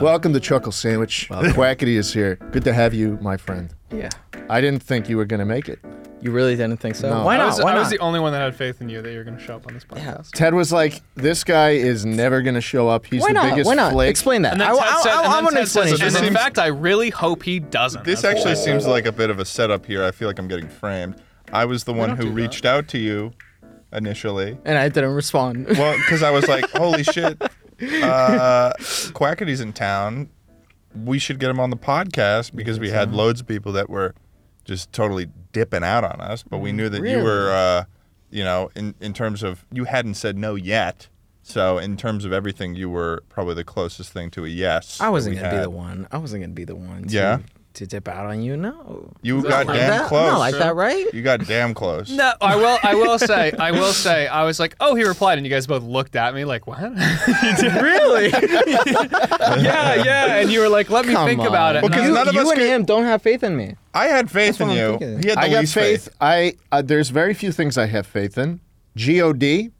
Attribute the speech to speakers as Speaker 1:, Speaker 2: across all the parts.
Speaker 1: Welcome to Chuckle Sandwich. Quackity is here. Good to have you, my friend.
Speaker 2: Yeah.
Speaker 1: I didn't think you were going to make it.
Speaker 2: You really didn't think so?
Speaker 1: No.
Speaker 2: Why
Speaker 3: I
Speaker 2: not?
Speaker 3: was,
Speaker 2: Why
Speaker 3: I
Speaker 2: not?
Speaker 3: was the only one that had faith in you that you were going to show up on this podcast.
Speaker 1: Ted was like, this guy is never going to show up. He's
Speaker 2: Why
Speaker 1: the
Speaker 2: not?
Speaker 1: biggest
Speaker 2: Why not?
Speaker 1: flake.
Speaker 2: Explain that.
Speaker 3: And then
Speaker 2: I,
Speaker 3: Ted
Speaker 2: I,
Speaker 3: said-
Speaker 2: I,
Speaker 3: and
Speaker 2: I
Speaker 3: then
Speaker 2: want an
Speaker 3: Ted says,
Speaker 2: explanation.
Speaker 3: "And in
Speaker 4: This
Speaker 3: fact, I really hope he doesn't.
Speaker 4: This
Speaker 3: That's
Speaker 4: actually
Speaker 3: why.
Speaker 4: seems like a bit of a setup here. I feel like I'm getting framed. I was the one
Speaker 3: don't
Speaker 4: who
Speaker 3: do that.
Speaker 4: reached out to you initially.
Speaker 2: And I didn't respond.
Speaker 4: Well, because I was like, holy shit, uh, Quackity's in town. We should get him on the podcast because we had loads of people that were just totally dipping out on us. But
Speaker 2: Mm,
Speaker 4: we knew that you were, uh, you know, in, in terms of, you hadn't said no yet. So in terms of everything, you were probably the closest thing to a yes.
Speaker 2: I wasn't
Speaker 4: that
Speaker 2: gonna
Speaker 4: we
Speaker 2: be
Speaker 4: had.
Speaker 2: the one. I wasn't gonna be the one. To,
Speaker 4: Yeah?
Speaker 2: To dip out on you, no.
Speaker 4: You
Speaker 2: Not
Speaker 4: got
Speaker 2: like
Speaker 4: damn
Speaker 2: that.
Speaker 4: close.
Speaker 2: Not like that, right?
Speaker 4: You got damn close.
Speaker 3: No, I will. I will say. I will say. I was like, "Oh, he replied," and you guys both looked at me like, "What?" You did.
Speaker 2: Really?
Speaker 3: yeah, yeah. And you were like, "Let me
Speaker 2: Come
Speaker 3: think
Speaker 2: on.
Speaker 3: about it."
Speaker 2: Well,
Speaker 3: And I
Speaker 4: Because
Speaker 3: was
Speaker 2: you
Speaker 4: none of
Speaker 2: you
Speaker 4: us
Speaker 2: and
Speaker 4: could-
Speaker 2: him don't have faith in me.
Speaker 4: I had faith in
Speaker 2: what I'm
Speaker 4: you.
Speaker 2: thinking.
Speaker 4: He had the
Speaker 1: I got
Speaker 4: least
Speaker 1: faith. I uh, There's very few things I have faith in. G-O-D.
Speaker 3: like,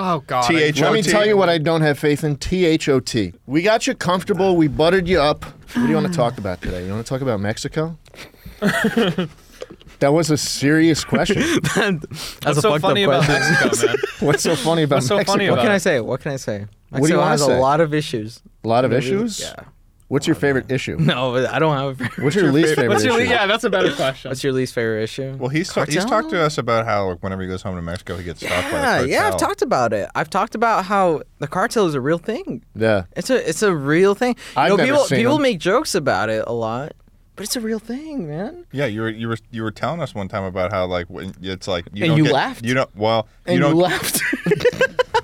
Speaker 3: oh god. I-
Speaker 4: TH.
Speaker 1: Let me
Speaker 4: T-H-O-T.
Speaker 1: tell you what I don't have faith in. T-H-O-T. We got you comfortable. We buttered you up. What do you want to talk about today? You want to talk about Mexico? that was a serious question.
Speaker 2: That's
Speaker 3: What's so funny about Mexico, man?
Speaker 1: What's so funny about
Speaker 3: What's so
Speaker 1: Mexico?
Speaker 3: funny
Speaker 2: What
Speaker 3: about
Speaker 2: can
Speaker 3: it?
Speaker 2: I say? What can I say?
Speaker 1: What do you
Speaker 2: Mexico
Speaker 1: wanna
Speaker 2: has
Speaker 1: say?
Speaker 2: a lot of issues.
Speaker 1: A lot of issues?
Speaker 2: Yeah.
Speaker 1: What's your favorite issue?
Speaker 2: No, I don't have. A
Speaker 1: What's your least favorite
Speaker 3: What's your?
Speaker 1: issue?
Speaker 3: le- Yeah, that's a better question.
Speaker 2: What's your least favorite issue?
Speaker 4: Well, he's ta- he's
Speaker 2: Cartel?
Speaker 4: talked to us about how like, whenever he goes home to Mexico, he gets stopped by
Speaker 2: Yeah,
Speaker 4: a cartel.
Speaker 2: yeah, I've talked about it. I've talked about how the cartel is a real thing.
Speaker 1: Yeah.
Speaker 2: It's a it's a real thing. You
Speaker 1: I've
Speaker 2: know,
Speaker 1: never
Speaker 2: people
Speaker 1: seen
Speaker 2: people
Speaker 1: them.
Speaker 2: make jokes about it a lot, but it's a real thing, man.
Speaker 4: Yeah, you were you were you were telling us one time about how like when it's like you
Speaker 2: And
Speaker 4: don't
Speaker 2: you
Speaker 4: get-
Speaker 2: laughed.
Speaker 4: You don't. Well,
Speaker 2: And
Speaker 4: you
Speaker 2: you,
Speaker 4: don't.
Speaker 2: laughed.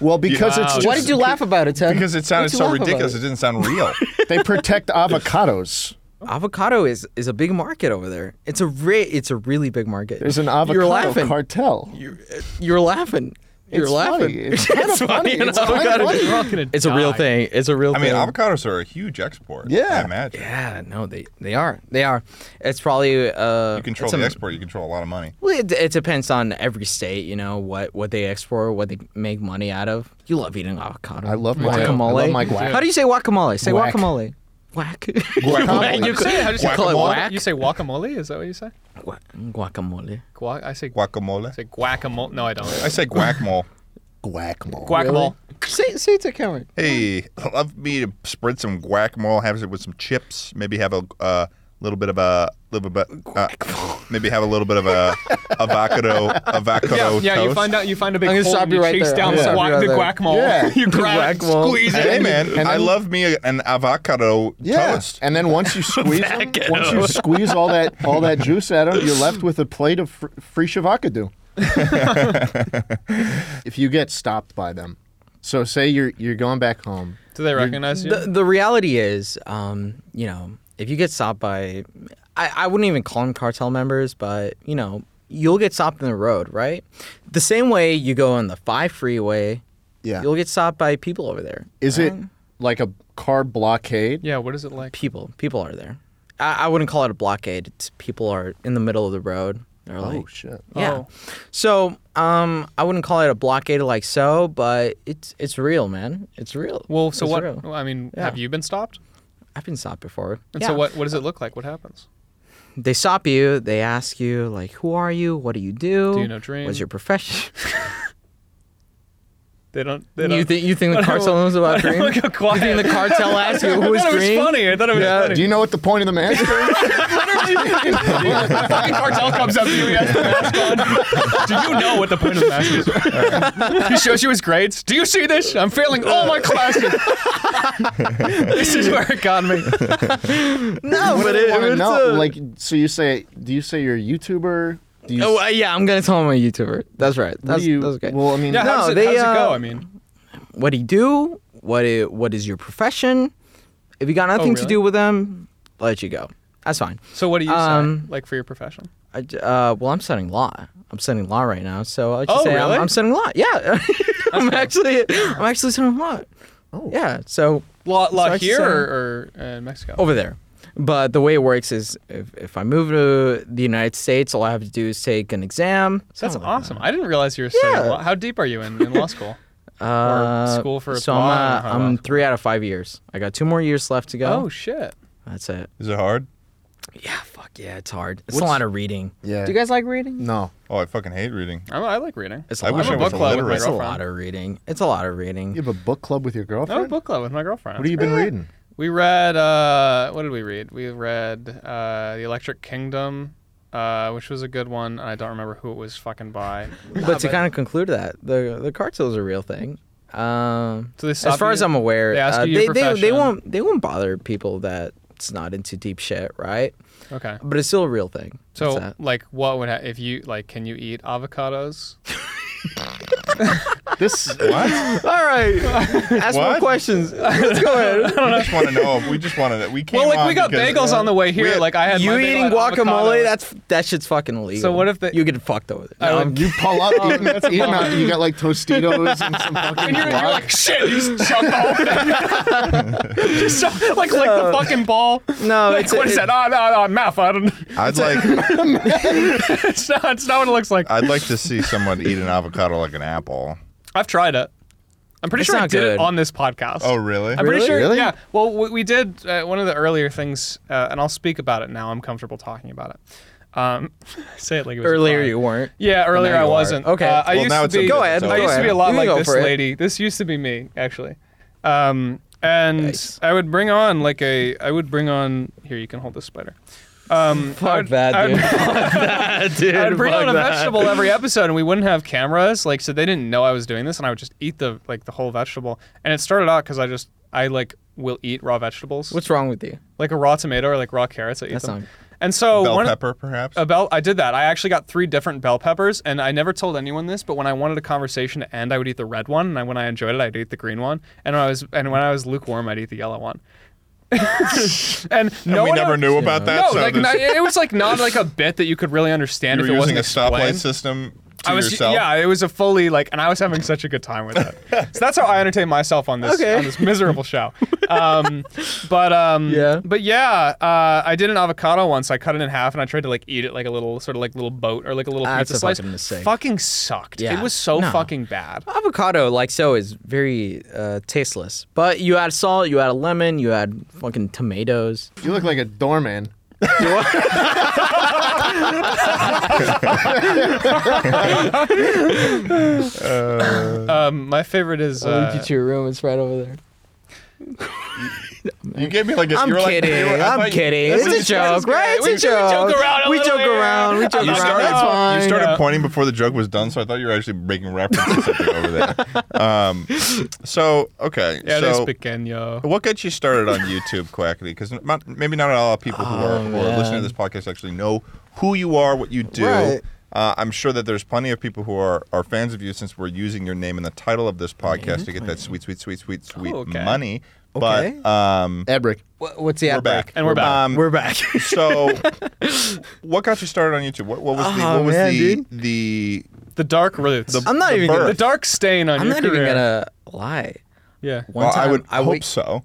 Speaker 1: Well, because
Speaker 3: Wow.
Speaker 1: it's just,
Speaker 2: Why did you laugh about it, Ted?
Speaker 4: because it sounded
Speaker 2: Why'd you
Speaker 4: so
Speaker 2: laugh about
Speaker 4: ridiculous. It?
Speaker 2: it?
Speaker 4: didn't sound real.
Speaker 1: they protect avocados.
Speaker 2: Avocado is is a big market over there. It's a re- it's a really big market.
Speaker 1: There's an
Speaker 2: You're
Speaker 1: avocado
Speaker 2: laughing.
Speaker 1: cartel.
Speaker 2: you're, you're laughing. You're
Speaker 1: It's
Speaker 2: laughing.
Speaker 1: funny. It's kinda funny.
Speaker 2: and
Speaker 1: It's kinda
Speaker 2: avocado-
Speaker 1: funny.
Speaker 3: We're all gonna
Speaker 2: It's a real
Speaker 3: die.
Speaker 2: thing. It's a real
Speaker 4: I
Speaker 2: thing.
Speaker 4: mean, avocados are a huge export.
Speaker 1: Yeah.
Speaker 4: I imagine.
Speaker 2: Yeah, no, they they are. They are. It's probably uh
Speaker 4: You control
Speaker 2: it's a-
Speaker 4: the export. You control a lot of money.
Speaker 2: Well, it, it depends on every state, you know, what, what they export, what they make money out of. You love eating avocado.
Speaker 1: I love my- I
Speaker 2: guacamole.
Speaker 1: love my guac.
Speaker 2: How do you say guacamole? Say
Speaker 1: Guac.
Speaker 2: guacamole. Whack.
Speaker 1: Guacamole.
Speaker 3: How'd you say- how'd you say
Speaker 2: Guacamole.
Speaker 3: guacamole? You say guacamole? Is that what you say?
Speaker 2: guacamole.
Speaker 3: Guac. I say guac. I
Speaker 4: Guacamole.
Speaker 3: say guacamole. No, I don't.
Speaker 4: I say guacamole.
Speaker 1: Guacamole.
Speaker 3: Guacamole.
Speaker 2: Say, say it to Cameron.
Speaker 4: hey, love me to spread some guacamole. Have it with some chips. Maybe have a uh, little bit of a little bit. Uh, maybe have a little bit of a avocado avocado
Speaker 3: Yeah, yeah.
Speaker 4: toast.
Speaker 3: You find out. You find a big
Speaker 2: I'm gonna
Speaker 3: hole.
Speaker 2: stop
Speaker 3: and
Speaker 2: you
Speaker 3: you
Speaker 2: right
Speaker 3: chase
Speaker 2: there.
Speaker 3: down
Speaker 2: I'm
Speaker 3: the,
Speaker 2: gonna
Speaker 3: guac-
Speaker 2: stop
Speaker 3: the
Speaker 2: you right
Speaker 3: guacamole.
Speaker 1: there. Yeah.
Speaker 3: you grab it,
Speaker 2: Guacamole.
Speaker 3: squeeze it.
Speaker 4: Hey man,
Speaker 1: then-
Speaker 4: I love me an avocado
Speaker 1: Yeah.
Speaker 4: toast.
Speaker 1: And then once you squeeze 'em, once you squeeze all that all that juice out of 'em, you're left with a plate of fr- free shavakadu. if you get stopped by them. So say you're you're going back home.
Speaker 3: Do they recognize you?
Speaker 2: The, the reality is, um, you know, if you get stopped by, I, I wouldn't even call them cartel members, but, you know, you'll get stopped on the road, right? The same way you go on the 5 freeway,
Speaker 1: Yeah.
Speaker 2: you'll get stopped by people over there.
Speaker 1: Is it like a car blockade?
Speaker 3: yeah. What is it like?
Speaker 2: people people are there I, I wouldn't call it a blockade it's people are in the middle of the road they're
Speaker 1: Oh
Speaker 2: like
Speaker 1: shit.
Speaker 2: yeah
Speaker 3: Oh.
Speaker 2: so um i wouldn't call it a blockade like so but it's it's real man it's real
Speaker 3: Well, so
Speaker 2: It's
Speaker 3: what?
Speaker 2: real.
Speaker 3: well, I mean,
Speaker 2: Yeah.
Speaker 3: have you been stopped?
Speaker 2: i've been stopped before
Speaker 3: And
Speaker 2: yeah.
Speaker 3: so what? What does it look like? What happens?
Speaker 2: they stop you they ask you like who are you what do you do
Speaker 3: Do you know dream?
Speaker 2: what's your profession
Speaker 3: They don't. They don't.
Speaker 2: you think you think the cartel knows about dream
Speaker 3: Look how quiet.
Speaker 2: you think the cartel asks you
Speaker 3: I
Speaker 2: who is
Speaker 3: thought it was
Speaker 2: dream
Speaker 3: funny. I thought it was funny.
Speaker 1: Do you know what the point of the mask is?
Speaker 3: The fucking cartel comes up to you. He has the mask on. Do you know what the point of the mask is? he shows you his grades. Do you see this? I'm failing all my classes. this is where it got me.
Speaker 2: no but it,
Speaker 1: I wanna
Speaker 2: it's
Speaker 1: know.
Speaker 2: a-
Speaker 1: Like so you say do you say you're a YouTuber? Do you
Speaker 2: oh uh, yeah i'm gonna tell him i'm a youtuber that's right
Speaker 1: what
Speaker 2: that's,
Speaker 1: do you
Speaker 2: that's great
Speaker 1: Well, I mean
Speaker 3: Yeah, how does
Speaker 2: No,
Speaker 3: it,
Speaker 2: they,
Speaker 3: how does it go?
Speaker 2: uh,
Speaker 3: I mean,
Speaker 2: what do you do? What i what is your profession? If you got nothing to
Speaker 3: Oh, really?
Speaker 2: do with them, let you go. That's fine.
Speaker 3: so what do you
Speaker 2: um,
Speaker 3: say, like for your profession?
Speaker 2: I j uh, well, I'm studying law. I'm studying law right now, so I should
Speaker 3: Oh,
Speaker 2: say
Speaker 3: really?
Speaker 2: I'm, I'm studying law. Yeah, I'm actually I'm actually studying law.
Speaker 1: Oh.
Speaker 2: Yeah, so
Speaker 3: Law,
Speaker 2: law
Speaker 3: law
Speaker 2: I should
Speaker 3: here
Speaker 2: say-
Speaker 3: or, or uh, in Mexico?
Speaker 2: over there. But the way it works is if, if I move to the United States, all I have to do is take an exam.
Speaker 3: That's
Speaker 2: something like
Speaker 3: awesome. I didn't realize you were studying
Speaker 2: Yeah.
Speaker 3: law. How deep are you in, in law school?
Speaker 2: that. Uh,
Speaker 3: school for
Speaker 2: so I'm, uh,
Speaker 4: applying, huh?
Speaker 2: I'm three out of five years. I got two more years left to go.
Speaker 3: Oh shit.
Speaker 2: That's it.
Speaker 4: Is it hard?
Speaker 2: Yeah, fuck yeah, it's hard. It's a lot of reading.
Speaker 1: Yeah.
Speaker 2: Do you guys like reading?
Speaker 1: No.
Speaker 4: Oh, I fucking hate reading.
Speaker 3: I, I like reading.
Speaker 2: It's a
Speaker 4: I
Speaker 2: lot
Speaker 4: wish
Speaker 2: of
Speaker 4: I was
Speaker 3: book club with my
Speaker 4: illiterate.
Speaker 2: It's a
Speaker 3: girlfriend.
Speaker 2: lot of reading. It's a lot of reading.
Speaker 1: You have a book club with your
Speaker 3: I have a
Speaker 1: girlfriend?
Speaker 3: book club with my girlfriend.
Speaker 1: What have you been reading?
Speaker 3: We read. Uh, what did we read? We read uh, the Electric Kingdom, uh, which was a good one. and I don't remember who it was fucking by.
Speaker 2: but to kind of conclude that, the the cartel is a real thing. Um,
Speaker 3: So they
Speaker 2: as
Speaker 3: stop
Speaker 2: far as
Speaker 3: you?
Speaker 2: I'm aware,
Speaker 3: They ask
Speaker 2: uh,
Speaker 3: you your
Speaker 2: they, they, they
Speaker 3: profession.
Speaker 2: won't they won't bother people that's not into deep shit, right?
Speaker 3: of okay.
Speaker 2: But it's still a real thing. That's
Speaker 3: So
Speaker 2: that.
Speaker 3: like, what would ha- if you like? Can you eat avocados?
Speaker 1: This
Speaker 4: What?
Speaker 2: all right, ask more
Speaker 4: What?
Speaker 2: questions. Let's go ahead.
Speaker 4: I just want to know if we just wanted it. We came
Speaker 3: Well, like
Speaker 4: on
Speaker 3: we got
Speaker 4: because-
Speaker 3: bagels on the way
Speaker 4: We
Speaker 3: here.
Speaker 4: had-
Speaker 3: Like I had
Speaker 2: You
Speaker 3: my bagel
Speaker 2: eating
Speaker 3: and
Speaker 2: guacamole?
Speaker 3: avocado.
Speaker 2: That's that shit's fucking illegal.
Speaker 3: what if they-
Speaker 2: you get fucked over?
Speaker 3: I
Speaker 2: No,
Speaker 3: would-
Speaker 2: I'm-
Speaker 1: you pull up
Speaker 2: Oh,
Speaker 1: eating, eating out, you got like Tostitos and some fucking
Speaker 3: And you're, you're
Speaker 1: guac.
Speaker 3: like shit. You just chuck the whole thing. just chuck- like like the fucking ball.
Speaker 2: no, Uh,
Speaker 3: Like,
Speaker 2: it's a-
Speaker 3: what is
Speaker 2: it-
Speaker 3: that? Ah, ah, ah, mouth. I don't.
Speaker 4: I'd like,
Speaker 3: It's not. It's not what it looks like.
Speaker 4: I'd like to see someone eat an avocado like an apple.
Speaker 3: I've tried it. I'm pretty
Speaker 2: It's
Speaker 3: sure I
Speaker 2: not
Speaker 3: did
Speaker 2: good.
Speaker 3: it on this podcast.
Speaker 4: Oh, really?
Speaker 3: I'm pretty sure.
Speaker 1: Really?
Speaker 3: Yeah. Well, we, we did uh, one of the earlier things, uh, and I'll speak about it now. I'm comfortable talking about it. Um, say it like it was a
Speaker 2: Earlier
Speaker 3: crime.
Speaker 2: you weren't.
Speaker 3: Yeah, earlier
Speaker 2: now
Speaker 3: I
Speaker 2: you are.
Speaker 3: wasn't.
Speaker 2: Okay.
Speaker 3: Uh, I
Speaker 4: Well,
Speaker 3: used
Speaker 4: now
Speaker 3: to
Speaker 4: it's
Speaker 3: be,
Speaker 4: a- Go ahead,
Speaker 3: I
Speaker 4: go
Speaker 3: used to be
Speaker 2: ahead.
Speaker 3: a lot
Speaker 2: You can
Speaker 3: like
Speaker 2: go
Speaker 3: this
Speaker 2: for it.
Speaker 3: lady. This used to be me, actually. Um, and
Speaker 2: Yikes.
Speaker 3: I would bring on like a. I would bring on. Here, you can hold this spider. Um, I
Speaker 2: Fuck
Speaker 3: would- I
Speaker 2: that,
Speaker 3: would-
Speaker 2: dude. Fuck that, dude.
Speaker 3: I'd bring
Speaker 2: Fuck
Speaker 3: out a
Speaker 2: that.
Speaker 3: vegetable every episode, and we wouldn't have cameras, like so they didn't know I was doing this, and I would just eat the like the whole vegetable. And it started out because I just I like will eat raw vegetables,
Speaker 2: What's wrong with you?
Speaker 3: like a raw tomato or like raw carrots. I eat
Speaker 2: That's
Speaker 3: them.
Speaker 2: not-
Speaker 3: And so
Speaker 4: Bell
Speaker 3: one of-
Speaker 4: pepper, perhaps.
Speaker 3: a bell. I did that. I actually got three different bell peppers, and I never told anyone this. But when I wanted a conversation to end, I would eat the red one, and I, when I enjoyed it, I'd eat the green one. And when I was and when I was lukewarm, I'd eat the yellow one. and no
Speaker 4: and we
Speaker 3: one
Speaker 4: never
Speaker 3: ever-
Speaker 4: knew about that.
Speaker 3: No,
Speaker 4: so
Speaker 3: like
Speaker 4: this-
Speaker 3: not, it was like not like a bit that you could really understand
Speaker 4: you were
Speaker 3: if it
Speaker 4: using
Speaker 3: wasn't
Speaker 4: a stoplight
Speaker 3: explained.
Speaker 4: system to
Speaker 3: I was
Speaker 4: yourself.
Speaker 3: yeah, it was a fully like, and I was having such a good time with it. so that's how I entertain myself on this
Speaker 2: Okay.
Speaker 3: on this miserable show. Um, but um,
Speaker 2: Yeah.
Speaker 3: but yeah, uh, I did an avocado once. I cut it in half and I tried to like eat it like a little sort of like little boat or like a little
Speaker 2: Ah,
Speaker 3: pizza
Speaker 2: that's a
Speaker 3: slice.
Speaker 2: fucking mistake.
Speaker 3: Fucking sucked.
Speaker 2: Yeah.
Speaker 3: It was so
Speaker 2: No.
Speaker 3: fucking bad.
Speaker 2: Avocado, like so, is very uh, tasteless. But you add salt, you add a lemon, you add fucking tomatoes.
Speaker 1: You look like a doorman.
Speaker 3: Um, my favorite is uh,
Speaker 2: to your room. It's right over there.
Speaker 4: You gave me like a.
Speaker 2: I'm
Speaker 4: you were like-
Speaker 2: kidding.
Speaker 4: you were- I thought
Speaker 2: I'm
Speaker 4: you-
Speaker 2: kidding.
Speaker 4: that's
Speaker 2: It's
Speaker 4: what
Speaker 2: a
Speaker 4: you started-
Speaker 2: joke, right? It's
Speaker 3: We-
Speaker 2: a
Speaker 3: we
Speaker 2: joke.
Speaker 3: joke around a
Speaker 2: We
Speaker 3: little
Speaker 2: joke
Speaker 3: here.
Speaker 2: around. We joke
Speaker 4: You
Speaker 2: around.
Speaker 4: started,
Speaker 2: That's
Speaker 4: you
Speaker 2: fine.
Speaker 4: started
Speaker 3: Yeah.
Speaker 4: pointing before the joke was done, so I thought you were actually making reference to something over there. Um, so okay,
Speaker 3: yeah,
Speaker 4: so
Speaker 3: this pequeño.
Speaker 4: what got you started on YouTube, Quackity? Because maybe not all people who are, who
Speaker 2: Oh,
Speaker 4: are listening to this podcast actually know who you are, what you do.
Speaker 2: Right.
Speaker 4: Uh, I'm sure that there's plenty of people who are, are fans of you since we're using your name in the title of this podcast to get that sweet, sweet, sweet, sweet, sweet
Speaker 3: Oh, okay.
Speaker 4: money.
Speaker 2: Okay.
Speaker 4: But um,
Speaker 1: Ebrick.
Speaker 2: Wha- What's the
Speaker 4: we're back,
Speaker 3: And we're back.
Speaker 4: Um,
Speaker 2: We're back.
Speaker 4: so, what got you started on YouTube? What, what was the
Speaker 2: Oh,
Speaker 4: what was
Speaker 2: man,
Speaker 4: the,
Speaker 2: dude.
Speaker 4: the
Speaker 3: The dark roots.
Speaker 4: The-
Speaker 2: I'm not
Speaker 4: the
Speaker 2: even. Gonna,
Speaker 3: the
Speaker 4: birth.
Speaker 3: dark stain on
Speaker 2: I'm
Speaker 3: your
Speaker 2: not
Speaker 3: career.
Speaker 2: even gonna lie.
Speaker 3: yeah.
Speaker 2: One
Speaker 4: well,
Speaker 2: time,
Speaker 4: I would hope
Speaker 2: wake-
Speaker 4: so.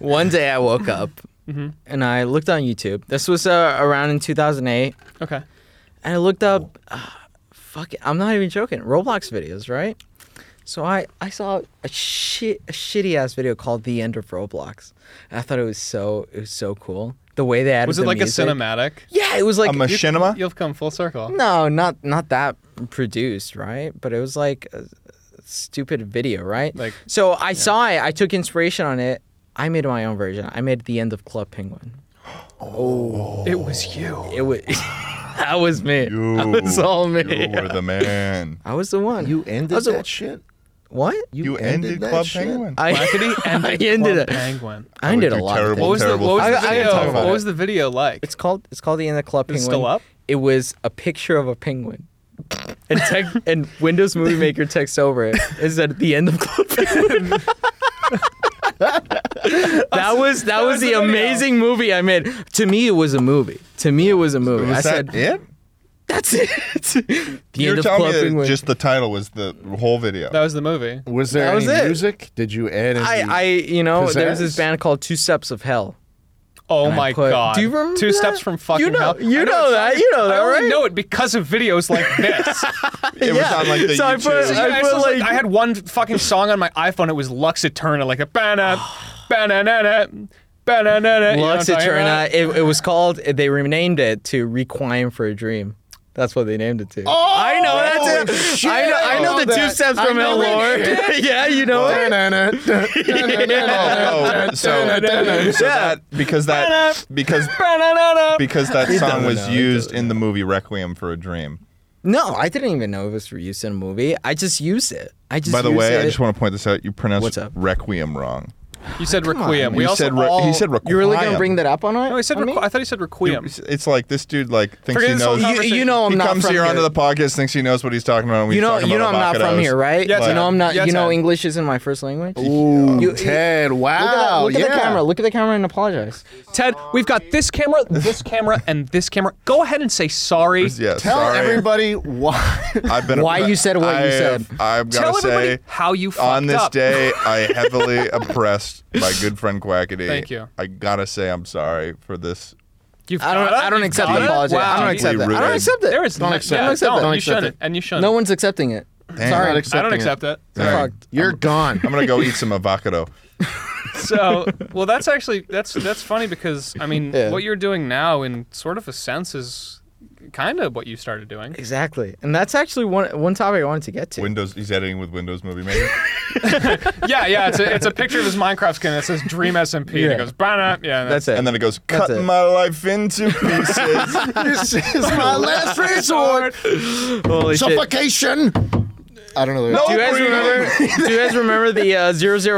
Speaker 2: one day I woke up and I looked on YouTube. This was uh, around in 2008,
Speaker 3: Okay.
Speaker 2: and I looked up. Uh, fuck it, I'm not even joking. Roblox videos, right? So I, I saw a shit a shitty ass video called "The End of Roblox." And I thought it was so it was so cool the way they added.
Speaker 3: Was it
Speaker 2: the
Speaker 3: like
Speaker 2: music.
Speaker 3: a cinematic?
Speaker 2: Yeah, it was
Speaker 4: A
Speaker 2: like
Speaker 4: machinima.
Speaker 3: You've come full circle.
Speaker 2: No, not not that produced, right? But it was like a stupid video, right?
Speaker 3: Like-
Speaker 2: so I saw it, I took inspiration on it. I made my own version. I made the end of Club Penguin.
Speaker 3: It was you.
Speaker 2: It was that was me. that was all me.
Speaker 4: You were the man.
Speaker 2: I was the one.
Speaker 1: You ended
Speaker 2: That's a-
Speaker 1: that shit?
Speaker 2: what?
Speaker 4: You ended
Speaker 1: that
Speaker 4: Club
Speaker 1: shit?
Speaker 4: Penguin.
Speaker 2: I, I ended
Speaker 3: Club
Speaker 2: it.
Speaker 3: Penguin.
Speaker 2: I ended a
Speaker 4: do
Speaker 2: lot. of
Speaker 4: terrible.
Speaker 3: What
Speaker 2: things.
Speaker 3: was the
Speaker 4: terrible
Speaker 3: what was
Speaker 4: thing.
Speaker 3: the
Speaker 4: I- I
Speaker 3: video?
Speaker 4: talk about
Speaker 3: what
Speaker 4: it.
Speaker 3: was the video like?
Speaker 2: It's called it's called the end of Club
Speaker 3: Is
Speaker 2: Penguin.
Speaker 3: it still up?
Speaker 2: It was a picture of a penguin. And, tech, and Windows Movie Maker text over it. Is that the end of Club Penguin? that was that, was,
Speaker 3: was
Speaker 2: the,
Speaker 3: the video.
Speaker 2: amazing movie I made. To me, it was a movie. To me, it was a movie. I
Speaker 4: Was
Speaker 2: said,
Speaker 4: that it?
Speaker 2: "That's it." the
Speaker 4: You're
Speaker 2: end of
Speaker 4: telling
Speaker 2: Club
Speaker 4: me that
Speaker 2: Penguin.
Speaker 4: just the title was the whole video.
Speaker 3: That was the movie.
Speaker 1: Was there
Speaker 2: That was
Speaker 1: any
Speaker 2: it.
Speaker 1: music? Did you add any?
Speaker 2: I, I, you know, there's this
Speaker 1: Pizzazz?
Speaker 2: band called Two Steps of Hell.
Speaker 3: Oh
Speaker 2: and I
Speaker 3: my
Speaker 2: put-
Speaker 3: god!
Speaker 2: Do you remember
Speaker 3: Two
Speaker 2: that?
Speaker 3: steps from fucking
Speaker 2: You know-
Speaker 3: hell.
Speaker 2: you
Speaker 3: I
Speaker 2: know
Speaker 3: it's-
Speaker 2: that, you know that,
Speaker 3: I only
Speaker 2: right?
Speaker 3: know it because of videos like this.
Speaker 4: It was on like the
Speaker 2: so I
Speaker 4: YouTube.
Speaker 2: put- I-
Speaker 3: Yeah, it's
Speaker 2: feel
Speaker 3: just like-
Speaker 2: like-
Speaker 3: I had one fucking song on my iPhone. It was Lux Eterna, like a banana, banana, banana.
Speaker 2: Lux Eterna. It, it was called. They renamed it to Requiem for a Dream. That's what they named it to. Oh, I know that's it. I know. I know
Speaker 1: I
Speaker 2: the
Speaker 1: know
Speaker 2: two
Speaker 1: that.
Speaker 2: steps from
Speaker 1: I know
Speaker 2: El Lore. yeah, you know it.
Speaker 4: oh, oh, so, so that because that because because that song was used in the movie Requiem for a Dream.
Speaker 2: No, I didn't even know it was reused in a movie. I just used it. I just.
Speaker 4: By the
Speaker 2: used
Speaker 4: way,
Speaker 2: it.
Speaker 4: I just want to point this out. You
Speaker 2: What's
Speaker 4: pronounced
Speaker 2: up?
Speaker 4: Requiem wrong.
Speaker 3: You said Requiem. We
Speaker 4: you
Speaker 3: also
Speaker 4: said re-
Speaker 3: all,
Speaker 4: he said Requiem.
Speaker 2: You really gonna bring that up on it?
Speaker 3: No, he said.
Speaker 2: on me?
Speaker 3: Requ- I thought he said Requiem.
Speaker 4: It's like this dude like thinks
Speaker 3: Forget
Speaker 4: he
Speaker 3: this whole
Speaker 4: knows.
Speaker 2: You, you know I'm
Speaker 4: he
Speaker 2: not
Speaker 4: comes
Speaker 2: from
Speaker 4: here
Speaker 2: here.
Speaker 4: onto the podcast, thinks he knows what he's talking about. when
Speaker 2: You
Speaker 4: he's
Speaker 2: know,
Speaker 4: talking
Speaker 2: you know I'm
Speaker 4: about
Speaker 2: not from
Speaker 4: avocados.
Speaker 2: here, right?
Speaker 3: Yeah,
Speaker 2: you know I'm not.
Speaker 3: Ted.
Speaker 2: you
Speaker 3: Yeah,
Speaker 2: know
Speaker 3: Ted.
Speaker 2: English isn't my first language.
Speaker 1: Ooh,
Speaker 2: You-
Speaker 1: Ted, wow.
Speaker 2: Look at, that, look at
Speaker 1: yeah.
Speaker 2: the camera. Look at the camera and apologize.
Speaker 3: Ted, we've got this camera, this camera, and this camera. Go ahead and say sorry.
Speaker 4: Yeah,
Speaker 1: Tell
Speaker 4: sorry.
Speaker 1: everybody why.
Speaker 4: I've been
Speaker 2: why you said what you
Speaker 4: I've-
Speaker 2: said.
Speaker 4: I've got
Speaker 3: Tell
Speaker 4: to
Speaker 3: everybody
Speaker 4: say
Speaker 3: how you fucked
Speaker 4: on this
Speaker 3: up.
Speaker 4: day, I heavily oppressed my good friend Quackity.
Speaker 3: Thank you.
Speaker 4: I gotta say I'm sorry for this.
Speaker 3: You've
Speaker 2: I don't.
Speaker 3: got it,
Speaker 2: I don't
Speaker 3: you've
Speaker 2: accept
Speaker 3: got
Speaker 2: the
Speaker 3: it.
Speaker 2: apology.
Speaker 3: Wow.
Speaker 2: I don't
Speaker 3: You-
Speaker 2: accept that. I don't
Speaker 4: rude.
Speaker 2: accept it.
Speaker 3: There is
Speaker 1: Don't
Speaker 3: no-
Speaker 1: accept
Speaker 3: yeah,
Speaker 1: it.
Speaker 3: Don't,
Speaker 1: Don't
Speaker 3: you
Speaker 1: accept
Speaker 3: shouldn't.
Speaker 1: it.
Speaker 3: And you shouldn't.
Speaker 2: No one's accepting it.
Speaker 4: Damn.
Speaker 1: Not
Speaker 2: Sorry.
Speaker 1: accepting
Speaker 3: I don't
Speaker 1: it.
Speaker 3: accept it.
Speaker 4: Dang.
Speaker 2: Fucked.
Speaker 1: You're gone.
Speaker 4: I'm gonna go eat some avocado.
Speaker 3: So, well, that's actually that's that's funny because I mean,
Speaker 2: Yeah.
Speaker 3: what you're doing now, in sort of a sense, is kind of what you started doing.
Speaker 2: Exactly, and that's actually one one topic I wanted to get to.
Speaker 4: Windows. He's editing with Windows Movie Maker.
Speaker 3: yeah, yeah. It's a, it's a picture of his Minecraft skin that says Dream SMP. And
Speaker 2: Yeah.
Speaker 3: it goes, "Bah-nah." yeah.
Speaker 2: that's it.
Speaker 4: and then it goes,
Speaker 2: That's
Speaker 4: cutting
Speaker 2: it.
Speaker 4: my life into pieces.
Speaker 1: this is my last resort.
Speaker 2: Holy shit.
Speaker 1: Suffocation. I don't know. the-
Speaker 2: Do you guys
Speaker 4: Breathe.
Speaker 2: remember? do you guys remember the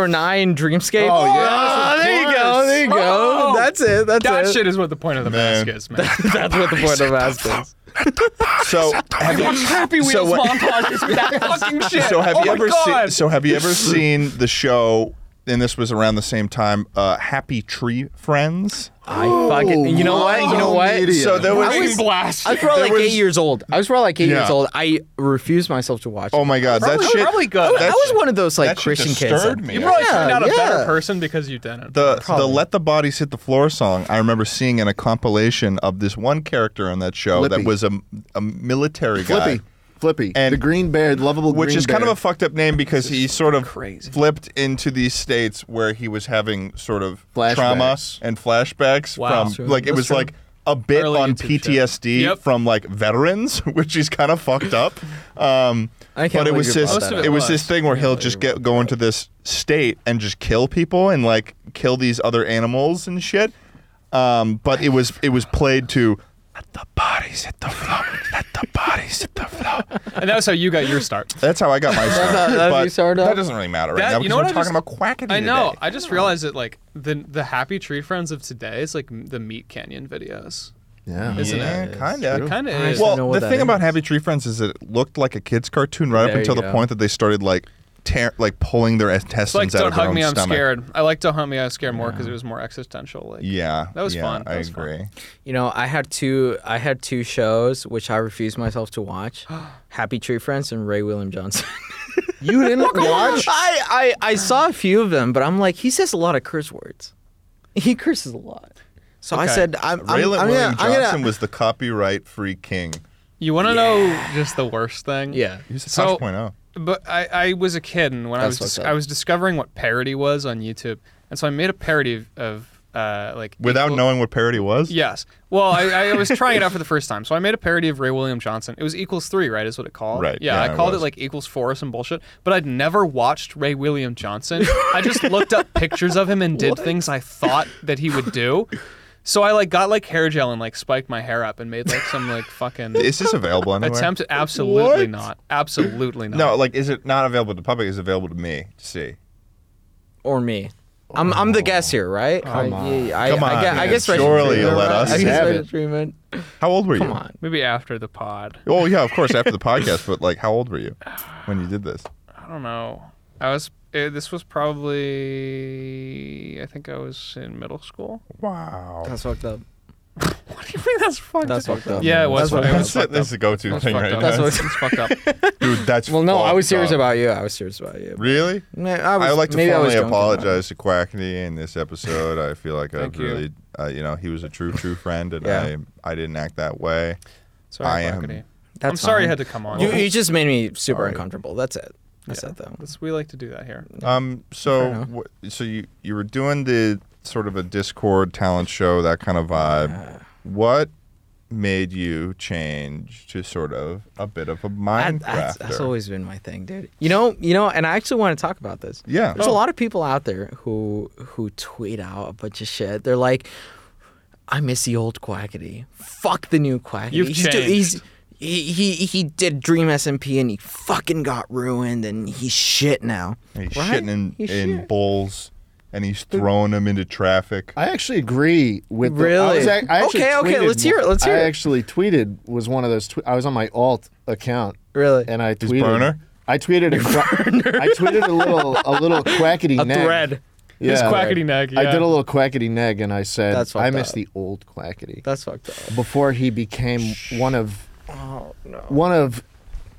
Speaker 2: uh, 009 Dreamscape?
Speaker 1: Oh, yes,
Speaker 2: Ah,
Speaker 1: of
Speaker 2: there you go.
Speaker 1: course.
Speaker 2: There you go.
Speaker 3: Oh.
Speaker 2: That's it. That's
Speaker 3: That
Speaker 2: it.
Speaker 3: shit is what the point of the
Speaker 4: Man.
Speaker 3: mask is, man.
Speaker 2: That's what the point of ask is.
Speaker 4: so have you,
Speaker 3: Happy Wheels
Speaker 4: So what-
Speaker 3: montage is that fucking shit.
Speaker 4: so have
Speaker 3: oh
Speaker 4: you
Speaker 3: my
Speaker 4: ever seen?
Speaker 3: God.
Speaker 4: So have you ever seen the show? And this was around the same time. Uh, Happy Tree Friends.
Speaker 2: I fucking. You know what? You know
Speaker 1: wow,
Speaker 2: what?
Speaker 1: idiot.
Speaker 4: So there
Speaker 3: Brain
Speaker 4: was.
Speaker 3: blast.
Speaker 2: I was probably like
Speaker 4: There
Speaker 2: eight
Speaker 4: was-
Speaker 2: years old. I was probably like eight
Speaker 4: Yeah.
Speaker 2: years old. I refused myself to watch.
Speaker 4: Oh
Speaker 2: it.
Speaker 4: my God,
Speaker 3: Probably-
Speaker 4: that shit.
Speaker 3: probably good.
Speaker 2: I
Speaker 4: that
Speaker 2: was
Speaker 4: shit-
Speaker 2: one of those
Speaker 4: that
Speaker 2: like
Speaker 4: shit
Speaker 2: Christian kids.
Speaker 4: disturbed
Speaker 2: like,
Speaker 4: me.
Speaker 3: You probably
Speaker 2: Yeah,
Speaker 3: turned out a
Speaker 2: yeah.
Speaker 3: better person because you didn't.
Speaker 4: The
Speaker 2: Probably.
Speaker 4: the let the body hit the floor song I remember seeing in a compilation of this one character on that show that
Speaker 1: Flippy.
Speaker 4: was a, a military guy,
Speaker 1: Flippy. Flippy.
Speaker 4: And-
Speaker 1: the green bear, lovable
Speaker 4: which
Speaker 1: green
Speaker 4: is kind of
Speaker 1: bear.
Speaker 4: a fucked up name because he sort of
Speaker 3: crazy.
Speaker 4: flipped into these states where he was having sort of trauma
Speaker 1: Flashbacks.
Speaker 4: and flashbacks
Speaker 3: Wow.
Speaker 4: from
Speaker 3: That's true.
Speaker 4: like it
Speaker 2: That's
Speaker 4: was
Speaker 2: true.
Speaker 4: like a bit
Speaker 3: Early
Speaker 4: on
Speaker 3: YouTube shit.
Speaker 4: PTSD
Speaker 3: Yep.
Speaker 4: from like veterans, which is kind of fucked up. Um,
Speaker 2: I can't
Speaker 4: but it
Speaker 2: believe
Speaker 4: was
Speaker 2: you
Speaker 4: this
Speaker 2: brought
Speaker 3: that up.
Speaker 4: it, was
Speaker 3: Most of it
Speaker 4: this thing where he'll just get go into this state and just kill people and like kill these other animals and shit. Um, but it was it was played to let the bodies hit the floor. Let the bodies hit the floor.
Speaker 3: and that's how you got your start.
Speaker 4: That's how I got my start.
Speaker 2: how- that's how
Speaker 4: but
Speaker 2: you started
Speaker 4: That
Speaker 2: out?
Speaker 4: doesn't really matter right
Speaker 3: That-
Speaker 4: now
Speaker 3: you
Speaker 4: because
Speaker 3: know
Speaker 4: we're
Speaker 3: what I
Speaker 4: talking
Speaker 3: just-
Speaker 4: about quackity.
Speaker 3: I know.
Speaker 4: today.
Speaker 3: I just realized that like the the happy tree friends of today is like m- the meat canyon videos.
Speaker 1: Yeah.
Speaker 3: Isn't
Speaker 4: yeah,
Speaker 3: it?
Speaker 4: kinda.
Speaker 3: It kind of
Speaker 2: I
Speaker 3: is.
Speaker 2: don't
Speaker 4: Well,
Speaker 2: know what
Speaker 4: the
Speaker 2: that
Speaker 4: thing about
Speaker 2: is.
Speaker 4: Happy Tree Friends is it looked like a kid's cartoon right
Speaker 2: There
Speaker 4: up until
Speaker 2: you
Speaker 4: the
Speaker 2: go.
Speaker 4: point that they started like tear, like pulling their
Speaker 3: it's like
Speaker 4: intestines out
Speaker 3: don't
Speaker 4: of their
Speaker 3: hug
Speaker 4: own
Speaker 3: me, I'm
Speaker 4: stomach.
Speaker 3: scared. I like don't hug me, I'm scared more because it was more existential. Like
Speaker 4: Yeah,
Speaker 3: That was
Speaker 4: yeah,
Speaker 3: fun. That
Speaker 4: I
Speaker 3: was fun.
Speaker 4: agree.
Speaker 2: You know, I had two. I had two shows which I refused myself to watch: Happy Tree Friends and Ray William Johnson.
Speaker 1: You didn't watch?
Speaker 2: I, I I saw a few of them, but I'm like, he says a lot of curse words. He curses a lot. So I
Speaker 3: Okay.
Speaker 2: said, I'm, I'm,
Speaker 4: Raylan
Speaker 2: I'm gonna-
Speaker 4: William
Speaker 2: I'm gonna-
Speaker 4: Johnson was the copyright free king.
Speaker 3: you want to know just the worst thing?
Speaker 2: Yeah.
Speaker 4: He was a
Speaker 3: So-
Speaker 4: 5.0.
Speaker 3: But I, I was a kid, and when
Speaker 2: That's
Speaker 3: I was
Speaker 2: what's
Speaker 3: dis-
Speaker 2: up.
Speaker 3: I was discovering what parody was on YouTube, and so I made a parody of, of uh, like
Speaker 4: Without
Speaker 3: equal-
Speaker 4: knowing what parody was?
Speaker 3: Yes. Well, I, I was trying it out for the first time, so I made a parody of Ray William Johnson. It was equals three, right? Is what it called.
Speaker 4: Right,
Speaker 3: Yeah,
Speaker 4: yeah,
Speaker 3: I
Speaker 4: it
Speaker 3: called it,
Speaker 4: was.
Speaker 3: like equals four or some bullshit. But I'd never watched Ray William Johnson. I just looked up pictures of him and did things I thought that he would do. So I like got like hair gel and like spiked my hair up and made like some like fucking
Speaker 4: Is this available anywhere?
Speaker 3: attempt. Absolutely
Speaker 4: What?
Speaker 3: not. Absolutely not.
Speaker 4: No, like, is it not available to the public? Is it available to me to see?
Speaker 2: or me. I'm I'm the guest here, right? I, yeah, I,
Speaker 4: Come
Speaker 2: I,
Speaker 4: on,
Speaker 2: gue- I
Speaker 4: man.
Speaker 2: guess Rachel
Speaker 4: Surely
Speaker 2: Freeman,
Speaker 4: you'll let
Speaker 2: right?
Speaker 4: us
Speaker 2: I guess
Speaker 1: have
Speaker 2: Rachel
Speaker 1: it.
Speaker 2: Freeman.
Speaker 4: How old were you?
Speaker 2: Come on.
Speaker 3: Maybe after the pod.
Speaker 4: Oh, yeah, of course, after the podcast, but like, how old were you when you did this?
Speaker 3: I don't know. I was. eh, this was probably. I think I was in middle school.
Speaker 4: Wow.
Speaker 2: That's fucked up.
Speaker 3: What do you mean that's fucked
Speaker 2: That's fucked up.
Speaker 3: Yeah, it
Speaker 2: That's
Speaker 3: was. fucked up.
Speaker 4: That's, it. that's the go to
Speaker 3: That's
Speaker 4: thing
Speaker 3: fucked
Speaker 4: right
Speaker 3: up.
Speaker 4: now.
Speaker 3: That's
Speaker 2: what-
Speaker 3: it's fucked up.
Speaker 4: Dude, that's
Speaker 2: Well, no, I was serious
Speaker 4: fucked up.
Speaker 2: about you. I was serious about you.
Speaker 4: Really?
Speaker 2: Man, I was,
Speaker 4: I would like to
Speaker 2: maybe I was
Speaker 4: formally
Speaker 2: drunk.
Speaker 4: apologize to Quackney in this episode. I feel like I've
Speaker 3: Thank you.
Speaker 4: really uh, you know, he was a true, true friend, and
Speaker 2: Yeah.
Speaker 4: I, I didn't act that way. I
Speaker 3: Sorry,
Speaker 4: am-
Speaker 3: Quackity.
Speaker 2: That's
Speaker 3: I'm sorry I
Speaker 2: fine.
Speaker 3: had to come on.
Speaker 2: You, you just made me super
Speaker 4: Sorry.
Speaker 2: uncomfortable. That's it. That's
Speaker 3: Yeah.
Speaker 2: it though.
Speaker 3: That's- we like to do that here.
Speaker 4: Um, so,
Speaker 2: enough.
Speaker 4: wh- so you you were doing the sort of a Discord talent show, that kind of vibe. what made you change to sort of a bit of a
Speaker 2: I-
Speaker 4: Minecrafter?
Speaker 2: that's, that's always been my thing, dude. You know, you know, and I actually want to talk about this.
Speaker 4: Yeah.
Speaker 2: There's
Speaker 4: Oh.
Speaker 2: a lot of people out there who who tweet out a bunch of shit. They're like, I miss the old Quackity. Fuck the new Quackity.
Speaker 3: You've
Speaker 2: he's, do-
Speaker 3: changed.
Speaker 2: he's he, he he did Dream SMP and he fucking got ruined and he's shit now.
Speaker 4: And he's
Speaker 2: Right?
Speaker 4: shitting in,
Speaker 2: He's
Speaker 4: in
Speaker 2: shit.
Speaker 4: bowls, and he's throwing them into traffic.
Speaker 1: I actually agree with. The, I
Speaker 2: Really?
Speaker 1: was, ac- I actually
Speaker 2: Okay, okay,
Speaker 1: tweeted-
Speaker 2: let's hear it, let's hear
Speaker 1: I
Speaker 2: it.
Speaker 1: actually tweeted was one of those. Tw- I was on my alt account.
Speaker 2: Really?
Speaker 1: And I tweeted.
Speaker 4: burner?
Speaker 1: I tweeted a. I tweeted a little a little quackity
Speaker 2: A
Speaker 1: nag.
Speaker 2: thread.
Speaker 1: Yeah.
Speaker 3: His quackity nag.
Speaker 1: I
Speaker 3: yeah.
Speaker 1: did a little quackity neg, and I said
Speaker 2: That's fucked
Speaker 1: I miss
Speaker 2: up.
Speaker 1: the old quackity
Speaker 2: That's fucked up.
Speaker 1: before he became one of
Speaker 2: Oh no.
Speaker 1: one of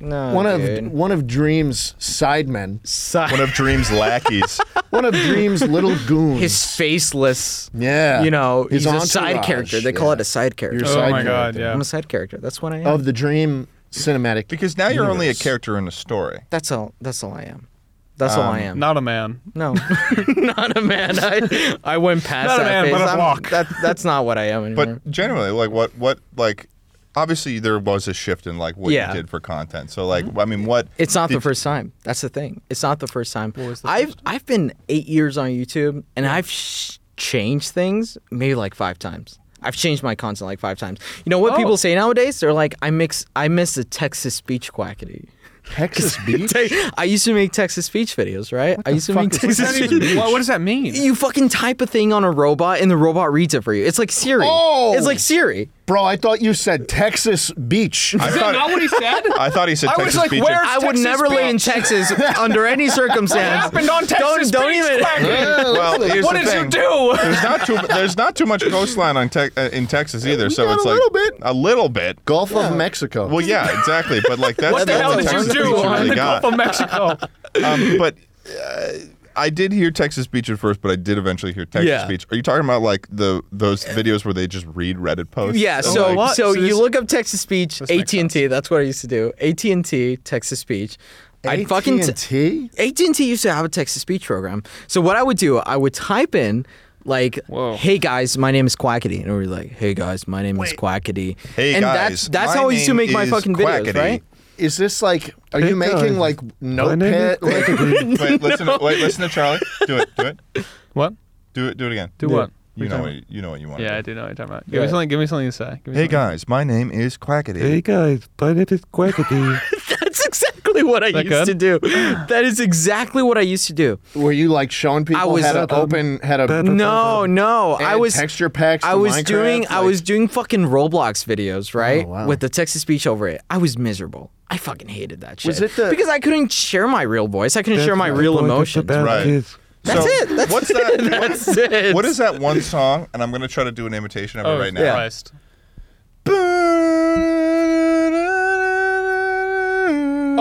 Speaker 2: No.
Speaker 1: one
Speaker 2: dude.
Speaker 1: of one of Dream's sidemen,
Speaker 2: Si-
Speaker 4: One of Dream's lackeys.
Speaker 1: one of Dream's little goons.
Speaker 2: his faceless.
Speaker 1: yeah,
Speaker 2: You know,
Speaker 1: His
Speaker 2: he's a side
Speaker 1: entourage,
Speaker 2: character. They call
Speaker 1: yeah.
Speaker 2: it a side character.
Speaker 1: Your
Speaker 3: Oh
Speaker 1: side
Speaker 3: my god,
Speaker 1: character. Oh.
Speaker 3: yeah.
Speaker 2: I'm a side character. That's what I am.
Speaker 1: of the Dream cinematic.
Speaker 4: Because now you're only a
Speaker 1: universe.
Speaker 4: character in a story.
Speaker 2: That's all. That's all I am. That's all I am.
Speaker 3: Not a man.
Speaker 2: no, not a man. I, I went past
Speaker 3: Not a
Speaker 2: that
Speaker 3: man,
Speaker 2: phase.
Speaker 3: but a
Speaker 2: I'm-
Speaker 3: block.
Speaker 2: That, that's not what I am anymore.
Speaker 4: But generally, like what what like obviously there was a shift in like what
Speaker 2: Yeah.
Speaker 4: you did for content. So like I
Speaker 3: Mm-hmm.
Speaker 4: mean what
Speaker 2: it's not the
Speaker 4: did-
Speaker 2: first time. That's the thing. It's not the first time.
Speaker 3: was the
Speaker 2: I've
Speaker 3: first
Speaker 2: I've been eight years on YouTube, and I've sh- changed things maybe like five times. I've changed my content like five times. You know what
Speaker 3: Oh.
Speaker 2: people say nowadays? They're like, I mix, I miss the Texas speech quackity.
Speaker 1: Texas Beach.
Speaker 2: Te- I used to make Texas speech videos, right? I used to
Speaker 1: fuck
Speaker 2: make
Speaker 1: is-
Speaker 2: Texas
Speaker 1: What's
Speaker 2: speech.
Speaker 1: that even-
Speaker 3: what, what does that mean?
Speaker 2: You fucking type a thing on a robot and the robot reads it for you. It's like Siri.
Speaker 1: Oh!
Speaker 2: It's like Siri.
Speaker 1: Bro, I thought you said Texas Beach.
Speaker 4: I
Speaker 3: Is that not
Speaker 4: thought,
Speaker 3: what he said?
Speaker 4: I thought he said
Speaker 3: I was
Speaker 4: Texas
Speaker 3: like,
Speaker 4: Beach.
Speaker 3: where-
Speaker 2: I would
Speaker 3: Texas
Speaker 2: never live in Texas under any circumstance.
Speaker 3: happened on
Speaker 2: don't
Speaker 3: Texas
Speaker 2: don't
Speaker 3: Beach,
Speaker 2: even.
Speaker 3: Quackity?
Speaker 4: Well, here's
Speaker 3: What
Speaker 4: the
Speaker 3: did
Speaker 4: thing.
Speaker 3: you do?
Speaker 4: There's not too there's not too much coastline on Tex uh, in Texas either, so
Speaker 1: got
Speaker 4: it's
Speaker 1: a
Speaker 4: like
Speaker 1: little bit.
Speaker 4: a little bit.
Speaker 1: Gulf of Mexico.
Speaker 4: Well, yeah, exactly. But like that's
Speaker 3: What the
Speaker 4: the
Speaker 3: hell
Speaker 4: only
Speaker 3: did you
Speaker 4: Texas
Speaker 3: do
Speaker 4: Beach
Speaker 3: on
Speaker 4: really
Speaker 3: the
Speaker 4: got.
Speaker 3: Gulf of Mexico?
Speaker 4: Um, but uh, I did hear Texas Beach at first, but I did eventually hear Texas
Speaker 2: Yeah. Uh,
Speaker 4: Beach. Are you talking about like the those videos where they just read Reddit posts?
Speaker 2: Yeah,
Speaker 4: And,
Speaker 2: so
Speaker 4: like,
Speaker 3: what?
Speaker 2: so
Speaker 3: So
Speaker 2: you
Speaker 3: this-
Speaker 2: look up Texas speech,
Speaker 3: makes
Speaker 2: AT and T. That's what I used to do. AT and T, Texas speech. I'd fucking
Speaker 1: T.
Speaker 2: t- AT&T used to have a text-to-speech program. So what I would do, I would type in like,
Speaker 3: Whoa.
Speaker 2: "Hey guys, my name is Quackity," and we're like, "Hey guys, my name is Quackity."
Speaker 4: Hey
Speaker 2: and
Speaker 4: guys,
Speaker 2: that's that's
Speaker 4: my
Speaker 2: how I used to
Speaker 4: name
Speaker 2: make my
Speaker 4: is
Speaker 2: fucking videos,
Speaker 4: Quackity.
Speaker 2: right?
Speaker 1: Is this like? Are you making like notepad? Like,
Speaker 4: wait, listen, to, wait, listen to Charlie. Do it, do it,
Speaker 3: What?
Speaker 4: do it, do it again.
Speaker 3: Do what?
Speaker 4: You
Speaker 3: What
Speaker 4: know
Speaker 3: are you
Speaker 4: what you, you know what you want.
Speaker 3: Yeah, I
Speaker 4: do.
Speaker 3: do know what you're talking about. Give me something. Give me something to say. Give me
Speaker 4: Hey
Speaker 3: something.
Speaker 4: guys, my name is Quackity.
Speaker 5: Hey guys, my name is Quackity.
Speaker 2: That's exactly what I
Speaker 3: that
Speaker 2: used to
Speaker 3: good?
Speaker 2: do. That is exactly what I used to do.
Speaker 1: were you like showing people
Speaker 2: I was,
Speaker 1: how to
Speaker 2: um,
Speaker 1: open? How to?
Speaker 2: No, no, I
Speaker 1: add
Speaker 2: was
Speaker 1: texture packs.
Speaker 2: I
Speaker 1: to
Speaker 2: was
Speaker 1: Minecraft,
Speaker 2: doing I
Speaker 1: like-
Speaker 2: was doing fucking Roblox videos, right?
Speaker 1: Oh, wow.
Speaker 2: With the Texas speech over it. I was miserable. I fucking hated that shit.
Speaker 1: Was it the-
Speaker 2: because I couldn't share my real voice. I couldn't share my
Speaker 5: That's
Speaker 2: real
Speaker 5: the point
Speaker 2: emotions.
Speaker 5: of the band
Speaker 4: Right.
Speaker 5: is-
Speaker 2: That's
Speaker 4: so,
Speaker 2: it. That's
Speaker 4: what's
Speaker 2: it.
Speaker 4: that? what-
Speaker 2: That's it.
Speaker 4: what is that one song? And I'm gonna try to do an imitation of it
Speaker 3: Oh,
Speaker 4: right now.
Speaker 2: yeah.
Speaker 3: Christ.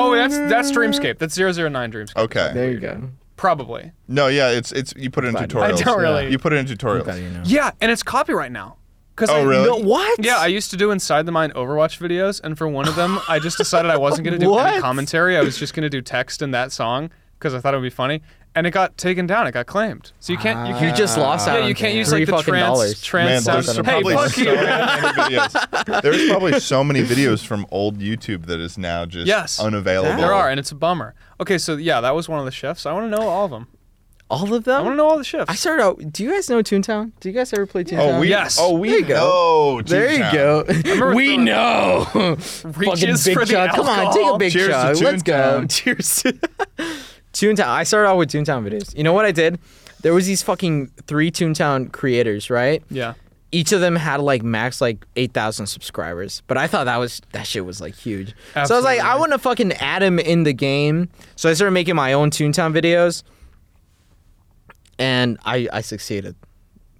Speaker 3: Oh, that's that's Dreamscape. That's 009 Dreamscape.
Speaker 2: Oh.
Speaker 4: Okay.
Speaker 2: There you go.
Speaker 3: Probably.
Speaker 4: No, yeah, it's it's you put it in
Speaker 3: I
Speaker 4: tutorials.
Speaker 3: don't really.
Speaker 4: You put it in tutorials.
Speaker 3: Yeah, and it's copyright now. Cause
Speaker 4: Oh,
Speaker 3: I,
Speaker 4: really?
Speaker 2: No, what?
Speaker 3: Yeah, I used to do Inside the Mind Overwatch videos, and for one of them, I just decided I wasn't going to do
Speaker 2: What?
Speaker 3: any commentary. I was just going to do text in that song because I thought it would be funny, and it got taken down. It got claimed. So you can't. You,
Speaker 2: Ah. you
Speaker 3: can't,
Speaker 2: just lost out.
Speaker 3: yeah,
Speaker 2: on
Speaker 3: you can't
Speaker 2: three
Speaker 3: use like the
Speaker 2: fucking
Speaker 3: trans,
Speaker 2: dollars.
Speaker 4: Man,
Speaker 3: trans sound.
Speaker 4: there's
Speaker 2: sounds-
Speaker 3: Hey,
Speaker 4: probably
Speaker 3: fuck
Speaker 4: so
Speaker 3: you.
Speaker 4: many videos. There's probably so many videos from old YouTube that is now just
Speaker 3: Yes.
Speaker 4: unavailable.
Speaker 3: There are, and it's a bummer. Okay, so yeah, that was one of the shifts. I want to know all of them.
Speaker 2: All of
Speaker 3: I want to
Speaker 2: them?
Speaker 3: know all the shifts.
Speaker 2: I started out. Do you guys know Toontown? Do you guys ever play Toontown?
Speaker 4: Oh, we
Speaker 3: Yes.
Speaker 4: Oh, we
Speaker 2: There you go.
Speaker 4: go.
Speaker 2: There you go. We
Speaker 3: throwing-
Speaker 2: know. Fucking
Speaker 3: Reaches
Speaker 2: big
Speaker 3: for the
Speaker 2: chug. Come on, take
Speaker 3: alcohol.
Speaker 2: a big
Speaker 4: Cheers to
Speaker 2: chug. Let's go.
Speaker 4: Toontown.
Speaker 2: Cheers to Toontown. I started out with Toontown videos. You know what I did? There was these fucking three Toontown creators, right?
Speaker 3: Yeah.
Speaker 2: Each of them had like max like eight thousand subscribers, but I thought that was that shit was like huge. So I was like,
Speaker 3: Absolutely.
Speaker 2: I want to fucking add him in the game. So I started making my own Toontown videos, and I I succeeded,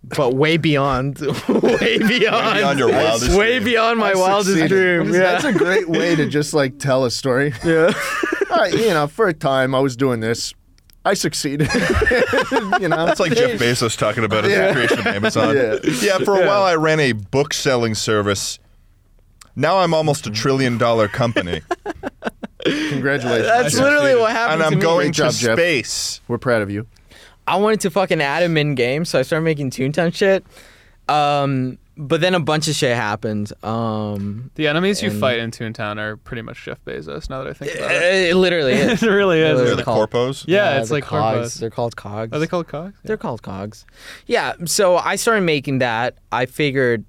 Speaker 2: but way beyond, way beyond,
Speaker 4: beyond your wildest
Speaker 2: way
Speaker 4: dream.
Speaker 2: beyond my
Speaker 1: I
Speaker 2: wildest
Speaker 1: succeeded.
Speaker 2: dream. Yeah.
Speaker 1: That's a great way to just like tell a story. Uh,
Speaker 2: Yeah.
Speaker 1: All right, you know, for a time I was doing this. I I succeeded. you know,
Speaker 4: That's like Jeff Bezos talking about his
Speaker 1: Yeah.
Speaker 4: creation of Amazon.
Speaker 1: Yeah.
Speaker 4: Yeah, for a while I ran a book selling service. Now I'm almost a trillion dollar company,
Speaker 1: congratulations.
Speaker 2: That's
Speaker 1: Jeff.
Speaker 2: literally what happened
Speaker 4: and
Speaker 2: to
Speaker 4: I'm
Speaker 2: me.
Speaker 4: going
Speaker 1: Great job,
Speaker 4: to
Speaker 1: Jeff.
Speaker 4: space.
Speaker 1: We're proud of you.
Speaker 2: I wanted to fucking add him in game, so I started making Toontown shit. Um, but then a bunch of shit happened. Um,
Speaker 3: The enemies you
Speaker 2: And-
Speaker 3: fight in Toontown are pretty much Jeff Bezos. Now that I
Speaker 4: Uh,
Speaker 3: think about it,
Speaker 2: it, it literally
Speaker 3: it
Speaker 2: is.
Speaker 3: really is.
Speaker 4: They're
Speaker 2: Really?
Speaker 4: the
Speaker 2: called-
Speaker 4: corpos.
Speaker 3: Yeah, it's
Speaker 2: Uh, the
Speaker 3: like
Speaker 2: cogs.
Speaker 3: Corvus.
Speaker 2: They're called cogs.
Speaker 3: Are they called cogs?
Speaker 2: They're called cogs. Yeah. So I started making that. I figured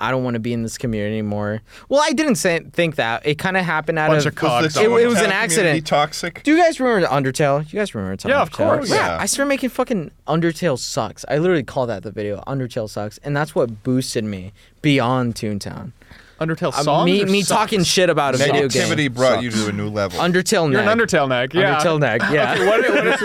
Speaker 2: I don't want to be in this community anymore. Well, I didn't say, think that. It kind of happened out
Speaker 3: Bunch
Speaker 2: of.
Speaker 3: of cogs.
Speaker 4: Was the
Speaker 3: It- it
Speaker 2: was an
Speaker 4: Toontown community
Speaker 2: accident.
Speaker 4: Toxic.
Speaker 2: Do you guys remember Undertale? You guys remember Undertale?
Speaker 3: Yeah, of course.
Speaker 2: Yeah.
Speaker 4: Yeah.
Speaker 2: I started making fucking Undertale sucks. I literally call that the video Undertale sucks, and that's what boosted me beyond Toontown.
Speaker 3: Undertale
Speaker 2: Uh,
Speaker 3: songs.
Speaker 2: me
Speaker 3: or
Speaker 2: me
Speaker 3: sucks?
Speaker 2: talking shit about a video
Speaker 4: Negativity
Speaker 2: game.
Speaker 4: brought you
Speaker 2: sucks.
Speaker 4: to a new level.
Speaker 2: Undertale.
Speaker 3: You're an
Speaker 2: nag.
Speaker 3: Undertale nag. Yeah.
Speaker 2: Undertale nag. Yeah.
Speaker 3: What did, what did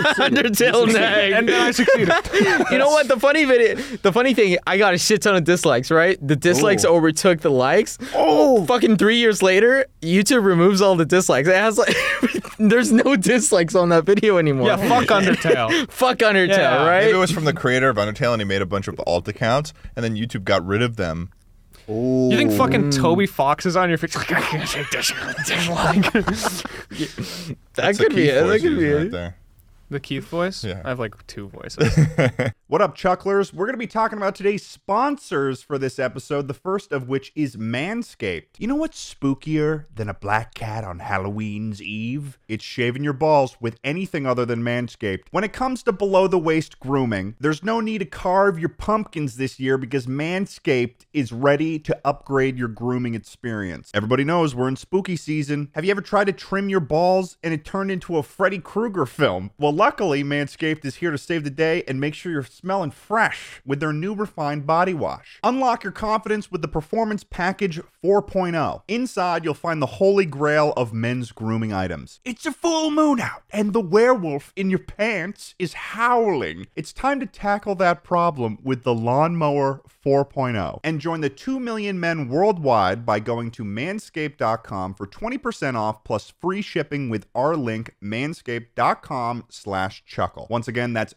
Speaker 2: Undertale nag.
Speaker 3: And then I succeeded.
Speaker 2: you know what? The funny video, the funny thing, I got a shit ton of dislikes, right? The dislikes
Speaker 4: Ooh.
Speaker 2: overtook the likes. Oh, fucking three years later, YouTube removes all the dislikes. It has like, there's no dislikes on that video anymore.
Speaker 3: yeah. Fuck Undertale.
Speaker 2: Fuck Undertale,
Speaker 3: Yeah.
Speaker 2: right?
Speaker 4: Maybe it was from the creator of Undertale, and he made a bunch of alt accounts, and then YouTube got rid of them.
Speaker 3: You think fucking Toby Fox is on your face? Like, I can't take this. Dislike.
Speaker 2: that
Speaker 4: That's the
Speaker 2: could be
Speaker 4: key
Speaker 2: it.
Speaker 4: force
Speaker 2: That could be
Speaker 4: used
Speaker 2: it.
Speaker 4: right there.
Speaker 3: the Keith voice.
Speaker 4: Yeah.
Speaker 3: I have like two voices.
Speaker 6: What up, Chucklers? We're going to be talking about today's sponsors for this episode, the first of which is Manscaped. You know what's spookier than a black cat on Halloween's Eve? It's shaving your balls with anything other than Manscaped. When it comes to below the waist grooming, there's no need to carve your pumpkins this year because Manscaped is ready to upgrade your grooming experience. Everybody knows we're in spooky season. Have you ever tried to trim your balls and it turned into a Freddy Krueger film? Well, luckily, Manscaped is here to save the day and make sure you're smelling fresh with their new refined body wash. Unlock your confidence with the Performance Package 4.0. Inside, you'll find the holy grail of men's grooming items. It's a full moon out, and the werewolf in your pants is howling. It's time to tackle that problem with the Lawnmower 4.0 and join the 2 million men worldwide by going to manscaped.com for 20% off plus free shipping with our link manscaped.com slash chuckle. Once again, that's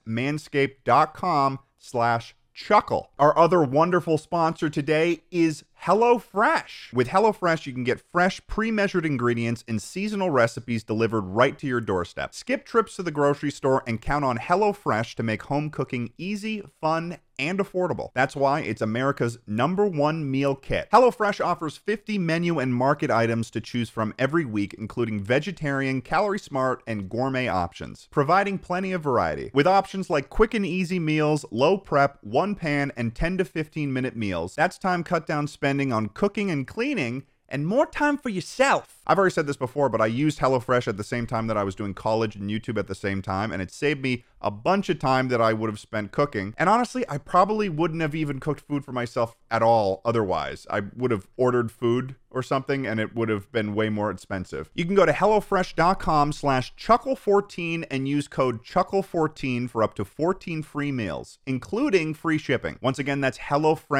Speaker 6: manscaped.com slash Chuckle. Our other wonderful sponsor today is HelloFresh. With HelloFresh, you can get fresh, pre measured ingredients and seasonal recipes delivered right to your doorstep. Skip trips to the grocery store and count on HelloFresh to make home cooking easy, fun, and affordable. That's why it's America's number one meal kit. HelloFresh offers 50 menu and market items to choose from every week, including vegetarian, calorie smart, and gourmet options, providing plenty of variety. With options like quick and easy meals, low prep, one pan, and 10 to 15 minute meals, that's time cut down spending on cooking and cleaning and more time for yourself. I've already said this before, but I used HelloFresh at the same time that I was doing college and YouTube at the same time, and it saved me a bunch of time that I would have spent cooking. And honestly, I probably wouldn't have even cooked food for myself at all otherwise. I would have ordered food or something, and it would have been way more expensive. You can go to HelloFresh.com slash Chuckle14 and use code Chuckle14 for up to 14 free meals, including free shipping. Once again, that's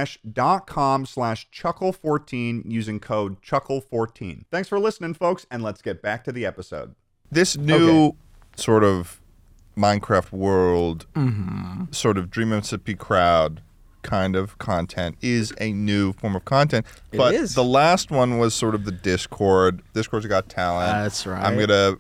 Speaker 6: HelloFresh.com slash Chuckle14 using code Chuckle14. Thanks for listening, folks, and let's get back to the episode.
Speaker 4: this new sort of Minecraft world,
Speaker 2: Mm-hmm.
Speaker 4: sort of Dream MCP crowd kind of content is a new form of content. but
Speaker 2: is.
Speaker 4: the last one was sort of the Discord. Discord's got talent.
Speaker 2: That's right.
Speaker 4: I'm gonna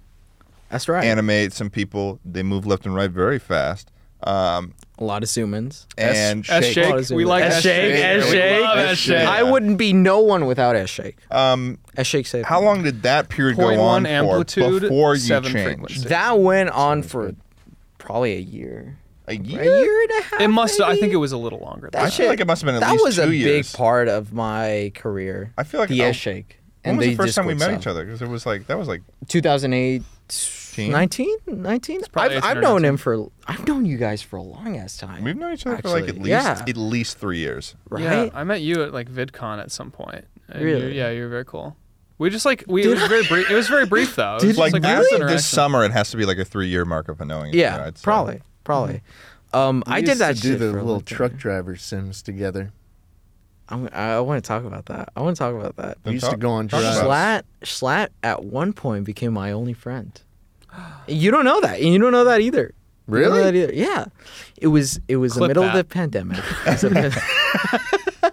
Speaker 2: That's right.
Speaker 4: animate some people. They move left and right very fast. Um,
Speaker 2: a lot of zoomins.
Speaker 4: and
Speaker 3: S
Speaker 4: shake.
Speaker 3: shake. We like S
Speaker 2: S shake. S
Speaker 3: We love S
Speaker 2: shake.
Speaker 3: shake.
Speaker 2: I wouldn't be no one without S shake.
Speaker 4: Um,
Speaker 2: S shake saved.
Speaker 4: how
Speaker 2: me.
Speaker 4: long did that period go
Speaker 3: 0.1
Speaker 4: on for
Speaker 3: amplitude,
Speaker 4: before you
Speaker 3: seven
Speaker 4: changed?
Speaker 3: frequency.
Speaker 2: That went on for probably a year.
Speaker 4: A
Speaker 2: A
Speaker 4: year?
Speaker 2: year and a half.
Speaker 3: It must. I
Speaker 2: maybe?
Speaker 3: think it was a little longer.
Speaker 4: I
Speaker 3: Than
Speaker 4: feel like it must have been at
Speaker 2: that
Speaker 4: least
Speaker 2: was
Speaker 4: two
Speaker 2: a
Speaker 4: years.
Speaker 2: big part of my career.
Speaker 4: I feel like
Speaker 2: the
Speaker 4: I-
Speaker 2: S shake.
Speaker 4: When
Speaker 2: and
Speaker 4: was the
Speaker 2: the
Speaker 4: first time we
Speaker 2: Discord
Speaker 4: met each
Speaker 2: stuff.
Speaker 4: other? Because it was like that was like
Speaker 2: 2008, 19, 19.
Speaker 3: probably
Speaker 2: I've,
Speaker 3: 18
Speaker 2: I've
Speaker 3: or
Speaker 2: known him for. I've known you guys for a long ass time.
Speaker 4: We've known each other for like at
Speaker 2: Actually,
Speaker 4: least
Speaker 2: yeah.
Speaker 4: at least three years.
Speaker 3: that.
Speaker 2: right?
Speaker 3: Yeah. I met you at like VidCon at some point. And you-
Speaker 2: Really?
Speaker 3: yeah. You were very cool. We just like we. It was very brief. It was very brief though. It was
Speaker 2: Did
Speaker 3: just,
Speaker 4: Like,
Speaker 3: like
Speaker 4: after
Speaker 3: last interaction.
Speaker 4: this summer, it has to be like a three-year mark of knowing.
Speaker 2: yeah,
Speaker 4: each other, I'd say. Mm-hmm.
Speaker 2: probably, probably. Um, I did
Speaker 1: used
Speaker 2: that
Speaker 1: to do
Speaker 2: shit
Speaker 1: the
Speaker 2: for a
Speaker 1: little
Speaker 2: long time.
Speaker 1: truck driver sims together.
Speaker 2: I'm, I want to talk about that. I want to talk about that.
Speaker 1: We used to
Speaker 4: talk-
Speaker 1: go on
Speaker 4: talk
Speaker 1: drives.
Speaker 4: about it.
Speaker 2: Schlatt, Schlatt at one point became my only friend. You don't know that, and you don't know that either. We don't know
Speaker 1: Really?
Speaker 2: that either. Yeah. It was it was the
Speaker 3: Clip
Speaker 2: middle of
Speaker 3: that.
Speaker 2: the pandemic. It was, the-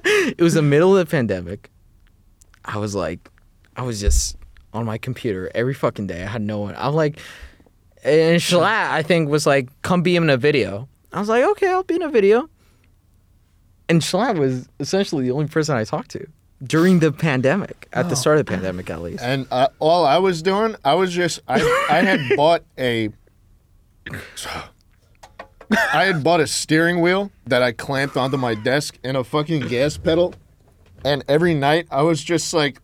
Speaker 2: it was the middle of the pandemic. I was like, I was just on my computer every fucking day. I had no one. I'm like, and Shalat, I think, was like, come be in a video. I was like, okay, I'll be in a video. And Shalat was essentially the only person I talked to during the pandemic, at the start of the pandemic, at least.
Speaker 1: And uh, all I was doing, I was just I I had bought a I had bought a steering wheel that I clamped onto my desk and a fucking gas pedal. And every night I was just like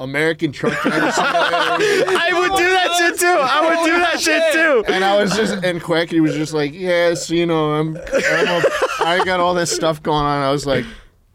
Speaker 1: American truck driver simulator.
Speaker 2: I would do that shit too. I would do that shit too.
Speaker 1: and I was just and Quackity was just like, "Yes, you know, I'm, I'm a, I got all this stuff going on." I was like,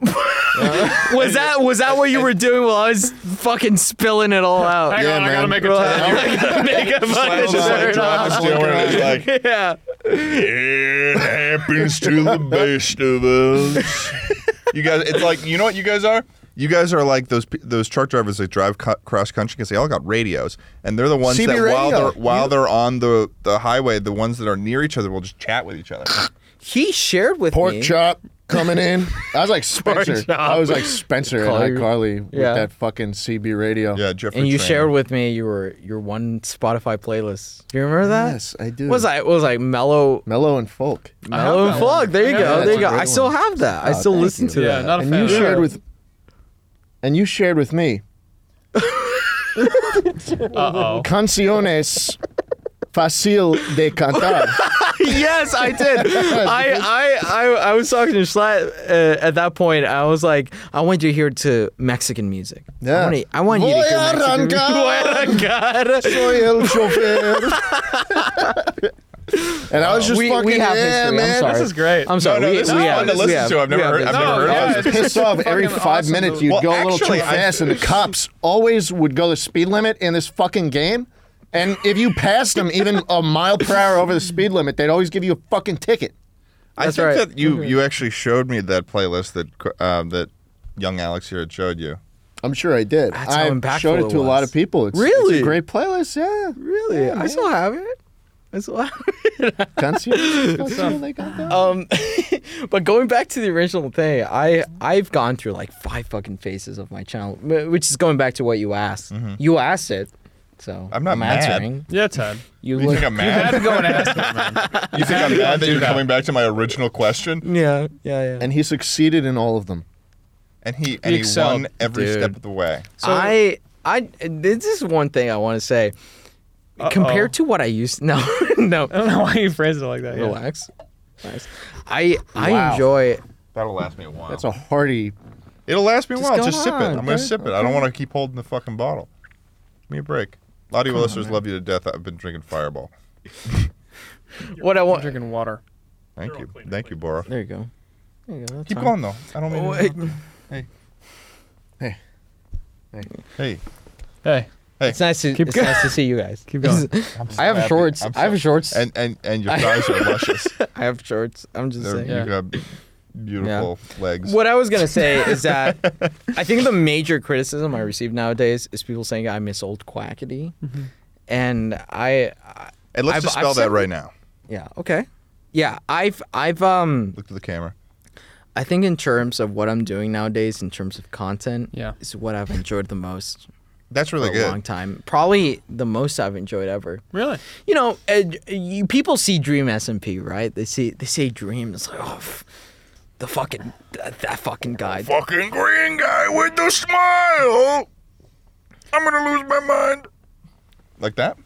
Speaker 2: Was that was that what you were doing while I was fucking spilling it all out?
Speaker 3: Hang
Speaker 1: Yeah,
Speaker 3: on, I gotta
Speaker 1: man.
Speaker 3: make a turn.
Speaker 2: Make a fucking
Speaker 4: Like,
Speaker 2: shirt
Speaker 4: driving
Speaker 2: off.
Speaker 4: still, and it's like,
Speaker 2: Yeah.
Speaker 4: It happens to the best of us. You guys, it's like you know what you guys are. You guys are like those pe- those truck drivers that drive co- cross country because they all got radios, and they're the ones
Speaker 1: CB
Speaker 4: that while
Speaker 1: radio.
Speaker 4: they're while they're on the the highway, the ones that are near each other will just chat with each other.
Speaker 2: He shared with
Speaker 1: pork
Speaker 2: me.
Speaker 1: chop coming in. I was like Spencer. I was like Spencer and
Speaker 2: Carly.
Speaker 1: iCarly with
Speaker 2: Yeah.
Speaker 1: that fucking CB radio.
Speaker 4: Yeah, Jeffrey.
Speaker 2: and you
Speaker 4: Train.
Speaker 2: shared with me your your one Spotify playlist. Do you remember that?
Speaker 1: Yes, I do.
Speaker 2: What Was I was like mellow
Speaker 1: Mellow and folk.
Speaker 2: mellow and flog. There you
Speaker 3: Yeah,
Speaker 2: go.
Speaker 3: that's
Speaker 2: There
Speaker 1: a
Speaker 2: you go.
Speaker 1: great
Speaker 2: I still
Speaker 1: one.
Speaker 2: have that. I
Speaker 1: Oh,
Speaker 2: still
Speaker 1: thank
Speaker 2: listen
Speaker 1: you.
Speaker 2: to
Speaker 3: Yeah,
Speaker 2: that.
Speaker 3: not a
Speaker 1: And
Speaker 3: fan.
Speaker 1: you shared with And you shared with me
Speaker 3: Uh-oh.
Speaker 1: Canciones Facil de Cantar.
Speaker 2: yes, I did. I, I, I, I was talking to Schlatt uh, at that point. I was like, I want you to hear to Mexican music.
Speaker 1: Yeah.
Speaker 2: I want, you, I want you to
Speaker 1: Voy
Speaker 2: hear
Speaker 1: a
Speaker 2: Mexican music. Voy a arrancar.
Speaker 1: Soy el chofer. and I was just
Speaker 2: Uh, We,
Speaker 1: fucking
Speaker 2: we have
Speaker 1: yeah,
Speaker 2: history.
Speaker 1: man.
Speaker 2: I'm sorry.
Speaker 3: This is great.
Speaker 2: I'm sorry.
Speaker 4: No, no,
Speaker 2: we,
Speaker 4: this is
Speaker 2: we
Speaker 4: fun
Speaker 2: have,
Speaker 4: to
Speaker 2: we
Speaker 4: listen
Speaker 2: have-
Speaker 4: to. I've
Speaker 2: we
Speaker 4: never
Speaker 2: have
Speaker 4: heard- I've
Speaker 2: this.
Speaker 4: never heard
Speaker 1: I
Speaker 3: yeah,
Speaker 1: was
Speaker 3: it's
Speaker 1: pissed off every
Speaker 3: fucking
Speaker 1: five
Speaker 3: awesome
Speaker 1: minutes.
Speaker 3: to-
Speaker 1: You'd
Speaker 4: Well,
Speaker 1: go a little
Speaker 4: actually,
Speaker 1: too
Speaker 4: I-
Speaker 1: fast, and the cops always would go the speed limit in this fucking game. And if you passed them even a mile per hour over the speed limit, they'd always give you a fucking ticket.
Speaker 4: I
Speaker 2: That's
Speaker 4: think
Speaker 2: right.
Speaker 4: that you you actually showed me that playlist that um, that young Alex here had showed you.
Speaker 1: I'm sure I did.
Speaker 2: That's
Speaker 1: I
Speaker 2: how impactful
Speaker 1: showed it
Speaker 2: it
Speaker 1: to a lot
Speaker 2: was.
Speaker 1: of people. It's, it's
Speaker 2: Really?
Speaker 1: a great playlist. Yeah,
Speaker 2: Really?
Speaker 1: Yeah,
Speaker 2: I still have it. I still have it.
Speaker 1: Canciones Facil de Cantar.
Speaker 2: Um, but going back to the original thing, I I've gone through like five fucking phases of my channel, wh- which is going back to what you asked. You asked it, so
Speaker 4: Mm-hmm. I'm not mad.
Speaker 2: answering.
Speaker 3: Yeah, Ted.
Speaker 2: You,
Speaker 4: You
Speaker 2: look,
Speaker 4: think I'm mad?
Speaker 3: Go and ask them, man.
Speaker 4: You think I'm mad that
Speaker 3: do
Speaker 4: you're
Speaker 3: that.
Speaker 4: coming back to my original question?
Speaker 2: yeah, yeah, yeah.
Speaker 1: and he succeeded in all of them.
Speaker 4: And he and he,
Speaker 3: excelled,
Speaker 4: won every
Speaker 2: dude.
Speaker 4: step of the way.
Speaker 2: I I this is one thing I want to say. Compared to what I used, no, no,
Speaker 3: I don't know why you phrased it like that. Yeah.
Speaker 2: relax. Relax. I I
Speaker 1: Wow.
Speaker 2: enjoy
Speaker 4: That'll last me a while.
Speaker 1: That's a hearty.
Speaker 4: It'll last me a
Speaker 2: Just
Speaker 4: while.
Speaker 2: go
Speaker 4: Just sip it.
Speaker 2: on,
Speaker 4: I'm gonna
Speaker 2: okay,
Speaker 4: sip it. I don't want to keep holding the fucking bottle. Give me a break. A lot of you listeners love you to death. I've been drinking Fireball.
Speaker 2: what I
Speaker 3: I'm
Speaker 2: want.
Speaker 3: drinking water.
Speaker 4: Thank you. Thank you, Bora.
Speaker 2: There you go. There you go. that's
Speaker 4: Keep
Speaker 2: fine.
Speaker 4: going though. I don't mean. to
Speaker 2: Wait.
Speaker 4: interrupt. Oh, Hey.
Speaker 1: Hey.
Speaker 4: Hey.
Speaker 3: Hey.
Speaker 2: It's nice to
Speaker 3: Keep
Speaker 2: it's
Speaker 3: going.
Speaker 2: nice to see you guys.
Speaker 3: Keep going.
Speaker 4: I'm so
Speaker 2: I have
Speaker 4: happy.
Speaker 2: shorts.
Speaker 4: I'm
Speaker 2: I have
Speaker 4: so-
Speaker 2: shorts.
Speaker 4: And and and your thighs are luscious.
Speaker 2: I have shorts. I'm just
Speaker 4: They're,
Speaker 2: saying.
Speaker 3: Yeah.
Speaker 4: You have beautiful legs.
Speaker 2: What I was gonna say is that I think the major criticism I receive nowadays is people saying I miss old quackity, and I, I
Speaker 4: And let's
Speaker 2: I've-
Speaker 4: just
Speaker 2: I've
Speaker 4: spell that
Speaker 2: said-
Speaker 4: right now.
Speaker 2: yeah okay yeah I've I've um
Speaker 4: Look to the camera.
Speaker 2: I think in terms of what I'm doing nowadays in terms of content
Speaker 3: Yeah.
Speaker 2: is what I've enjoyed the most
Speaker 4: That's really
Speaker 2: for a long
Speaker 4: good.
Speaker 2: time probably the most I've enjoyed ever
Speaker 3: Really?
Speaker 2: you know, uh, you, people see Dream SMP, right? They see they say Dream. It's like, oh, f- the fucking that, that fucking guy.
Speaker 4: Fucking green guy with the smile. I'm gonna lose my mind. Like that?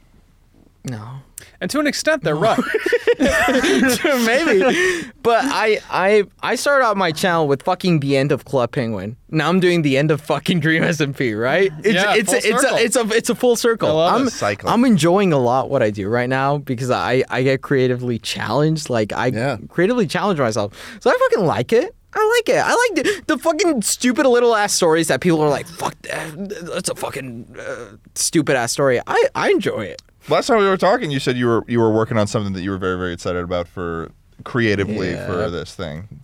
Speaker 2: No,
Speaker 3: And to an extent, they're right.
Speaker 2: maybe. But I I I started out my channel with fucking the end of Club Penguin. Now I'm doing the end of fucking Dream SMP, right? It's
Speaker 3: Yeah,
Speaker 2: it's
Speaker 3: full
Speaker 2: a, it's
Speaker 3: circle.
Speaker 2: a, it's a it's a full circle.
Speaker 3: I love
Speaker 2: I'm
Speaker 4: it. Cycle.
Speaker 2: I'm enjoying a lot what I do right now because I I get creatively challenged. Like I
Speaker 1: Yeah.
Speaker 2: creatively challenge myself. So I fucking like it. I like it. I like the, the fucking stupid little ass stories that people are like, fuck that. That's a fucking uh, stupid ass story. I, I enjoy it.
Speaker 4: Last time we were talking, you said you were you were working on something that you were very very excited about for creatively for this thing.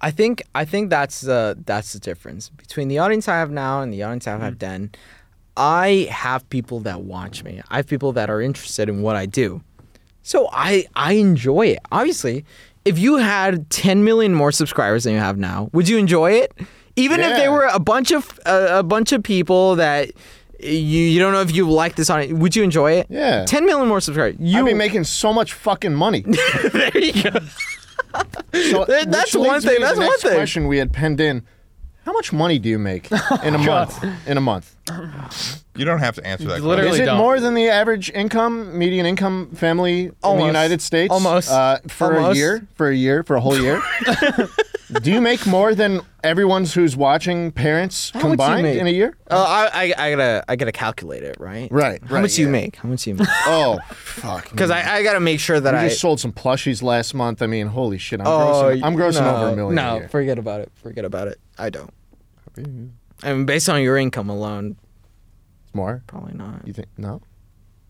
Speaker 2: I think I think that's the that's the difference between the audience I have now and the audience I
Speaker 1: Mm-hmm.
Speaker 2: have then. I have people that watch me. I have people that are interested in what I do. So I I enjoy it. Obviously, if you had 10 million more subscribers than you have now, would you enjoy it? Even if they
Speaker 1: Yeah.
Speaker 2: were a bunch of a, a bunch of people that you you don't know if you like this on would you enjoy it?
Speaker 1: Yeah.
Speaker 2: 10 million more subscribers. You
Speaker 1: I'd be making so much fucking money.
Speaker 2: there you go.
Speaker 1: So,
Speaker 2: That-
Speaker 1: which leads
Speaker 2: that's one thing,
Speaker 1: me to the
Speaker 2: that's one
Speaker 1: next
Speaker 2: thing.
Speaker 1: Question we had penned in: How much money do you make
Speaker 2: Oh,
Speaker 1: in a month? In a month,
Speaker 4: You don't have to answer that.
Speaker 3: Literally-
Speaker 4: Literally.
Speaker 1: is it
Speaker 3: don't.
Speaker 1: more than the average income, median income family in
Speaker 2: Almost.
Speaker 1: the United States?
Speaker 2: Almost.
Speaker 1: uh, for
Speaker 2: Almost.
Speaker 1: a year, for a year, for a whole year. do you make more than everyone's who's watching parents
Speaker 2: much do you
Speaker 1: combined
Speaker 2: make?
Speaker 1: in a year?
Speaker 2: Uh, I, I I gotta I gotta calculate it, right?
Speaker 1: Right,
Speaker 2: How
Speaker 1: right,
Speaker 2: much do you
Speaker 1: yeah.
Speaker 2: make? How much do you make?
Speaker 1: Oh fuck!
Speaker 2: Because I, I gotta make sure that
Speaker 1: I
Speaker 2: I
Speaker 1: just sold some plushies last month. I mean, holy shit! I'm
Speaker 2: Oh,
Speaker 1: grossing, I'm grossing
Speaker 2: no,
Speaker 1: over a million.
Speaker 2: No,
Speaker 1: a year.
Speaker 2: forget about it. Forget about it. I don't. I mean, based on your income alone,
Speaker 1: more.
Speaker 2: probably not.
Speaker 1: You think no?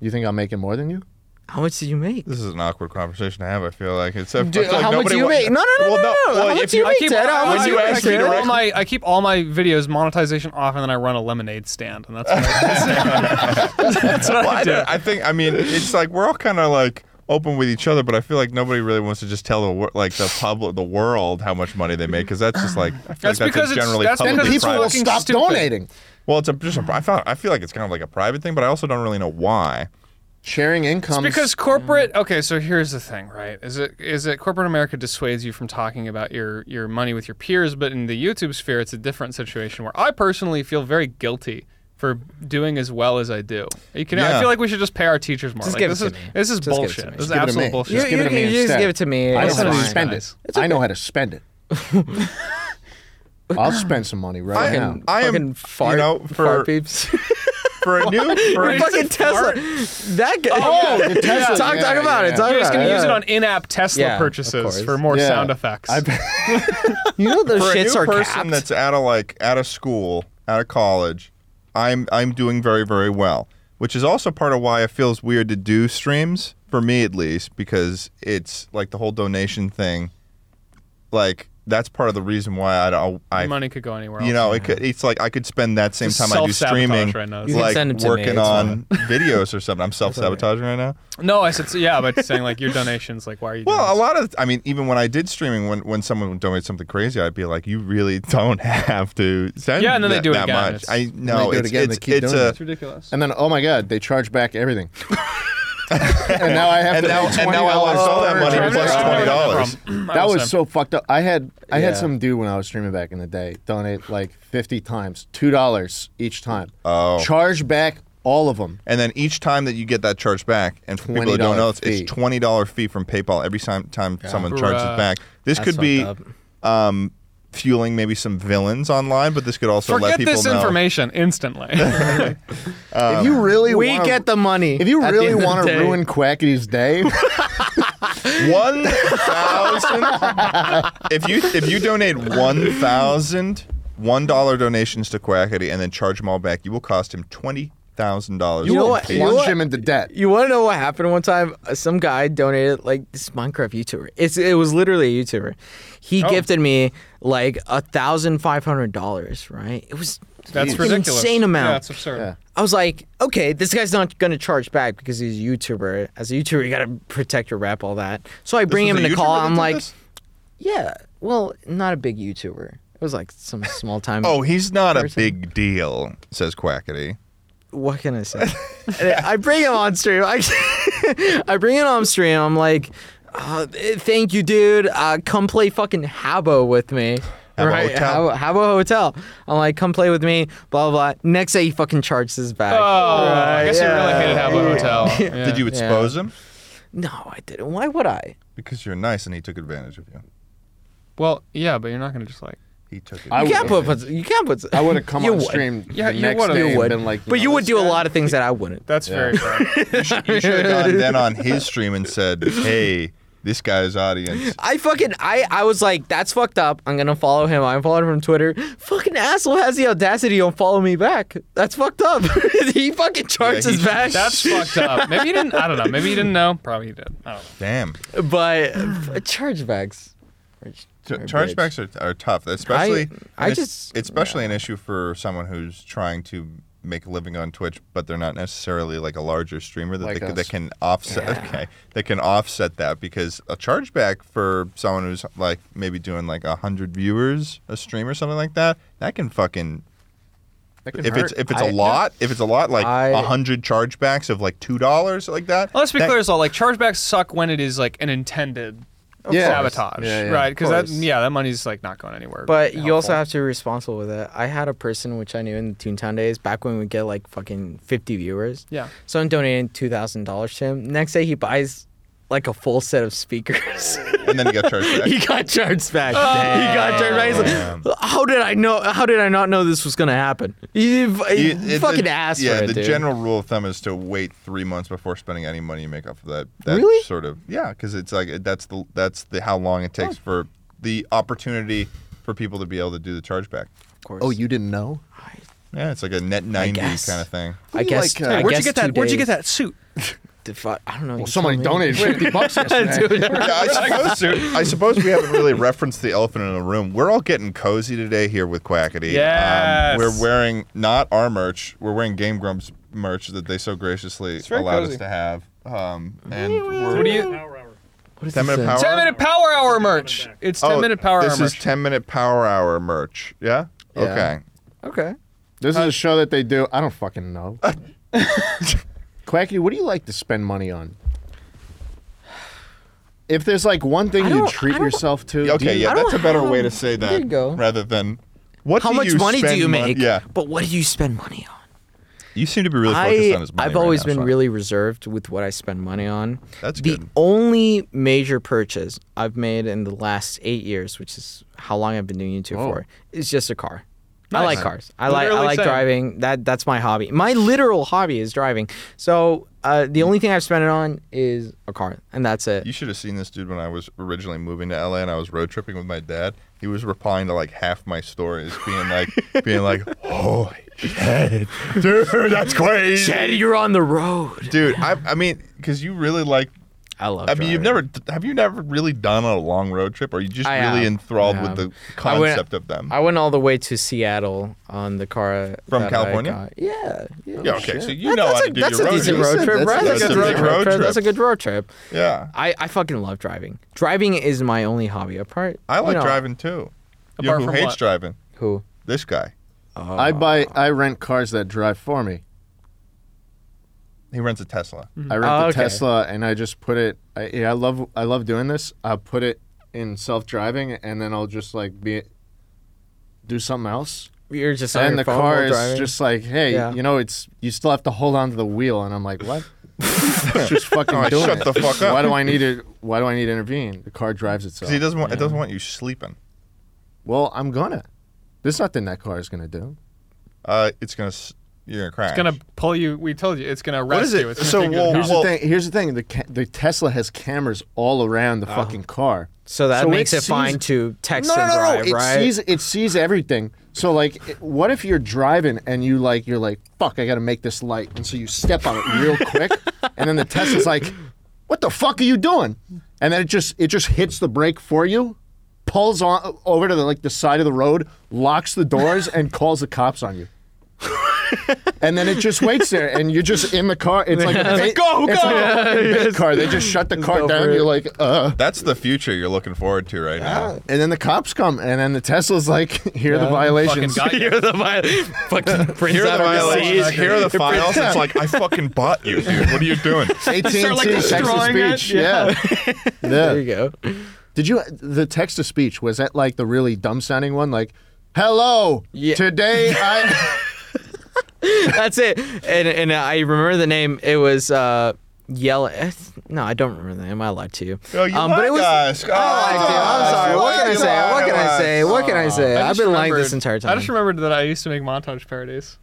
Speaker 1: You think I'm making more than you?
Speaker 2: How much did you make?
Speaker 4: This is an awkward conversation to have. I feel like it's. I
Speaker 2: Dude,
Speaker 4: feel like
Speaker 2: how much
Speaker 4: nobody
Speaker 2: do you
Speaker 4: wa-
Speaker 2: make? No, no, no, no,
Speaker 4: Well,
Speaker 2: no.
Speaker 4: well,
Speaker 2: how much
Speaker 4: if
Speaker 2: do you
Speaker 4: you-
Speaker 3: I
Speaker 2: make,
Speaker 3: keep,
Speaker 2: Ted?
Speaker 3: I,
Speaker 2: How much
Speaker 3: I,
Speaker 2: do you
Speaker 3: I
Speaker 2: make,
Speaker 3: keep all
Speaker 2: Ted?
Speaker 3: my I keep all my videos monetization off, and then I run a lemonade stand, and that's what I, that's what
Speaker 4: Well,
Speaker 3: I
Speaker 4: I,
Speaker 3: do.
Speaker 4: don't- I think I mean it's like we're all kind of like open with each other, but I feel like nobody really wants to just tell the wor- like the public the world how much money they make because that's just like I feel
Speaker 3: That's
Speaker 4: like
Speaker 3: because
Speaker 4: that's a
Speaker 3: it's-
Speaker 4: generally
Speaker 3: that's
Speaker 4: public
Speaker 1: Then
Speaker 3: because
Speaker 4: and
Speaker 3: it's
Speaker 1: people will
Speaker 4: private.
Speaker 3: fucking
Speaker 1: stop
Speaker 3: stupid.
Speaker 1: donating.
Speaker 4: Well, it's a, just a, I found I feel like it's kind of like a private thing, but I also don't really know why.
Speaker 1: Sharing income.
Speaker 3: because corporate okay so here's the thing right is it is it corporate america dissuades you from talking about your your money with your peers but in the youtube sphere it's a different situation where i personally feel very guilty for doing as well as i do Are you kidding? i
Speaker 4: Yeah.
Speaker 3: feel like we should just pay our teachers more
Speaker 2: Just
Speaker 3: like
Speaker 2: give it
Speaker 3: this
Speaker 2: to
Speaker 3: is
Speaker 2: me.
Speaker 3: this is
Speaker 2: Just give it to
Speaker 3: bullshit
Speaker 2: me.
Speaker 3: this is
Speaker 2: Just
Speaker 1: give it to
Speaker 3: absolute
Speaker 1: me.
Speaker 3: bullshit
Speaker 1: Just
Speaker 2: You-
Speaker 1: give it to
Speaker 2: you-
Speaker 1: me
Speaker 2: you just
Speaker 1: instead.
Speaker 2: give it to me.
Speaker 1: I know
Speaker 2: It's
Speaker 1: how to
Speaker 2: fine.
Speaker 1: spend it.
Speaker 2: It's
Speaker 1: I know how to spend it. I'll spend some money right
Speaker 4: I-
Speaker 1: now.
Speaker 2: Fucking-
Speaker 4: I am-
Speaker 2: fucking
Speaker 4: you
Speaker 2: fart,
Speaker 4: know, for-
Speaker 2: fart peeps.
Speaker 4: For a new, for a,
Speaker 2: fucking Tesla. That guy. Oh,
Speaker 1: the Tesla,
Speaker 2: Talk,
Speaker 1: yeah,
Speaker 2: talk about
Speaker 1: yeah,
Speaker 2: it.
Speaker 1: yeah.
Speaker 2: Talk about
Speaker 3: you're just going to
Speaker 2: it.
Speaker 3: use it
Speaker 2: yeah.
Speaker 3: on in-app tesla
Speaker 2: Yeah, of
Speaker 3: purchases
Speaker 2: course.
Speaker 3: for more
Speaker 1: Yeah.
Speaker 3: sound effects
Speaker 1: I,
Speaker 2: You know those
Speaker 4: for a
Speaker 2: shits
Speaker 4: new
Speaker 2: are
Speaker 4: person
Speaker 2: capped.
Speaker 4: that's out of like out of school, out of college, I'm I'm doing very very well, which is also part of why it feels weird to do streams for me at least because it's like the whole donation thing, like that's part of the reason why I don't I
Speaker 3: money could go anywhere else
Speaker 4: you know it could it's like I could spend that same
Speaker 3: Just
Speaker 4: time I do
Speaker 3: self-sabotage
Speaker 4: streaming
Speaker 3: right now. You
Speaker 2: can
Speaker 4: like
Speaker 2: send them to me,
Speaker 4: working
Speaker 2: it's
Speaker 4: on videos or something. I'm self sabotaging right now.
Speaker 3: no i said yeah but saying like your donations like why are you doing
Speaker 4: Well, a
Speaker 3: this?
Speaker 4: lot of, I mean, even when I did streaming, when, when someone would donate something crazy, I'd be like, you really don't have to send
Speaker 3: Yeah, and then they
Speaker 4: that,
Speaker 3: do it
Speaker 4: that
Speaker 3: again.
Speaker 4: much.
Speaker 3: It's-
Speaker 4: I
Speaker 1: they
Speaker 4: know
Speaker 1: do it
Speaker 4: it's,
Speaker 1: again,
Speaker 4: it's,
Speaker 1: they keep
Speaker 4: it's
Speaker 1: doing
Speaker 4: a,
Speaker 1: it.
Speaker 3: it's ridiculous
Speaker 1: and then, oh my god, they charge back everything. and now I have
Speaker 4: and
Speaker 1: to
Speaker 4: now,
Speaker 1: pay
Speaker 4: and now I lost all that money
Speaker 1: $20
Speaker 4: plus
Speaker 1: for-
Speaker 4: twenty dollars.
Speaker 1: That was so fucked up. I had I had
Speaker 2: Yeah.
Speaker 1: some dude when I was streaming back in the day donate like fifty times, two dollars each time.
Speaker 4: Oh.
Speaker 1: Charge back all of them.
Speaker 4: And then each time that you get that charge back, and for people that don't
Speaker 1: $20
Speaker 4: know, it's,
Speaker 1: fee.
Speaker 4: it's twenty dollar fee from PayPal every time, time someone charges
Speaker 3: Bruh.
Speaker 4: back. This
Speaker 2: That's
Speaker 4: could be
Speaker 2: fucked
Speaker 4: um, fueling maybe some villains online, but this could also let
Speaker 3: Forget
Speaker 4: people
Speaker 3: this
Speaker 4: know.
Speaker 3: information instantly.
Speaker 1: if you really
Speaker 2: Um, we
Speaker 1: wanna-
Speaker 2: get the money.
Speaker 1: if you
Speaker 2: at the
Speaker 1: really
Speaker 2: end of the
Speaker 1: want to
Speaker 2: day.
Speaker 1: ruin Quackity's day,
Speaker 4: One thousand. if you if you donate one thousand one dollar donations to Quackity and then charge them all back, you will cost him twenty thousand dollars.
Speaker 2: You know what? You know
Speaker 1: plunge
Speaker 2: what?
Speaker 1: him into debt.
Speaker 2: You want to know what happened one time? Uh, Some guy donated like this Minecraft YouTuber. It's it was literally a YouTuber. He
Speaker 4: Oh.
Speaker 2: gifted me like a thousand five hundred dollars. Right? It was
Speaker 3: That's
Speaker 2: an
Speaker 3: ridiculous.
Speaker 2: Insane amount.
Speaker 3: Yeah, that's absurd.
Speaker 1: Yeah.
Speaker 2: I was like, okay, this guy's not gonna charge back because he's a YouTuber. As a YouTuber, you gotta protect your rep, all that. So I bring him in
Speaker 4: a
Speaker 2: the call.
Speaker 4: YouTuber that
Speaker 2: I'm
Speaker 4: did
Speaker 2: like,
Speaker 4: this?
Speaker 2: yeah, well, not a big YouTuber. It was like some small time.
Speaker 4: Oh, he's not a
Speaker 2: person.
Speaker 4: big deal, says Quackity.
Speaker 2: what can I say? I bring him on stream. I, I bring him on stream. I'm like, uh, thank you, dude. Uh, come play fucking Habbo with me.
Speaker 4: Habbo Hotel.
Speaker 2: Habbo, Habbo Hotel. I'm like, come play with me. Blah blah. blah. Next day, he fucking charges his back.
Speaker 3: Oh, I guess you really hated Habbo Hotel. Yeah.
Speaker 4: Did you expose him?
Speaker 2: No, I didn't. Why would I?
Speaker 4: Because you're nice, and he took advantage of you.
Speaker 3: Well, yeah, but you're not gonna just like.
Speaker 4: He took it.
Speaker 1: I
Speaker 2: You
Speaker 1: would-
Speaker 2: can't put. put- You can't put.
Speaker 1: I would have come
Speaker 2: you
Speaker 1: on
Speaker 2: would.
Speaker 1: stream
Speaker 3: Yeah,
Speaker 1: the
Speaker 3: you
Speaker 1: next
Speaker 3: would've.
Speaker 1: day
Speaker 3: You
Speaker 1: and
Speaker 2: would.
Speaker 1: been like,
Speaker 2: But you
Speaker 1: know,
Speaker 2: would
Speaker 1: this
Speaker 2: do a
Speaker 1: guy-
Speaker 2: lot of things that I wouldn't.
Speaker 3: That's very fair.
Speaker 4: you should have gone then on his stream and said, "Hey, this guy's audience."
Speaker 2: I fucking I I was like, that's fucked up. I'm gonna follow him. I unfollowed him from Twitter. Fucking asshole has the audacity to follow me back. That's fucked up. he fucking charges
Speaker 4: Yeah, he-
Speaker 2: back.
Speaker 3: That's fucked up. Maybe you didn't. I don't know. Maybe you didn't know. Probably you did. I don't know.
Speaker 4: Damn.
Speaker 2: but uh, charge backs. Charge-
Speaker 4: Ch-
Speaker 2: charge backs.
Speaker 4: Chargebacks are, are tough, especially.
Speaker 2: I
Speaker 4: and it's-
Speaker 2: just-
Speaker 4: it's especially an issue for someone who's trying to make a living on Twitch, but they're not necessarily like a larger streamer that
Speaker 1: Like
Speaker 4: they,
Speaker 1: us.
Speaker 4: that can offset. Okay, that can offset that because a chargeback for someone who's like maybe doing like a hundred viewers a stream or something like that, that can fucking.
Speaker 1: That can
Speaker 4: If
Speaker 1: hurt.
Speaker 4: it's if it's a lot, if it's a lot, like
Speaker 2: I-
Speaker 4: a hundred chargebacks of like two dollars, like that.
Speaker 3: Well, let's be
Speaker 4: that-
Speaker 3: clear as well. Like chargebacks suck when it is like an intended
Speaker 1: Yeah.
Speaker 3: sabotage,
Speaker 1: Yeah, yeah,
Speaker 3: right?
Speaker 1: of
Speaker 3: Because that
Speaker 1: course.
Speaker 3: yeah, that money's like not going anywhere.
Speaker 2: But you also
Speaker 3: helpful.
Speaker 2: have to be responsible with it. I had a person which I knew in the Toontown days back when we get like fucking 50 viewers.
Speaker 3: Yeah.
Speaker 2: So I'm donating $2,000 to him. Next day he buys like a full set of speakers.
Speaker 4: and then you got charged back.
Speaker 2: he got charged back. He got charged back. He's like, how did I know? How did I not know this was gonna happen? You,
Speaker 4: You-
Speaker 2: you
Speaker 4: it-
Speaker 2: fucking
Speaker 4: the-
Speaker 2: ass
Speaker 4: Yeah,
Speaker 2: for it,
Speaker 4: the
Speaker 2: dude.
Speaker 4: general rule of thumb is to wait three months before spending any money you make off of that. that
Speaker 2: Really?
Speaker 4: Sort of. Yeah, because it's like that's the that's the how long it
Speaker 2: Oh.
Speaker 4: takes for the opportunity for people to be able to do the chargeback.
Speaker 1: Oh, you didn't know?
Speaker 4: Yeah, it's like a net ninety kind
Speaker 2: guess.
Speaker 4: of thing.
Speaker 2: I guess.
Speaker 1: like, uh,
Speaker 2: I
Speaker 3: where'd
Speaker 2: guess
Speaker 3: you get that?
Speaker 2: two
Speaker 3: Where'd you get
Speaker 2: days.
Speaker 3: that suit?
Speaker 2: The fu- I don't know.
Speaker 1: Well,
Speaker 2: you
Speaker 1: somebody
Speaker 2: tell me.
Speaker 1: donated 50 bucks yesterday.
Speaker 2: Dude,
Speaker 4: Yeah, I suppose, I suppose we haven't really referenced the elephant in the room. We're all getting cozy today here with Quackity. Um,
Speaker 3: Yes.
Speaker 4: we're wearing not our merch. We're wearing Game Grumps merch that they so graciously
Speaker 3: very
Speaker 4: allowed
Speaker 3: cozy.
Speaker 4: us to have. Um, and we're,
Speaker 3: What do you?
Speaker 2: what is
Speaker 4: Ten
Speaker 2: this
Speaker 4: minute
Speaker 2: thing?
Speaker 4: power.
Speaker 3: Ten minute power hour merch. It's ten
Speaker 4: Oh,
Speaker 3: minute power
Speaker 4: this
Speaker 3: hour merch.
Speaker 4: is 10 minute power hour merch. Yeah? Okay.
Speaker 2: Okay.
Speaker 1: this is
Speaker 2: Uh,
Speaker 1: a show that they do. I don't fucking know. Quacky, what do you like to spend money on? If there's like one thing
Speaker 2: I
Speaker 1: you
Speaker 2: don't-
Speaker 1: treat
Speaker 2: I don't-
Speaker 1: yourself to, do
Speaker 4: Okay,
Speaker 1: you-
Speaker 4: yeah,
Speaker 2: I
Speaker 4: that's a
Speaker 2: don't
Speaker 4: better
Speaker 2: have-
Speaker 4: way to say
Speaker 2: There
Speaker 4: that
Speaker 2: you go.
Speaker 4: rather than what
Speaker 2: How
Speaker 4: do
Speaker 2: much
Speaker 4: you
Speaker 2: money do
Speaker 4: spend
Speaker 2: you
Speaker 4: mon-
Speaker 2: make?
Speaker 4: Yeah.
Speaker 2: But what do you spend money on?
Speaker 4: You seem to be really focused on
Speaker 2: I,
Speaker 4: his money.
Speaker 2: I've
Speaker 4: right
Speaker 2: always
Speaker 4: now,
Speaker 2: been
Speaker 4: Sean.
Speaker 2: really reserved with what I spend money on.
Speaker 4: That's
Speaker 2: the
Speaker 4: good.
Speaker 2: only major purchase I've made in the last eight years, which is how long I've been doing YouTube for, is just a car. I like cars. I like I
Speaker 3: Literally
Speaker 2: like
Speaker 3: same.
Speaker 2: driving. That that's my hobby. My literal hobby is driving. So uh, the only thing I've spent it on is a car, and that's it.
Speaker 4: You should have seen this dude when I was originally moving to LA and I was road tripping with my dad. He was replying to like half my stories, being like, being like, "Holy shit, dude, that's crazy,
Speaker 2: Ted, you're on the road.
Speaker 4: dude." I, I mean, because you really like
Speaker 2: I love.
Speaker 4: I mean, you've
Speaker 2: driving.
Speaker 4: never have you never really done a long road trip? Or are you just
Speaker 2: I
Speaker 4: really
Speaker 2: have.
Speaker 4: enthralled
Speaker 2: I
Speaker 4: with the
Speaker 2: have. I went-
Speaker 4: concept of them?
Speaker 2: I went all the way to Seattle on the car
Speaker 4: From
Speaker 2: that I
Speaker 4: California?
Speaker 2: got. Yeah. Yeah.
Speaker 4: yeah, okay, so you
Speaker 2: Oh, That-
Speaker 4: know
Speaker 2: that's
Speaker 4: how
Speaker 2: a,
Speaker 4: to do
Speaker 2: that's
Speaker 4: your
Speaker 2: a
Speaker 4: road
Speaker 2: decent
Speaker 4: trips.
Speaker 2: road trip, right?
Speaker 1: That's
Speaker 2: That's,
Speaker 1: a
Speaker 2: a good
Speaker 1: big
Speaker 4: road
Speaker 2: road trip. That's a
Speaker 4: trip.
Speaker 2: good road trip.
Speaker 4: Yeah,
Speaker 2: I, I fucking love driving. Driving is my only hobby. Apart,
Speaker 4: I
Speaker 2: you
Speaker 4: like
Speaker 2: know,
Speaker 4: driving too. You know
Speaker 3: Apart
Speaker 4: who
Speaker 3: from
Speaker 4: hates
Speaker 3: what?
Speaker 4: driving?
Speaker 2: Who?
Speaker 4: This guy.
Speaker 1: I buy, I rent cars that drive for me.
Speaker 4: He rents a Tesla.
Speaker 1: I rent
Speaker 2: Oh,
Speaker 1: the
Speaker 2: okay.
Speaker 1: Tesla and I just put it. I, yeah, I love I love doing this. I put it in self driving and then I'll just like be do something else.
Speaker 2: You're just on
Speaker 1: and
Speaker 2: your
Speaker 1: the
Speaker 2: phone
Speaker 1: car
Speaker 2: while
Speaker 1: is
Speaker 2: driving.
Speaker 1: just like, hey,
Speaker 2: Yeah.
Speaker 1: you know, it's you still have to hold on to the wheel, and I'm like, what? It's just fucking
Speaker 4: Alright,
Speaker 1: doing
Speaker 4: shut
Speaker 1: it.
Speaker 4: the fuck up.
Speaker 1: Why do I need to? Why do I need to intervene? The car drives itself.
Speaker 4: Because he doesn't want it doesn't want you sleeping.
Speaker 1: well, I'm gonna. There's nothing that car is gonna do.
Speaker 4: Uh, it's gonna s- you're gonna crash.
Speaker 3: It's gonna pull you. We told you it's gonna arrest
Speaker 4: is it?
Speaker 3: you. It's gonna
Speaker 4: So,
Speaker 3: take you to the
Speaker 4: well,
Speaker 1: Here's
Speaker 3: hospital.
Speaker 4: well-
Speaker 1: the thing. Here's the thing. The ca- the Tesla has cameras all around the fucking car.
Speaker 2: so that
Speaker 1: So
Speaker 2: makes
Speaker 1: it
Speaker 2: it, fine
Speaker 1: sees-
Speaker 2: to text
Speaker 1: No, no,
Speaker 2: and
Speaker 1: no,
Speaker 2: drive,
Speaker 1: no.
Speaker 2: right?
Speaker 1: It sees it sees everything. So like, it- what if you're driving and you like you're like, fuck, I gotta make this light, and so you step on it real quick, and then the Tesla's like, what the fuck are you doing? And then it just it just hits the brake for you, pulls on uh, over to the, like the side of the road, locks the doors, and calls the cops on you. and then it just waits there, and you're just in the car. It's like, a bait-
Speaker 3: go,
Speaker 1: it's
Speaker 3: go.
Speaker 1: like a fucking bait car. They just shut the car
Speaker 2: go
Speaker 1: down.
Speaker 2: for it.
Speaker 1: You're like, uh.
Speaker 4: That's the future you're looking forward to right now.
Speaker 1: And then the cops come, and then the Tesla's like, "Here are the
Speaker 3: Fucking
Speaker 1: violations."
Speaker 3: got you.
Speaker 2: You're the viol- fucking prints
Speaker 4: Here are the
Speaker 2: out of your
Speaker 4: violations.
Speaker 2: seas.
Speaker 4: Here are the files. It's like I fucking bought you, dude. What are you doing?
Speaker 1: AT&T
Speaker 3: Start, like,
Speaker 1: text to
Speaker 3: destroying it?
Speaker 1: speech. Yeah. yeah.
Speaker 2: There you go.
Speaker 1: Did you the text to speech was that like the really dumb sounding one? Like, "Hello,
Speaker 2: Yeah.
Speaker 1: today I."
Speaker 2: That's it. And and I remember the name. It was uh, yellow. No, I don't remember the name. I lied to you.
Speaker 4: Oh, you
Speaker 2: um, but it
Speaker 4: lied
Speaker 2: was.
Speaker 4: to us.
Speaker 2: Oh, I did. I'm
Speaker 4: Oh,
Speaker 2: sorry. What can I
Speaker 4: you
Speaker 2: say?
Speaker 4: lied
Speaker 2: What
Speaker 4: to
Speaker 2: can I
Speaker 4: us.
Speaker 2: say?
Speaker 1: Oh.
Speaker 2: What can I say?
Speaker 3: I
Speaker 2: I've
Speaker 3: just
Speaker 2: been lying
Speaker 3: remembered-
Speaker 2: this entire time.
Speaker 3: I just remembered that I used to make montage parodies.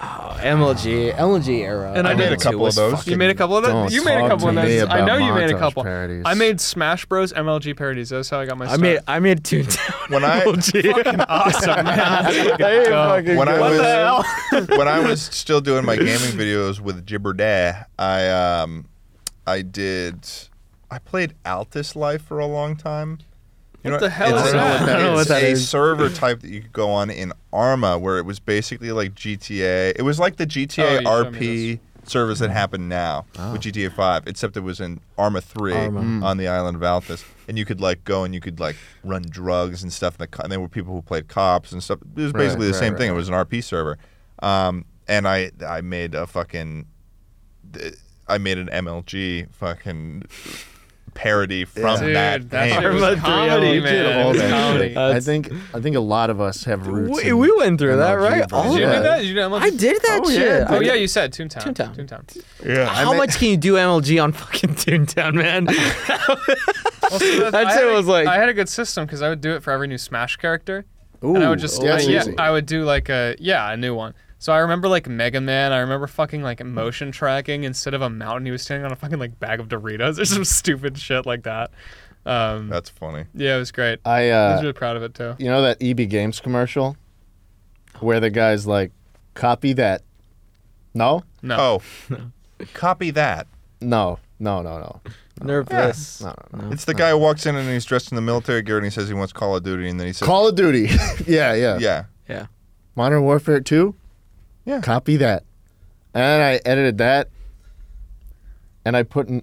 Speaker 2: MLG, MLG era.
Speaker 3: And I did a
Speaker 2: remember
Speaker 4: couple
Speaker 2: was
Speaker 4: of those.
Speaker 2: fucking-
Speaker 3: You made a couple of
Speaker 1: Don't
Speaker 3: those. You made a
Speaker 1: talk
Speaker 3: couple of
Speaker 1: to me
Speaker 3: those. I
Speaker 1: about
Speaker 3: know you made a
Speaker 1: montage
Speaker 3: couple.
Speaker 1: parodies.
Speaker 3: I made Smash Bros. MLG parodies. That's how I got my
Speaker 2: I
Speaker 3: start.
Speaker 2: made I made two. down
Speaker 4: When I
Speaker 2: MLG.
Speaker 3: awesome. Man.
Speaker 4: when I
Speaker 3: What
Speaker 4: was
Speaker 3: the hell?
Speaker 4: when I was still doing my gaming videos with Jibberday, I um I did I played Altus Life for a long time. You
Speaker 3: What the hell
Speaker 4: it's
Speaker 3: is
Speaker 4: a-
Speaker 3: that? I
Speaker 1: don't know what
Speaker 4: it's
Speaker 1: that
Speaker 4: a
Speaker 1: is.
Speaker 4: server type that you could go on in Arma, where it was basically like GTA. It was like the
Speaker 3: Oh,
Speaker 4: GTA
Speaker 3: you showed me
Speaker 4: RP servers
Speaker 1: Mm.
Speaker 4: that happen now
Speaker 1: Ah.
Speaker 4: with GTA Five, except it was in Arma Three
Speaker 3: Mm.
Speaker 4: on the island of Altus, and you could like go and you could like run drugs and stuff. In the co- and there were people who played cops and stuff. It was basically the same thing. It was an RP server, um, and I I made a fucking I made an MLG fucking parody from
Speaker 3: Dude,
Speaker 4: that.
Speaker 3: that
Speaker 4: game.
Speaker 3: shit was comedy, man. It was comedy.
Speaker 1: Oh, I think I think a lot of us have roots.
Speaker 2: We,
Speaker 1: in-
Speaker 2: we went through that,
Speaker 1: MLG,
Speaker 2: right?
Speaker 1: bro.
Speaker 2: All
Speaker 3: Did you
Speaker 2: of
Speaker 3: do
Speaker 2: it.
Speaker 3: that? Did you do MLG?
Speaker 2: I did that
Speaker 1: Oh, yeah,
Speaker 2: shit.
Speaker 1: dude.
Speaker 2: I-
Speaker 3: Oh yeah, you said Toontown.
Speaker 2: Toontown.
Speaker 3: Toontown.
Speaker 4: Yeah, I
Speaker 2: How
Speaker 4: mean-
Speaker 2: much can you do MLG on fucking Toontown, man?
Speaker 3: Well,
Speaker 2: I'd
Speaker 3: I
Speaker 2: say
Speaker 3: had
Speaker 2: it
Speaker 3: a-
Speaker 2: was like-
Speaker 3: I had a good system because I would do it for every new Smash character, and I would
Speaker 1: Ooh,
Speaker 3: just
Speaker 1: that's
Speaker 3: I, yeah,
Speaker 1: easy.
Speaker 3: I would do like a yeah a new one. So I remember like Mega Man. I remember fucking like motion tracking instead of a mountain, he was standing on a fucking like bag of Doritos or some stupid shit like that. Um,
Speaker 4: That's funny.
Speaker 3: yeah, it was great. I,
Speaker 1: I
Speaker 3: was
Speaker 1: uh,
Speaker 3: really proud of it too.
Speaker 1: you know that EB Games commercial where the guy's like, "Copy that." No,
Speaker 3: No,
Speaker 4: Oh, copy that.
Speaker 1: no, no, no, no.
Speaker 2: Nervous.
Speaker 1: No,
Speaker 4: It's the guy who walks in and he's dressed in the military gear and he says he wants Call of Duty and then he says,
Speaker 1: Call of Duty. yeah, yeah,
Speaker 4: "Yeah,
Speaker 2: Yeah.
Speaker 1: Modern Warfare Two.
Speaker 4: Yeah.
Speaker 1: Copy that. And then I edited that, and I put in.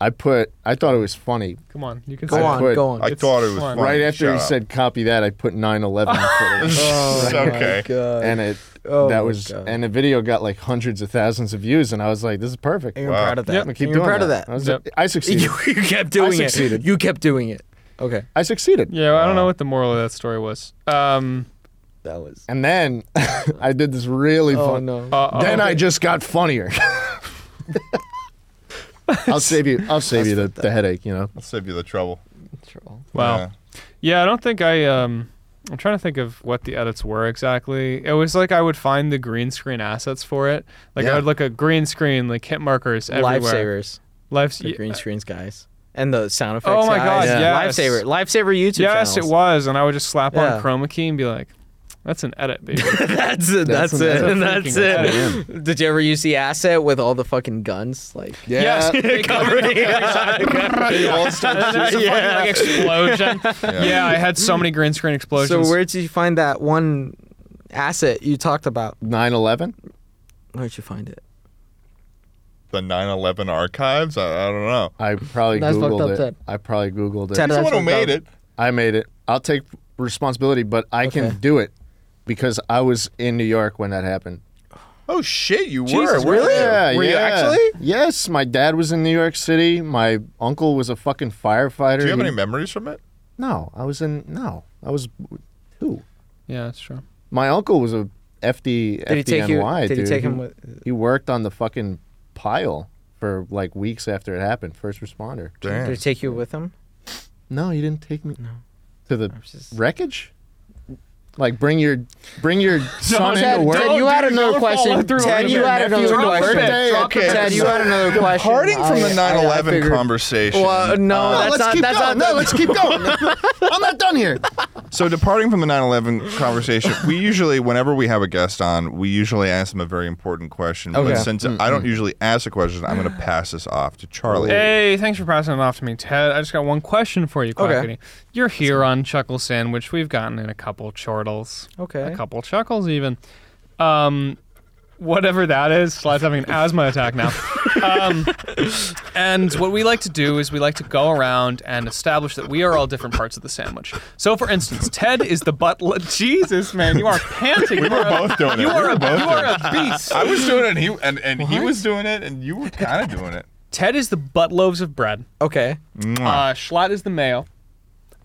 Speaker 1: I put. I thought it was funny.
Speaker 3: come on, you can
Speaker 2: Go
Speaker 3: say
Speaker 2: on,
Speaker 1: quit.
Speaker 2: go on.
Speaker 4: I thought it was
Speaker 3: fun.
Speaker 4: funny.
Speaker 1: Right after
Speaker 4: Shut
Speaker 1: he
Speaker 4: up.
Speaker 1: said "copy that," I put 9/11. for it.
Speaker 2: Oh, my
Speaker 4: okay.
Speaker 2: God.
Speaker 1: and it
Speaker 2: Oh
Speaker 1: that
Speaker 2: my
Speaker 1: was
Speaker 2: God.
Speaker 1: and the video got like hundreds of thousands of views and I was like this is perfect.
Speaker 2: And you're
Speaker 1: I'm
Speaker 4: Wow.
Speaker 2: proud of that.
Speaker 1: gonna keep
Speaker 2: And you're
Speaker 1: doing
Speaker 2: proud
Speaker 1: that. I,
Speaker 2: of
Speaker 1: was-
Speaker 3: Yep.
Speaker 1: I succeeded.
Speaker 2: that. You, you kept doing it.
Speaker 1: succeeded.
Speaker 2: You kept doing it. Okay.
Speaker 1: I succeeded.
Speaker 3: Yeah, well, I don't know what the moral of that story was. Um,
Speaker 2: That was.
Speaker 1: And then I did this really
Speaker 2: Oh,
Speaker 1: fun.
Speaker 2: no.
Speaker 3: uh,
Speaker 1: Then
Speaker 3: uh,
Speaker 1: I just got funnier. I'll save you. I'll save you the, the headache. You know.
Speaker 4: I'll save you the trouble."
Speaker 2: Troll.
Speaker 3: wow.
Speaker 4: Yeah.
Speaker 3: Yeah, I don't think I. Um, I'm trying to think of what the edits were exactly. It was like I would find the green screen assets for it. Like I
Speaker 4: Yeah.
Speaker 3: would look at green screen, like hit markers everywhere.
Speaker 2: Lifesavers.
Speaker 3: Life's
Speaker 2: The green screens guys. And the sound effects
Speaker 3: my
Speaker 2: guys.
Speaker 1: God,
Speaker 2: Yeah.
Speaker 3: yes.
Speaker 2: Lifesaver. Lifesaver YouTube
Speaker 3: Yes, it
Speaker 2: channels.
Speaker 3: was, and I would just slap
Speaker 2: Yeah.
Speaker 3: on chroma key and be like, "That's an edit, baby."
Speaker 2: that's it. That's,
Speaker 1: That's an
Speaker 2: it.
Speaker 1: edit.
Speaker 2: That's,
Speaker 1: Freaking
Speaker 2: it. Did you ever use the asset with all the fucking guns? Like,
Speaker 1: Yeah.
Speaker 2: covering
Speaker 4: Well, it's
Speaker 3: And then there's a fucking, like, explosion. yeah. I had so many green screen
Speaker 2: So
Speaker 3: explosions.
Speaker 2: where did you find that one asset you talked about?
Speaker 1: 9/11.
Speaker 2: Where did you find it?
Speaker 4: the 9/11 archives. I, I don't know.
Speaker 1: I probably
Speaker 2: That's fucked
Speaker 1: googled
Speaker 2: up,
Speaker 1: it.
Speaker 2: Ted.
Speaker 1: I probably googled it.
Speaker 2: Ted,
Speaker 4: He's the
Speaker 2: that's
Speaker 4: one who
Speaker 2: fucked
Speaker 4: made
Speaker 2: up.
Speaker 4: it.
Speaker 1: I made it. I'll take responsibility, but I
Speaker 2: Okay.
Speaker 1: can do it because I was in New York when that happened.
Speaker 4: Oh shit, you
Speaker 2: Jesus,
Speaker 4: were weren't
Speaker 2: really?
Speaker 4: you?
Speaker 1: Yeah,
Speaker 4: Were you
Speaker 1: yeah.
Speaker 4: actually?
Speaker 1: Yes, my dad was in New York City. My uncle was a fucking firefighter.
Speaker 4: Do you have
Speaker 1: He-
Speaker 4: any memories from it?
Speaker 1: No, I was in. No, I was two.
Speaker 3: yeah, that's true.
Speaker 1: My uncle was a FD,
Speaker 2: Did he take you?
Speaker 1: FDNY,
Speaker 2: Did he
Speaker 1: dude.
Speaker 2: take him with?
Speaker 1: He worked on the fucking pile for like weeks after it happened. First responder.
Speaker 2: Did he
Speaker 4: Damn.
Speaker 2: take you with him?
Speaker 1: No, he didn't take me. To the
Speaker 2: was just-
Speaker 1: wreckage. Like bring your bring your son
Speaker 2: Ted,
Speaker 1: into work.
Speaker 2: Ted, you had
Speaker 3: dude,
Speaker 2: another
Speaker 3: don't follow
Speaker 2: question.
Speaker 3: through
Speaker 2: Ted,
Speaker 3: on
Speaker 2: you
Speaker 3: your
Speaker 2: had
Speaker 3: nephew
Speaker 2: another
Speaker 3: and your
Speaker 2: question.
Speaker 3: birthday.
Speaker 4: Okay.
Speaker 2: Ted, you had another question.
Speaker 4: Parting from the
Speaker 2: I-
Speaker 4: 9/11
Speaker 2: I- I figured-
Speaker 4: conversation. Uh,
Speaker 2: Well, no,
Speaker 1: No,
Speaker 2: that's
Speaker 1: let's
Speaker 2: not.
Speaker 1: keep
Speaker 2: That's
Speaker 1: going.
Speaker 2: not.
Speaker 1: no, let's keep going. I'm not done here.
Speaker 4: So, departing from the 9 11 conversation, we usually, whenever we have a guest on, we usually ask them a very important question.
Speaker 2: Okay. Mm-hmm.
Speaker 4: But since I don't usually ask a question, I'm going to pass this off to Charlie.
Speaker 3: Hey, thanks for passing it off to me, Ted. I just got one question for you,
Speaker 2: Okay.
Speaker 3: Quackity. You're here on Chuckle Sandwich. We've gotten in a couple chortles.
Speaker 2: Okay.
Speaker 3: A couple chuckles even. Um whatever that is, Slide's having an asthma attack now. Um, and what we like to do is we like to go around and establish that we are all different parts of the sandwich. So, for instance, Ted is the butler. Jesus, man, you are panting. We were
Speaker 4: both doing it.
Speaker 3: You
Speaker 4: We
Speaker 3: are
Speaker 4: were
Speaker 3: a,
Speaker 4: both
Speaker 3: you are a beast.
Speaker 4: I was doing it, and he, and, and he was doing it, and you were kind of doing it.
Speaker 3: Ted is the butt loaves of bread.
Speaker 2: Okay.
Speaker 3: Uh, Schlatt is the mayo.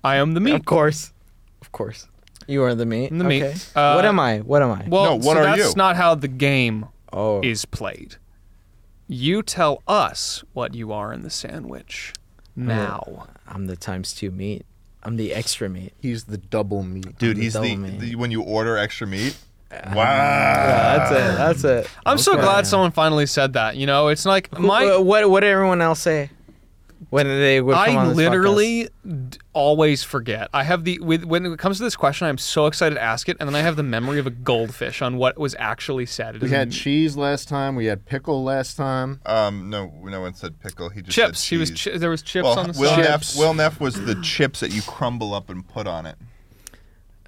Speaker 3: I am the meat.
Speaker 2: Of course. Of course. You are the meat.
Speaker 3: the meat.
Speaker 2: Okay.
Speaker 3: Uh,
Speaker 2: what am I? What am I?
Speaker 3: Well,
Speaker 4: No, what
Speaker 3: so
Speaker 4: are
Speaker 3: that's
Speaker 4: you?
Speaker 3: not how the game
Speaker 2: oh.
Speaker 3: is played. You tell us what you are in the sandwich now.
Speaker 2: I'm the times two meat. I'm the extra meat.
Speaker 1: He's the double meat.
Speaker 4: Dude,
Speaker 2: the
Speaker 4: he's the,
Speaker 2: double man.
Speaker 4: the- when you order extra meat.
Speaker 2: Uh,
Speaker 4: Wow.
Speaker 2: that's it. That's it.
Speaker 3: I'm so glad someone finally said that. You know, it's like my
Speaker 2: Wh- what what did everyone else say? when they would uh, come on
Speaker 3: I
Speaker 2: this
Speaker 3: literally d- always forget. I have the with when it comes to this question, I'm so excited to ask it, and then I have the memory of a goldfish on what was actually said. It
Speaker 1: We
Speaker 3: is
Speaker 1: had cheese last time. We had pickle last time.
Speaker 4: Um, no, no one said pickle. He just
Speaker 3: chips.
Speaker 4: Said
Speaker 3: He was
Speaker 4: cheese.
Speaker 3: chi- there was chips
Speaker 4: Well,
Speaker 3: on the
Speaker 4: Will
Speaker 3: side.
Speaker 4: Neff, Will Neff was the chips that you crumble up and put on it.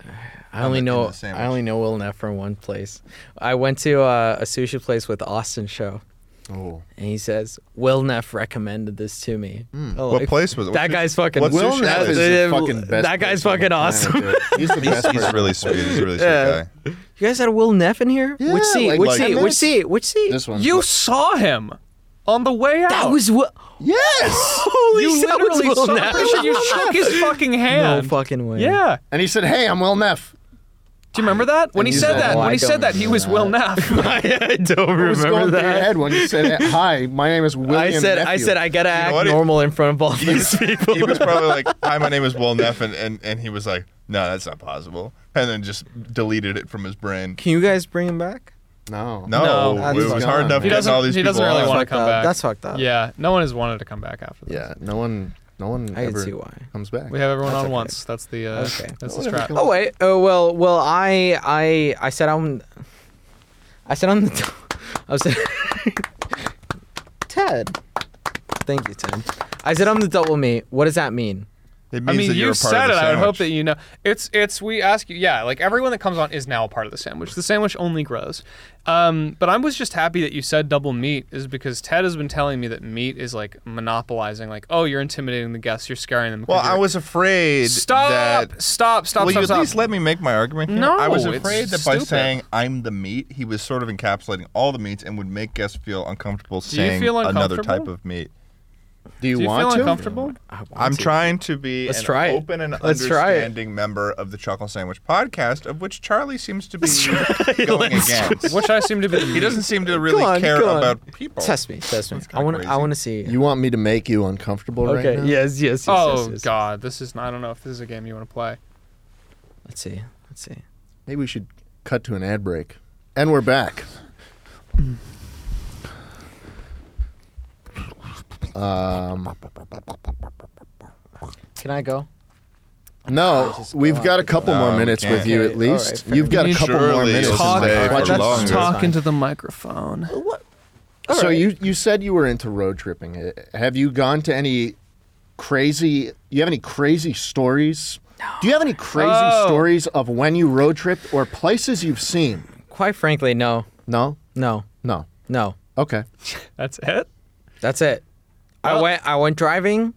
Speaker 2: podcast. I only
Speaker 4: in
Speaker 2: know
Speaker 4: the sandwich.
Speaker 2: I only know Will Neff from one place. I went to uh, a sushi place with Austin Show.
Speaker 1: Oh.
Speaker 2: And he says, Will Neff recommended this to me.
Speaker 1: Hmm.
Speaker 2: Oh,
Speaker 4: What
Speaker 2: if-
Speaker 4: place was it?
Speaker 2: That
Speaker 4: What
Speaker 2: guy's
Speaker 4: sushi-
Speaker 2: fucking.
Speaker 4: what
Speaker 1: Will
Speaker 4: sushi
Speaker 1: Neff is
Speaker 4: place?
Speaker 1: the fucking best.
Speaker 2: That guy's
Speaker 1: person on
Speaker 2: fucking
Speaker 1: the
Speaker 2: awesome.
Speaker 1: planet, dude. He's the best.
Speaker 4: He's
Speaker 1: person.
Speaker 4: really sweet. He's a really sweet
Speaker 2: Yeah.
Speaker 4: guy.
Speaker 2: You guys had a Will Neff in here?
Speaker 1: Yeah,
Speaker 2: which seat?
Speaker 1: like-
Speaker 2: which
Speaker 1: like-
Speaker 2: seat?
Speaker 1: I mean,
Speaker 2: Which seat? Which seat?
Speaker 1: This one.
Speaker 3: You saw him on the way out.
Speaker 2: That was what.
Speaker 1: yes.
Speaker 2: Holy
Speaker 3: you
Speaker 2: shit, that was
Speaker 3: literally
Speaker 2: Will
Speaker 3: saw
Speaker 2: Neff.
Speaker 3: him. You shook his fucking
Speaker 2: No
Speaker 3: hand.
Speaker 2: fucking way.
Speaker 3: Yeah.
Speaker 1: And he said, "Hey, I'm Will Neff."
Speaker 3: Do you remember that? When he
Speaker 1: you
Speaker 3: said
Speaker 1: said,
Speaker 3: that,
Speaker 1: "Oh,
Speaker 3: when
Speaker 2: I
Speaker 3: he said
Speaker 2: don't
Speaker 3: that, he
Speaker 2: remember
Speaker 3: was Will Neff.
Speaker 2: I
Speaker 1: What
Speaker 2: don't
Speaker 1: was going
Speaker 2: remember
Speaker 1: through your
Speaker 2: that.
Speaker 1: head when you said, "Hi, my name is William"?
Speaker 2: I said, I
Speaker 1: Nephew."
Speaker 2: said, I gotta act
Speaker 4: what it-
Speaker 2: normal in front of all these people.
Speaker 4: He was probably like, "Hi, my name is Will Neff," and, and and he was like, "No, that's not possible," and then just deleted it from his brain.
Speaker 2: Can you guys bring him back?
Speaker 1: no.
Speaker 4: No,
Speaker 3: No,
Speaker 4: it
Speaker 2: that's
Speaker 4: was
Speaker 1: gone.
Speaker 4: hard enough
Speaker 1: He
Speaker 4: getting
Speaker 3: doesn't-
Speaker 4: all these
Speaker 3: he
Speaker 4: people.
Speaker 3: doesn't really
Speaker 4: on.
Speaker 3: wanna
Speaker 2: Fucked
Speaker 3: come
Speaker 2: up.
Speaker 3: back.
Speaker 2: That's fucked up.
Speaker 3: yeah. No one has wanted to come back after this.
Speaker 1: Yeah. No one. No one
Speaker 2: I can
Speaker 1: ever
Speaker 2: see why.
Speaker 1: comes back.
Speaker 3: We have everyone on
Speaker 2: okay.
Speaker 3: once. That's the uh,
Speaker 2: Okay.
Speaker 3: that's
Speaker 1: No
Speaker 3: the
Speaker 1: one ever
Speaker 3: strap.
Speaker 1: comes
Speaker 2: Oh wait. Oh well. Well, I I I said I'm. I said on the. T- I was. Ted. Thank you, Ted. I said I'm the double meat. What does that mean?
Speaker 4: It means
Speaker 3: I mean,
Speaker 4: that you're
Speaker 3: you
Speaker 4: a part of
Speaker 3: said
Speaker 4: the
Speaker 3: it. I would hope
Speaker 4: sandwich.
Speaker 3: that you know. It's it's we ask you. Yeah, like everyone that comes on is now a part of the sandwich. The sandwich only grows. Um, but I was just happy that you said double meat is because Ted has been telling me that meat is like monopolizing. Like, oh, you're intimidating the guests. You're scaring them.
Speaker 4: Well,
Speaker 3: because
Speaker 4: I
Speaker 3: you're-
Speaker 4: was afraid
Speaker 3: Stop!
Speaker 4: that.
Speaker 3: stop! Stop!
Speaker 4: Will you
Speaker 3: stop!
Speaker 4: at
Speaker 3: stop.
Speaker 4: least let me make my argument here?
Speaker 3: No,
Speaker 4: I was
Speaker 3: it's
Speaker 4: afraid that by
Speaker 3: stupid.
Speaker 4: saying I'm the meat, he was sort of encapsulating all the meats and would make guests feel uncomfortable
Speaker 3: you
Speaker 4: saying
Speaker 3: feel
Speaker 4: another
Speaker 3: uncomfortable?
Speaker 4: type of meat.
Speaker 1: Do you
Speaker 3: Do you
Speaker 1: want
Speaker 3: feel
Speaker 1: to?
Speaker 3: uncomfortable?
Speaker 2: I want
Speaker 4: I'm
Speaker 2: to.
Speaker 4: trying to be
Speaker 2: Let's
Speaker 4: an
Speaker 2: try it.
Speaker 4: open and
Speaker 2: Let's try it.
Speaker 4: understanding member of the Chocolate Sandwich podcast, of which Charlie seems to be going against.
Speaker 3: Which I seem to be.
Speaker 4: He doesn't seem to really
Speaker 2: on,
Speaker 4: care
Speaker 2: go on.
Speaker 4: about people.
Speaker 2: Test me. Test me. I
Speaker 4: kinda
Speaker 2: want. to I
Speaker 4: crazy.
Speaker 2: want to see.
Speaker 1: You want me to make you uncomfortable
Speaker 2: okay.
Speaker 1: right now?
Speaker 2: yes, yes. Yes.
Speaker 3: Oh
Speaker 2: yes, yes.
Speaker 3: God! This is. I don't know if this is a game you want to play.
Speaker 2: Let's see. Let's see.
Speaker 1: Maybe we should cut to an ad break. And we're back. Um,
Speaker 2: Can I go?
Speaker 1: no, we've got a couple
Speaker 4: No,
Speaker 1: more
Speaker 4: we
Speaker 1: minutes with
Speaker 4: can't.
Speaker 1: you
Speaker 2: Okay,
Speaker 1: at
Speaker 2: all right,
Speaker 1: least.
Speaker 2: fair
Speaker 1: You've got a
Speaker 3: enough.
Speaker 1: couple more
Speaker 4: Surely
Speaker 1: minutes.
Speaker 4: it's
Speaker 1: in
Speaker 3: Talk,
Speaker 1: my
Speaker 4: stay for
Speaker 1: questions.
Speaker 4: longer.
Speaker 3: let's talk
Speaker 1: Fine.
Speaker 3: into the microphone.
Speaker 2: What?
Speaker 1: So
Speaker 2: Alright.
Speaker 1: you you said you were into road tripping. Uh, Have you gone to any crazy? You have any crazy stories? Do you have any crazy
Speaker 3: Oh.
Speaker 1: stories of when you road tripped or places you've seen?
Speaker 2: Quite frankly, no,
Speaker 1: No,
Speaker 2: no,
Speaker 1: no.
Speaker 2: no.
Speaker 1: Okay.
Speaker 3: That's it.
Speaker 2: That's it. I went. I went driving.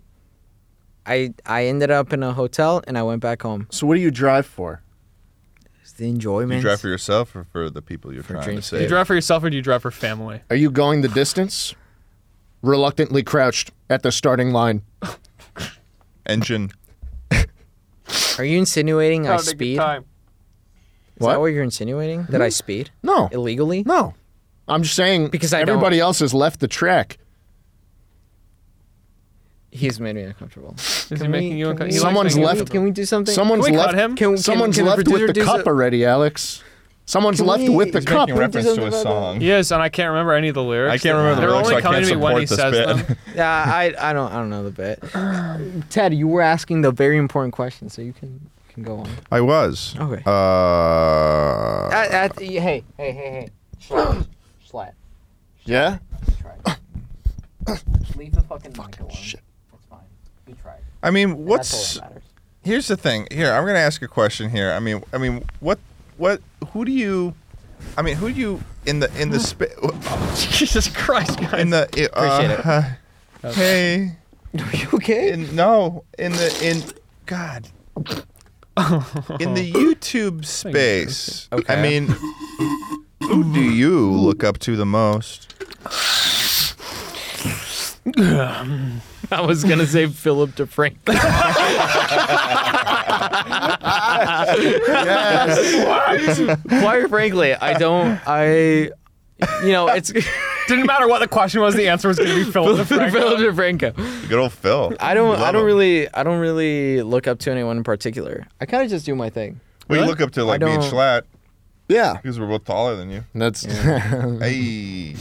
Speaker 2: I I ended up in a hotel and I went back home.
Speaker 1: So what do you drive for?
Speaker 2: It's the enjoyment.
Speaker 4: Do you drive for yourself or for the people you're trying to
Speaker 2: drinks.
Speaker 3: Do you
Speaker 4: save?
Speaker 3: drive for yourself or do you drive for family?
Speaker 1: Are you going the distance? Reluctantly crouched at the starting line.
Speaker 4: Engine.
Speaker 2: Are you insinuating I
Speaker 3: Having a good
Speaker 2: speed? Is
Speaker 3: time.
Speaker 1: What?
Speaker 2: that what you're insinuating? That I speed
Speaker 1: No,
Speaker 2: illegally?
Speaker 1: no. I'm just saying
Speaker 2: Because I don't-
Speaker 1: everybody else has left the track.
Speaker 2: He's made me uncomfortable.
Speaker 3: Is
Speaker 2: Can
Speaker 3: he
Speaker 2: we-
Speaker 3: making you
Speaker 2: can
Speaker 3: uncomfortable?
Speaker 2: we-
Speaker 3: He likes
Speaker 1: Someone's
Speaker 3: making you
Speaker 1: left-
Speaker 2: Can we, can we do something?
Speaker 1: Someone's
Speaker 3: Can we cut
Speaker 1: left.
Speaker 3: him?
Speaker 2: Can- can-
Speaker 1: someone's
Speaker 2: can the
Speaker 1: left with
Speaker 2: producer
Speaker 1: the
Speaker 2: do
Speaker 1: cup
Speaker 2: so-
Speaker 1: already, Alex. Someone's
Speaker 2: Can
Speaker 1: left
Speaker 2: we-
Speaker 1: with the
Speaker 2: He's
Speaker 1: cup.
Speaker 4: Making reference to a
Speaker 2: something about
Speaker 4: song.
Speaker 3: He is, and I can't remember any of the lyrics.
Speaker 4: I can't remember the
Speaker 3: They're
Speaker 4: lyrics, so I
Speaker 3: only coming
Speaker 4: can't
Speaker 3: to me when he
Speaker 4: support
Speaker 3: says
Speaker 4: this bit.
Speaker 3: them.
Speaker 2: Yeah, I, I don't I don't know the bit. Ted, you were asking the very important question, so you can you can go on.
Speaker 4: I was.
Speaker 2: Okay.
Speaker 4: Uh,
Speaker 2: At- at- hey, hey, hey, hey. Slat. Slat.
Speaker 1: Yeah.
Speaker 2: Try. Leave the fucking mic alone. Shit. That's fine. You tried.
Speaker 4: I mean,
Speaker 2: That's
Speaker 4: what's
Speaker 2: all that matters.
Speaker 4: here's the thing. Here, I'm gonna ask a question. Here, I mean, I mean, what, what, who do you, I mean, who do you in the in the spa-
Speaker 3: Jesus Christ, guys.
Speaker 4: in the uh, hey
Speaker 2: Are you okay?
Speaker 4: in no in the in God in the YouTube space.
Speaker 2: Okay.
Speaker 4: I mean, who do you look up to the most?
Speaker 2: I was gonna say Philip DeFrank. Quite frankly, I don't. I, you know, it's
Speaker 3: Didn't matter what the question was, the answer was going to be Philip
Speaker 2: Philip
Speaker 3: DeFranco.
Speaker 2: DeFranco.
Speaker 4: Good old Phil.
Speaker 2: I don't. I
Speaker 4: Love
Speaker 2: don't
Speaker 4: him.
Speaker 2: really. I don't really look up to anyone in particular. I kind of just do my thing.
Speaker 4: We look up to like me and
Speaker 2: don't-
Speaker 4: Schlatt
Speaker 1: Yeah.
Speaker 4: because we're both taller than you.
Speaker 1: That's
Speaker 4: Hey.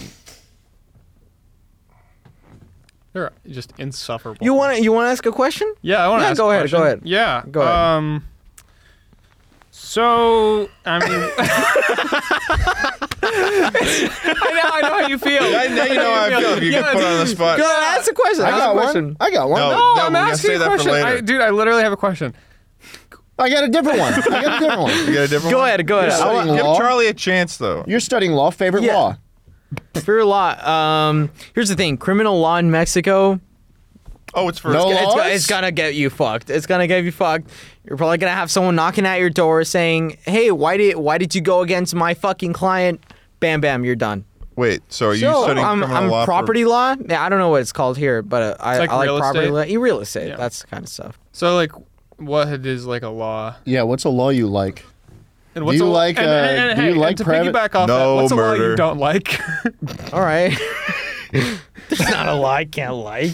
Speaker 3: They're just insufferable.
Speaker 2: You want to you want to ask a question?
Speaker 3: Yeah, I want to
Speaker 2: Yeah,
Speaker 3: ask
Speaker 2: go
Speaker 3: a
Speaker 2: ahead, go
Speaker 3: question.
Speaker 2: ahead.
Speaker 3: Yeah.
Speaker 2: Go ahead.
Speaker 3: Um, so, I mean. I know, I know how you feel.
Speaker 4: I, now you know how I feel. if You
Speaker 2: Yeah,
Speaker 4: get put on the spot.
Speaker 2: Go ahead, ask a question.
Speaker 1: I
Speaker 2: ask
Speaker 1: got
Speaker 2: a question.
Speaker 1: one. I got one.
Speaker 4: No.
Speaker 3: No,
Speaker 4: we
Speaker 3: I'm
Speaker 4: gotta
Speaker 3: asking
Speaker 4: save
Speaker 3: you a
Speaker 4: that for
Speaker 3: question.
Speaker 4: later.
Speaker 3: I, dude, I literally have a question.
Speaker 1: I got a different one. I got a different one.
Speaker 4: You got a different
Speaker 2: Go
Speaker 4: one?
Speaker 2: ahead, go ahead.
Speaker 1: You're
Speaker 2: I
Speaker 1: studying
Speaker 2: want-
Speaker 4: Give
Speaker 1: law.
Speaker 4: Charlie a chance, though.
Speaker 1: You're studying law. Favorite
Speaker 2: Yeah.
Speaker 1: law.
Speaker 2: For a lot. Um, here's the thing: criminal law in Mexico.
Speaker 4: Oh, it's for
Speaker 1: No
Speaker 4: it's-
Speaker 1: law?
Speaker 2: It's, go-
Speaker 1: Laws?
Speaker 2: it's gonna get you fucked. It's gonna get you fucked. You're probably gonna have someone knocking at your door saying, "Hey, why did why did you go against my fucking client?" Bam, bam, you're done.
Speaker 4: Wait, so are you
Speaker 2: So,
Speaker 4: studying
Speaker 2: I'm,
Speaker 4: criminal
Speaker 2: I'm
Speaker 4: law? for-
Speaker 2: property law. Yeah, I don't know what it's called here, but uh, I,
Speaker 3: like
Speaker 2: I like
Speaker 3: real
Speaker 2: property
Speaker 3: estate.
Speaker 2: law. Yeah, Real estate.
Speaker 3: Yeah.
Speaker 2: That's the kind of stuff.
Speaker 3: So, like, what is like a law?
Speaker 1: Yeah. What's a law you like?
Speaker 3: And
Speaker 1: you
Speaker 3: a, law-
Speaker 1: like,
Speaker 3: and,
Speaker 1: uh,
Speaker 3: and, and,
Speaker 1: do
Speaker 3: hey,
Speaker 1: you like
Speaker 3: and to
Speaker 1: private-
Speaker 3: piggyback off that,
Speaker 4: No
Speaker 3: what's a law
Speaker 4: murder.
Speaker 3: you don't like?
Speaker 2: All right. There's not a law I can't like.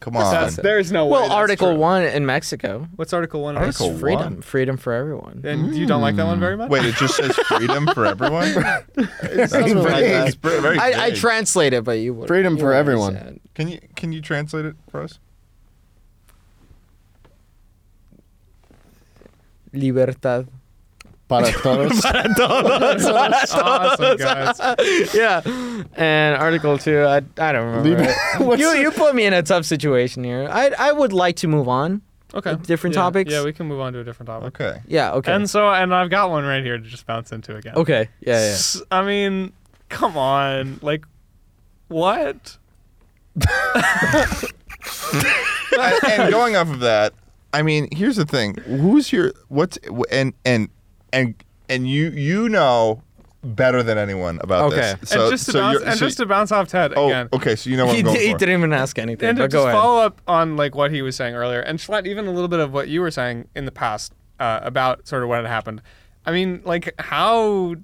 Speaker 4: Come on.
Speaker 3: there's no
Speaker 2: Well, Article One in Mexico.
Speaker 3: What's Article One?
Speaker 2: It's
Speaker 4: Article-
Speaker 2: freedom.
Speaker 4: one?
Speaker 2: Freedom for everyone.
Speaker 3: And you don't like that one very much.
Speaker 4: Wait, it just says freedom for everyone? That's
Speaker 1: Freedom.
Speaker 4: pretty- that's pre- very
Speaker 2: I, I
Speaker 4: vague.
Speaker 2: translate it, but you would.
Speaker 1: Freedom for everyone.
Speaker 4: Can you can you translate it for us?
Speaker 2: Libertad.
Speaker 1: Para todos.
Speaker 3: that's awesome, guys.
Speaker 2: yeah. And Article Two, I, I don't remember.
Speaker 1: Liber-
Speaker 2: it.
Speaker 1: What's
Speaker 2: you
Speaker 1: the-
Speaker 2: you put me in a tough situation here. I I would like to move on.
Speaker 3: Okay.
Speaker 2: Different
Speaker 3: yeah,
Speaker 2: topics?
Speaker 3: Yeah, we can move on to a different topic.
Speaker 4: Okay.
Speaker 2: Yeah. Okay.
Speaker 3: And so, and I've got one right here to just bounce into again.
Speaker 2: okay. Yeah. yeah.
Speaker 3: S- I mean, come on, like, what?
Speaker 4: I- and going off of that, I mean, here's the thing: who's your what's and and and and you you know better than anyone about
Speaker 2: Okay.
Speaker 4: this. So
Speaker 3: and just to
Speaker 4: so
Speaker 3: bounce,
Speaker 4: you're-
Speaker 3: and
Speaker 4: so-
Speaker 3: just to bounce off Ted
Speaker 4: oh,
Speaker 3: again.
Speaker 4: okay. So you know what
Speaker 2: He,
Speaker 4: I'm
Speaker 2: di- he
Speaker 4: going for.
Speaker 2: didn't even ask anything.
Speaker 3: And to
Speaker 2: but go
Speaker 3: just
Speaker 2: ahead.
Speaker 3: follow up on like what he was saying earlier, and Schlatt, even a little bit of what you were saying in the past uh, about sort of what had happened. I mean, like how,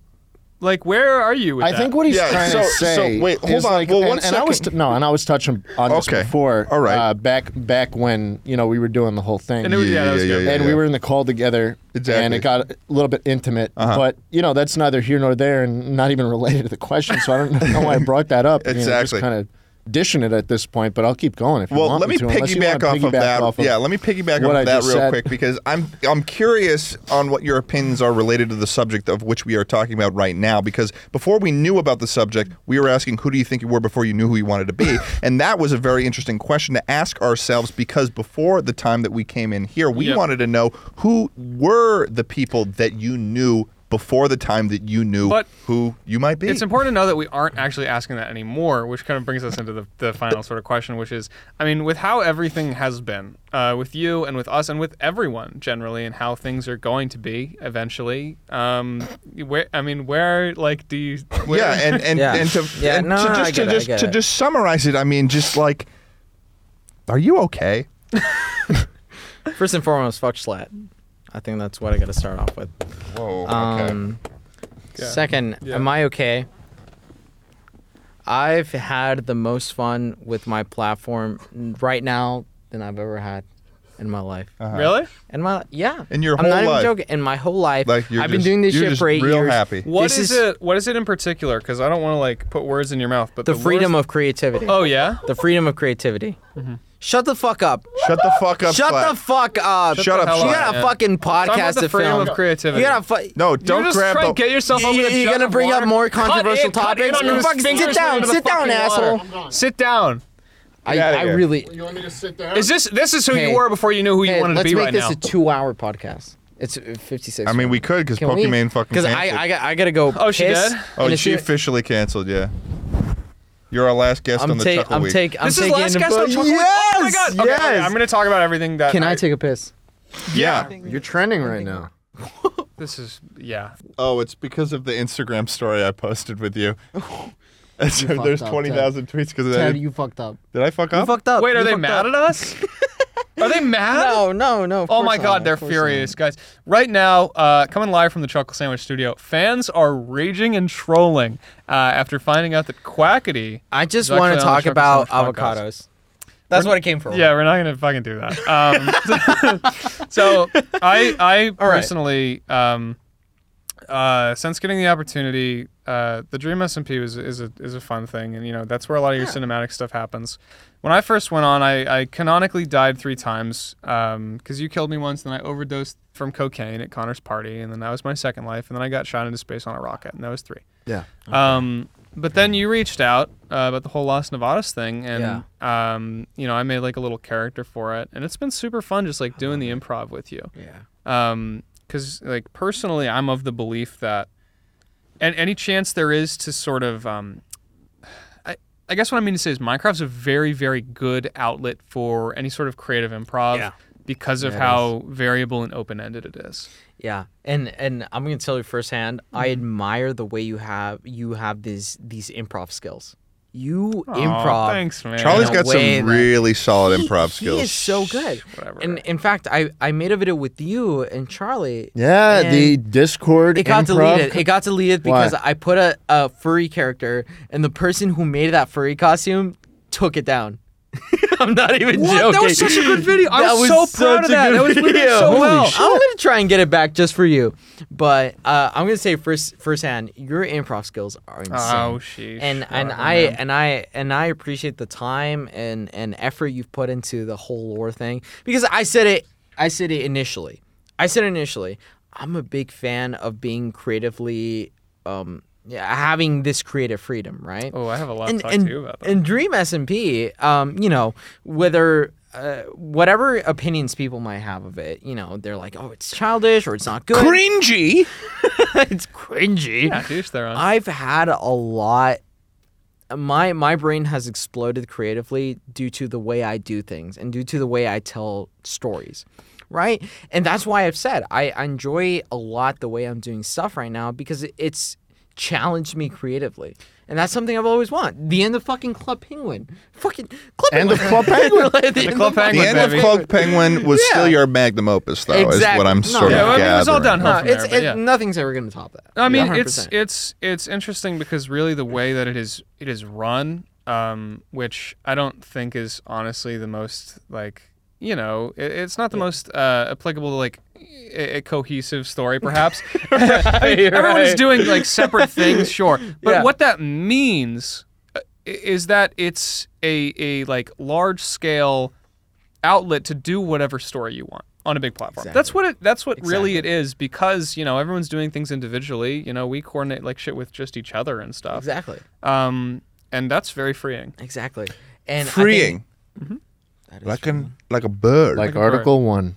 Speaker 3: like where are you? With
Speaker 1: I
Speaker 3: that?
Speaker 1: think what he's
Speaker 4: Yeah,
Speaker 1: trying to
Speaker 4: so- so
Speaker 1: say.
Speaker 4: wait, hold
Speaker 1: is
Speaker 4: on.
Speaker 1: Like,
Speaker 4: Well,
Speaker 1: and,
Speaker 4: one
Speaker 1: and I was
Speaker 4: second.
Speaker 1: t- no, and I was touching on this
Speaker 4: Okay.
Speaker 1: before.
Speaker 4: All right.
Speaker 1: Uh, back back when you know we were doing the whole thing.
Speaker 3: And it was, yeah, that was
Speaker 4: Yeah,
Speaker 3: good.
Speaker 4: yeah, yeah,
Speaker 1: and
Speaker 4: yeah.
Speaker 1: we were in the call together and
Speaker 4: Exactly. Uh-huh.
Speaker 1: it got a little bit intimate but you know that's neither here nor there and not even related to the question so i don't know why i brought that up you know, just
Speaker 4: Exactly.
Speaker 1: kind of dishing it at this point but i'll keep going if you
Speaker 4: Well,
Speaker 1: want
Speaker 4: let me
Speaker 1: to, unless you
Speaker 4: piggyback
Speaker 1: wanna
Speaker 4: off of
Speaker 1: piggyback
Speaker 4: that.
Speaker 1: off of-
Speaker 4: yeah, let me piggyback
Speaker 1: what
Speaker 4: off
Speaker 1: I
Speaker 4: of that
Speaker 1: just
Speaker 4: real
Speaker 1: said.
Speaker 4: quick because I'm I'm curious on what your opinions are related to the subject of which we are talking about right now. Because before we knew about the subject, we were asking who do you think you were before you knew who you wanted to be, and that was a very interesting question to ask ourselves because before the time that we came in here, we
Speaker 3: Yep.
Speaker 4: wanted to know who were the people that you knew before the time that you knew
Speaker 3: But
Speaker 4: who you might be.
Speaker 3: It's important to know that we aren't actually asking that anymore, which kind of brings us into the, the final sort of question, which is I mean, with how everything has been, uh, with you and with us and with everyone generally, and how things are going to be eventually, um, where, I mean, where, like, do you. Where,
Speaker 4: yeah, and and,
Speaker 2: Yeah.
Speaker 4: and to,
Speaker 2: Yeah,
Speaker 4: and
Speaker 2: no,
Speaker 4: to
Speaker 2: no, I
Speaker 4: just to
Speaker 2: get it, I
Speaker 4: just
Speaker 2: get
Speaker 4: to
Speaker 2: it.
Speaker 4: just summarize it, I mean, just like, are you okay?
Speaker 2: First and foremost, fuck Schlatt. I think that's what I got to start off with.
Speaker 4: Whoa,
Speaker 2: Um,
Speaker 3: Yeah.
Speaker 2: Second,
Speaker 3: Yeah.
Speaker 2: am I okay? I've had the most fun with my platform right now than I've ever had in my life.
Speaker 1: uh,
Speaker 3: Really?
Speaker 2: In my yeah,
Speaker 4: Uh-huh. In your
Speaker 2: I'm
Speaker 4: whole
Speaker 2: not
Speaker 4: life?
Speaker 2: even joking. In my whole life,
Speaker 4: Like, you're
Speaker 2: I've been
Speaker 4: just-
Speaker 2: doing this
Speaker 4: you're
Speaker 2: shit
Speaker 4: just
Speaker 2: for eight
Speaker 4: real
Speaker 2: years.
Speaker 4: happy.
Speaker 3: What
Speaker 2: this
Speaker 3: is, it? What is it in particular? Because I don't want to, like, put words in your mouth, but
Speaker 2: The,
Speaker 3: the,
Speaker 2: freedom
Speaker 3: worst-
Speaker 2: of creativity.
Speaker 3: Oh, yeah?
Speaker 2: The freedom of creativity.
Speaker 3: Mm-hmm.
Speaker 2: Shut the fuck up.
Speaker 4: Shut the fuck up.
Speaker 2: Shut
Speaker 4: Slack.
Speaker 2: the fuck up.
Speaker 4: Shut up,
Speaker 3: hell
Speaker 2: You
Speaker 4: Slack.
Speaker 3: up,
Speaker 2: got a
Speaker 3: man.
Speaker 2: fucking
Speaker 3: about
Speaker 2: podcast
Speaker 3: the
Speaker 2: to
Speaker 3: freedom
Speaker 2: film.
Speaker 3: of cretivity.
Speaker 2: You got a fu-
Speaker 4: No, don't
Speaker 3: you just
Speaker 4: grab
Speaker 3: try
Speaker 4: the.
Speaker 3: and get yourself
Speaker 2: You-
Speaker 3: over
Speaker 2: you-
Speaker 3: the
Speaker 2: you're
Speaker 3: jug
Speaker 2: gonna
Speaker 3: of
Speaker 2: bring up
Speaker 3: water.
Speaker 2: more
Speaker 3: Cut in,
Speaker 2: controversial
Speaker 3: cut in
Speaker 2: topics?
Speaker 3: on your
Speaker 2: Fucking sit
Speaker 3: fingers
Speaker 2: down,
Speaker 3: into the
Speaker 2: sit down,
Speaker 3: fucking
Speaker 2: asshole.
Speaker 3: water. Sit down.
Speaker 2: I,
Speaker 4: outta
Speaker 2: I
Speaker 4: here.
Speaker 2: really.
Speaker 1: you want me to sit down
Speaker 3: Is this this is who
Speaker 2: Hey,
Speaker 3: you were before you knew who you
Speaker 2: Hey,
Speaker 3: wanted to
Speaker 2: let's
Speaker 3: be
Speaker 2: make
Speaker 3: right
Speaker 2: this
Speaker 3: now?
Speaker 2: a two-hour podcast. It's uh, 56.
Speaker 4: I mean, we could because
Speaker 2: Can we-
Speaker 4: Pokemon fucking
Speaker 2: Because
Speaker 4: canceled.
Speaker 2: I, I, got- I gotta go.
Speaker 3: Oh, she
Speaker 2: piss,
Speaker 3: did?
Speaker 4: oh,
Speaker 2: and
Speaker 4: she
Speaker 2: as soon-
Speaker 4: officially canceled. Yeah. You're our last guest
Speaker 2: I'm,
Speaker 4: on the
Speaker 2: ta-
Speaker 4: Chuckle
Speaker 2: I'm,
Speaker 4: Week.
Speaker 2: take, I'm
Speaker 3: this
Speaker 2: taking.
Speaker 3: is last guest on
Speaker 2: Yes.
Speaker 3: Chuckle Week? Oh my god! Okay, okay, I'm gonna talk about everything that.
Speaker 2: Can I take a piss?
Speaker 4: yeah.
Speaker 1: you're trending right now
Speaker 3: This is yeah.
Speaker 4: Oh, it's because of the Instagram story I posted with you. And so
Speaker 2: fucked
Speaker 4: there's
Speaker 2: up, Ted.
Speaker 4: twenty thousand tweets because of that.
Speaker 2: you fucked up.
Speaker 4: Did I fuck up?
Speaker 2: Fucked up.
Speaker 3: Wait,
Speaker 2: You
Speaker 3: are they
Speaker 2: fucked
Speaker 3: mad
Speaker 2: up.
Speaker 3: at us? Are they mad?
Speaker 2: No, no, no. of
Speaker 3: Oh my
Speaker 2: course
Speaker 3: god,
Speaker 2: not,
Speaker 3: they're
Speaker 2: of course
Speaker 3: furious, guys. Right now, uh, coming live from the Chuckle Sandwich Studio, fans are raging and trolling uh, after finding out that Quackity.
Speaker 2: not. I just
Speaker 3: It's
Speaker 2: want to
Speaker 3: actually on the
Speaker 2: talk
Speaker 3: Shark
Speaker 2: about
Speaker 3: Sandwich podcast.
Speaker 2: avocados. That's what it came from.
Speaker 3: Yeah, we're not gonna fucking do that. Um, so I I
Speaker 2: right.
Speaker 3: personally um, uh, since getting the opportunity uh, the Dream SMP is is a is a fun thing, and you know that's where a lot of your cinematic stuff happens. When I first went on, I, I canonically died three times because you killed me once, and I overdosed from cocaine at Connor's party, and then that was my second life, and then I got shot into space on a rocket, and that was three.
Speaker 1: Yeah.
Speaker 3: Um, but then you reached out uh, about the whole Las Nevadas thing, and um, you know I made like a little character for it, and it's been super fun just like doing the improv with you
Speaker 2: Yeah.
Speaker 3: um because like personally i'm of the belief that and any chance there is to sort of um I, I guess what I mean to say is Minecraft's a very, very good outlet for any sort of creative improv
Speaker 2: Yeah.
Speaker 3: because of how variable and open ended it is.
Speaker 2: Yeah, and and I'm gonna tell you firsthand.
Speaker 3: Mm-hmm.
Speaker 2: I admire the way you have you have these these improv skills. You improv.
Speaker 3: Aw, Oh, thanks, man.
Speaker 4: Charlie's
Speaker 2: In a
Speaker 4: got
Speaker 2: way
Speaker 4: some
Speaker 2: that-
Speaker 4: really solid
Speaker 2: He-
Speaker 4: improv
Speaker 2: He is
Speaker 4: skills.
Speaker 2: so good.
Speaker 3: whatever.
Speaker 2: And in fact, I I made a video with you and Charlie.
Speaker 1: Yeah,
Speaker 2: and
Speaker 1: the Discord.
Speaker 2: It got
Speaker 1: improv
Speaker 2: deleted. It got deleted
Speaker 1: Why?
Speaker 2: because I put a, a furry character, and the person who made that furry costume took it down. I'm not even joking.
Speaker 3: That was such a good video. I
Speaker 2: That
Speaker 3: was so proud
Speaker 2: such
Speaker 3: of
Speaker 2: a
Speaker 3: that.
Speaker 2: good
Speaker 3: That was- we did
Speaker 2: video.
Speaker 3: so Holy well.
Speaker 2: I'm gonna try and get it back just for you, but uh, I'm gonna say first firsthand, your improv skills are insane.
Speaker 3: Oh, sheesh.
Speaker 2: and and
Speaker 3: Whatever,
Speaker 2: I
Speaker 3: man.
Speaker 2: and I and I appreciate the time and and effort you've put into the whole lore thing because I said it I said it initially I said initially I'm a big fan of being creatively um yeah, having this creative freedom right
Speaker 3: Oh, I have a lot
Speaker 2: and
Speaker 3: to talk
Speaker 2: and,
Speaker 3: to you about. That.
Speaker 2: and Dream SMP, um, you know, whether uh, whatever opinions people might have of it, you know, they're like, oh, it's childish or it's not good,
Speaker 4: Cringy.
Speaker 2: it's cringy.
Speaker 3: yeah, douche there on.
Speaker 2: I've had a lot. My my brain has exploded creatively due to the way I do things and due to the way I tell stories, right? And that's why I've said I, I enjoy a lot the way I'm doing stuff right now because it- it's challenged me creatively, and that's something I've always wanted. The end of fucking Club Penguin, fucking Club
Speaker 1: End of
Speaker 2: Penguin.
Speaker 1: Club Penguin.
Speaker 2: the end of
Speaker 3: Club
Speaker 4: The
Speaker 3: Penguin,
Speaker 4: end of
Speaker 3: baby.
Speaker 4: Cloak Penguin was still
Speaker 2: Yeah.
Speaker 4: your magnum opus, though, is what
Speaker 2: Exactly.
Speaker 4: I'm
Speaker 2: No.
Speaker 4: sort
Speaker 2: Yeah,
Speaker 4: of
Speaker 2: I
Speaker 3: mean, it was all
Speaker 4: gathering.
Speaker 3: downhill.
Speaker 2: No,
Speaker 3: From there,
Speaker 2: Uh, it's
Speaker 3: but
Speaker 2: it,
Speaker 3: yeah.
Speaker 2: nothing's ever gonna top that.
Speaker 3: I mean,
Speaker 2: 100%.
Speaker 3: it's it's it's interesting because really the way that it is it is run, um, which I don't think is honestly the most like you know it, it's not the most uh, applicable to like a, a cohesive story perhaps. I mean, Everyone is
Speaker 2: right.
Speaker 3: doing like separate things, sure, but
Speaker 2: Yeah.
Speaker 3: what that means uh, i- is that it's a a like large scale outlet to do whatever story you want on a big platform. That's what it that's what really it is because, you know, everyone's doing things individually, you know, we coordinate like shit with just each other and stuff.
Speaker 2: exactly
Speaker 3: Um and that's very freeing.
Speaker 2: exactly and I think-
Speaker 4: Freeing.
Speaker 3: Mm-hmm.
Speaker 4: Like, an, like a bird.
Speaker 1: like
Speaker 3: a bird.
Speaker 1: Article One.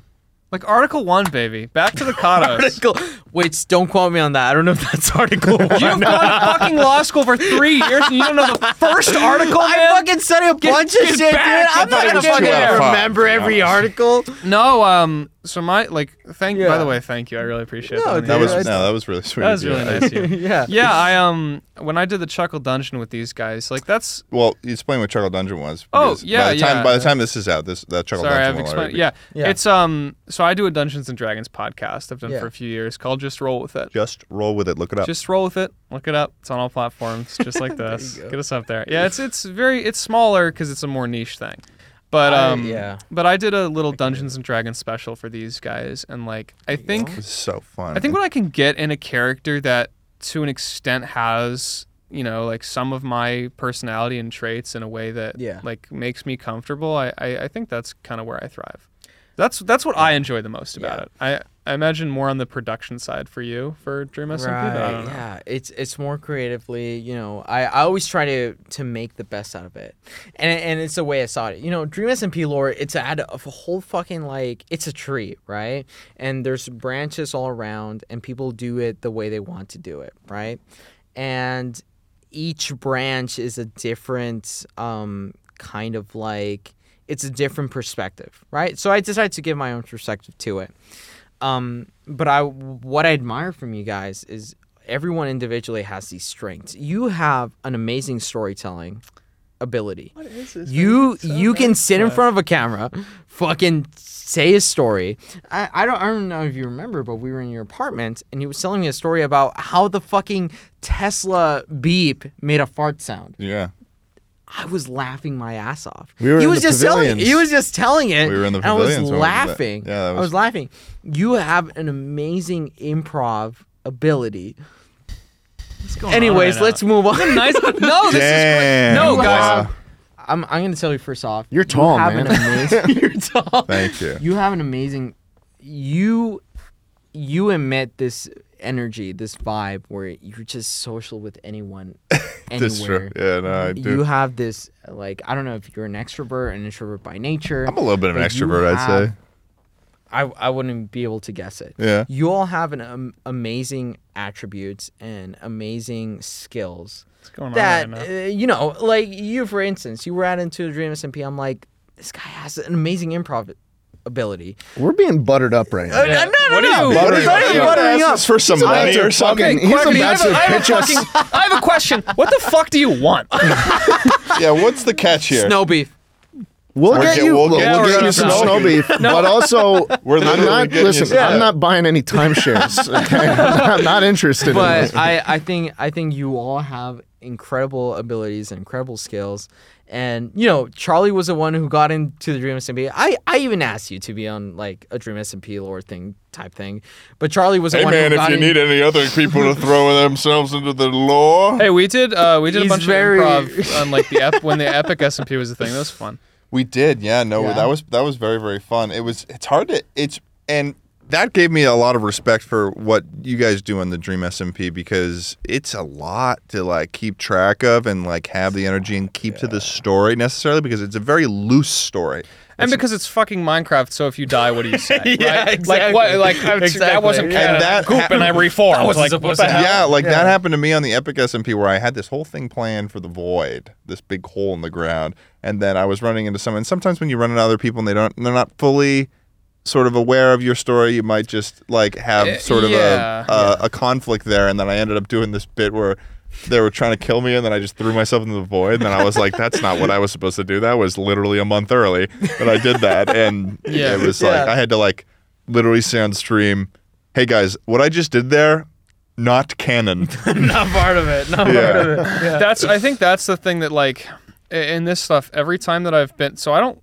Speaker 3: Like Article 1, baby. Back to the katas.
Speaker 2: article. Wait, don't quote me on that. I don't know if that's article one.
Speaker 3: You've gone to fucking law school for 3 years and you don't know the first article,
Speaker 2: I
Speaker 3: man?
Speaker 2: fucking said a bunch of shit, dude.
Speaker 3: back. I
Speaker 2: I'm
Speaker 3: thought
Speaker 2: not
Speaker 3: it
Speaker 2: gonna
Speaker 3: was two
Speaker 2: fucking
Speaker 3: out
Speaker 4: of five,
Speaker 2: remember
Speaker 4: to be
Speaker 2: every
Speaker 4: honest.
Speaker 2: article.
Speaker 3: no, um so my like thank by
Speaker 2: Yeah.
Speaker 3: the way, thank you. I really appreciate
Speaker 2: No,
Speaker 3: that.
Speaker 2: dude,
Speaker 4: that was
Speaker 2: I-
Speaker 4: no, that was really sweet.
Speaker 3: that was
Speaker 4: of you.
Speaker 3: really nice of you.
Speaker 2: Yeah.
Speaker 3: Yeah, I um when I did the Chuckle Dungeon with these guys, like that's
Speaker 4: Well, you explain what Chuckle Dungeon was.
Speaker 3: Oh,
Speaker 4: because
Speaker 3: yeah,
Speaker 4: by the time,
Speaker 3: yeah.
Speaker 4: By the time this is out, this that Chuckle
Speaker 3: Sorry,
Speaker 4: Dungeon
Speaker 3: I've
Speaker 4: will
Speaker 3: explained.
Speaker 4: already be-
Speaker 3: Yeah.
Speaker 2: Yeah.
Speaker 3: it's um. So I do a Dungeons and Dragons podcast. I've done
Speaker 2: Yeah.
Speaker 3: for a few years called Just Roll with It.
Speaker 4: Just roll with it. Look it up.
Speaker 3: Just roll with it. Look it up. It's on all platforms, just like this. Get us up there. Yeah, it's it's very it's smaller because it's a more niche thing. But
Speaker 2: I-
Speaker 3: um,
Speaker 2: yeah.
Speaker 3: But I did a little Dungeons and Dragons special for these guys, and like I think
Speaker 4: It's so fun.
Speaker 3: I think what I can get in a character that to an extent has, you know, like some of my personality and traits in a way that
Speaker 2: Yeah.
Speaker 3: like makes me comfortable, I, I, I think that's kind of where I thrive. That's that's what I enjoy the most about it. I, I imagine more on the production side for you for Dream SMP. but I don't know.
Speaker 2: Yeah. It's it's more creatively. You know, I, I always try to to make the best out of it, and and it's the way I saw it. You know, Dream SMP lore. It's a ad of a whole fucking like it's a tree, right? And there's branches all around, and people do it the way they want to do it, right? And each branch is a different um, kind of like it's a different perspective, right? So I decided to give my own perspective to it. Um, but I what I admire from you guys is everyone individually has these strengths. You have an amazing storytelling ability. What is this? You you can sit in front of a camera, fucking say a story. I, I don't I don't know if you remember, but we were in your apartment and he was telling me a story about how the fucking Tesla beep made a fart sound.
Speaker 4: Yeah.
Speaker 2: I was laughing my ass off.
Speaker 1: We were
Speaker 2: he
Speaker 1: in
Speaker 2: was
Speaker 1: the
Speaker 2: just telling.
Speaker 1: pavilions.
Speaker 2: He was just telling it.
Speaker 4: We were in the
Speaker 2: and I was
Speaker 4: pavilions when we did that.
Speaker 2: laughing.
Speaker 4: Yeah, that
Speaker 2: I
Speaker 4: was-
Speaker 2: was laughing. You have an amazing improv ability Anyways, let's move on.
Speaker 3: Nice. No, this
Speaker 4: Damn.
Speaker 3: is great. No, guys.
Speaker 4: Wow.
Speaker 2: I'm, I'm gonna tell you first off.
Speaker 1: You're tall,
Speaker 2: you have
Speaker 1: man.
Speaker 2: An amazing,
Speaker 3: You're tall.
Speaker 4: Thank you.
Speaker 2: you have an amazing. You you emit this energy, this vibe where you're just social with anyone, anywhere.
Speaker 4: That's true. Yeah, no, I do.
Speaker 2: You have this like I don't know if you're an extrovert, an introvert by nature.
Speaker 4: I'm a little bit of an
Speaker 2: but you
Speaker 4: extrovert, I'd
Speaker 2: have-
Speaker 4: say.
Speaker 2: I, I wouldn't be able to guess it.
Speaker 4: Yeah.
Speaker 2: You all have an um, amazing attributes and amazing skills
Speaker 3: going on
Speaker 2: that,
Speaker 3: right
Speaker 2: uh, you know, like you, for instance, you were at Into the Dream SMP. I'm like, this guy has an amazing improv ability.
Speaker 1: We're being buttered up right now.
Speaker 3: Yeah.
Speaker 2: Uh, no, no,
Speaker 3: What
Speaker 2: no.
Speaker 3: are you-
Speaker 2: What
Speaker 4: Buttering
Speaker 2: are you
Speaker 4: up.
Speaker 2: buttering up?
Speaker 4: This is for some money or something.
Speaker 1: He's
Speaker 3: Quackity,
Speaker 1: about to
Speaker 3: I, have a, I, have a
Speaker 1: pitch us.
Speaker 3: fucking- I have a question. What the fuck do you want?
Speaker 4: Yeah, what's the catch here?
Speaker 2: Snow beef.
Speaker 1: We'll
Speaker 4: We're
Speaker 1: get,
Speaker 4: get-
Speaker 1: you.
Speaker 4: we'll
Speaker 1: We'll,
Speaker 4: get-
Speaker 1: we'll
Speaker 3: we're
Speaker 1: get
Speaker 3: gonna
Speaker 1: you some
Speaker 3: snow
Speaker 1: snow beef, but also
Speaker 4: We're
Speaker 1: I'm
Speaker 4: literally
Speaker 1: not.
Speaker 4: getting
Speaker 1: Listen,
Speaker 4: you
Speaker 1: I'm
Speaker 4: some-
Speaker 1: not buying any timeshares. Okay? I'm not interested. in
Speaker 2: But
Speaker 1: this.
Speaker 2: I, I think I think you all have incredible abilities and incredible skills. And you know, Charlie was the one who got into the Dream SMP. I, I even asked you to be on like a Dream SMP lore thing type thing. But Charlie was the
Speaker 4: Hey
Speaker 2: one
Speaker 4: man,
Speaker 2: who
Speaker 4: if
Speaker 2: got
Speaker 4: you
Speaker 2: in-
Speaker 4: need any other people to throw themselves into the law,
Speaker 3: hey, we did uh, we did a
Speaker 2: He's
Speaker 3: bunch
Speaker 2: very-
Speaker 3: of improv on like the ep- when the epic SMP was a thing. That was fun.
Speaker 4: we did. Yeah, no,
Speaker 2: Yeah.
Speaker 4: that was that was very very fun. It was it's hard to it's and that gave me a lot of respect for what you guys do on the Dream SMP because it's a lot to like keep track of and like have the energy and keep to the story necessarily because it's a very loose story.
Speaker 3: And because it's fucking Minecraft, so if you die, what do you say?
Speaker 2: Yeah,
Speaker 3: right? Like
Speaker 2: exactly.
Speaker 3: what? Like I,
Speaker 2: Exactly.
Speaker 3: that wasn't
Speaker 4: And
Speaker 3: canon.
Speaker 4: that
Speaker 3: Goop,
Speaker 4: hap-
Speaker 3: and I reformed.
Speaker 2: wasn't
Speaker 3: like,
Speaker 2: supposed
Speaker 3: what
Speaker 2: to
Speaker 3: the hell?
Speaker 4: Yeah, like that happened to me on the Epic SMP where I had this whole thing planned for the void, this big hole in the ground, and then I was running into someone. Sometimes when you run into other people and they don't, they're not fully sort of aware of your story, you might just like have sort of
Speaker 3: yeah,
Speaker 4: a, a, uh, a conflict there. And then I ended up doing this bit where they were trying to kill me, and then I just threw myself into the void. And then I was like, "That's not what I was supposed to do. That was literally a month early that I did that." And
Speaker 3: Yeah.
Speaker 4: it was like
Speaker 2: Yeah.
Speaker 4: I had to like literally say on stream, "Hey guys, what I just did there." Not canon.
Speaker 3: not part of it. Not
Speaker 4: Yeah.
Speaker 3: part of it. That's. I think that's the thing that like i- in this stuff. Every time that I've been, so I don't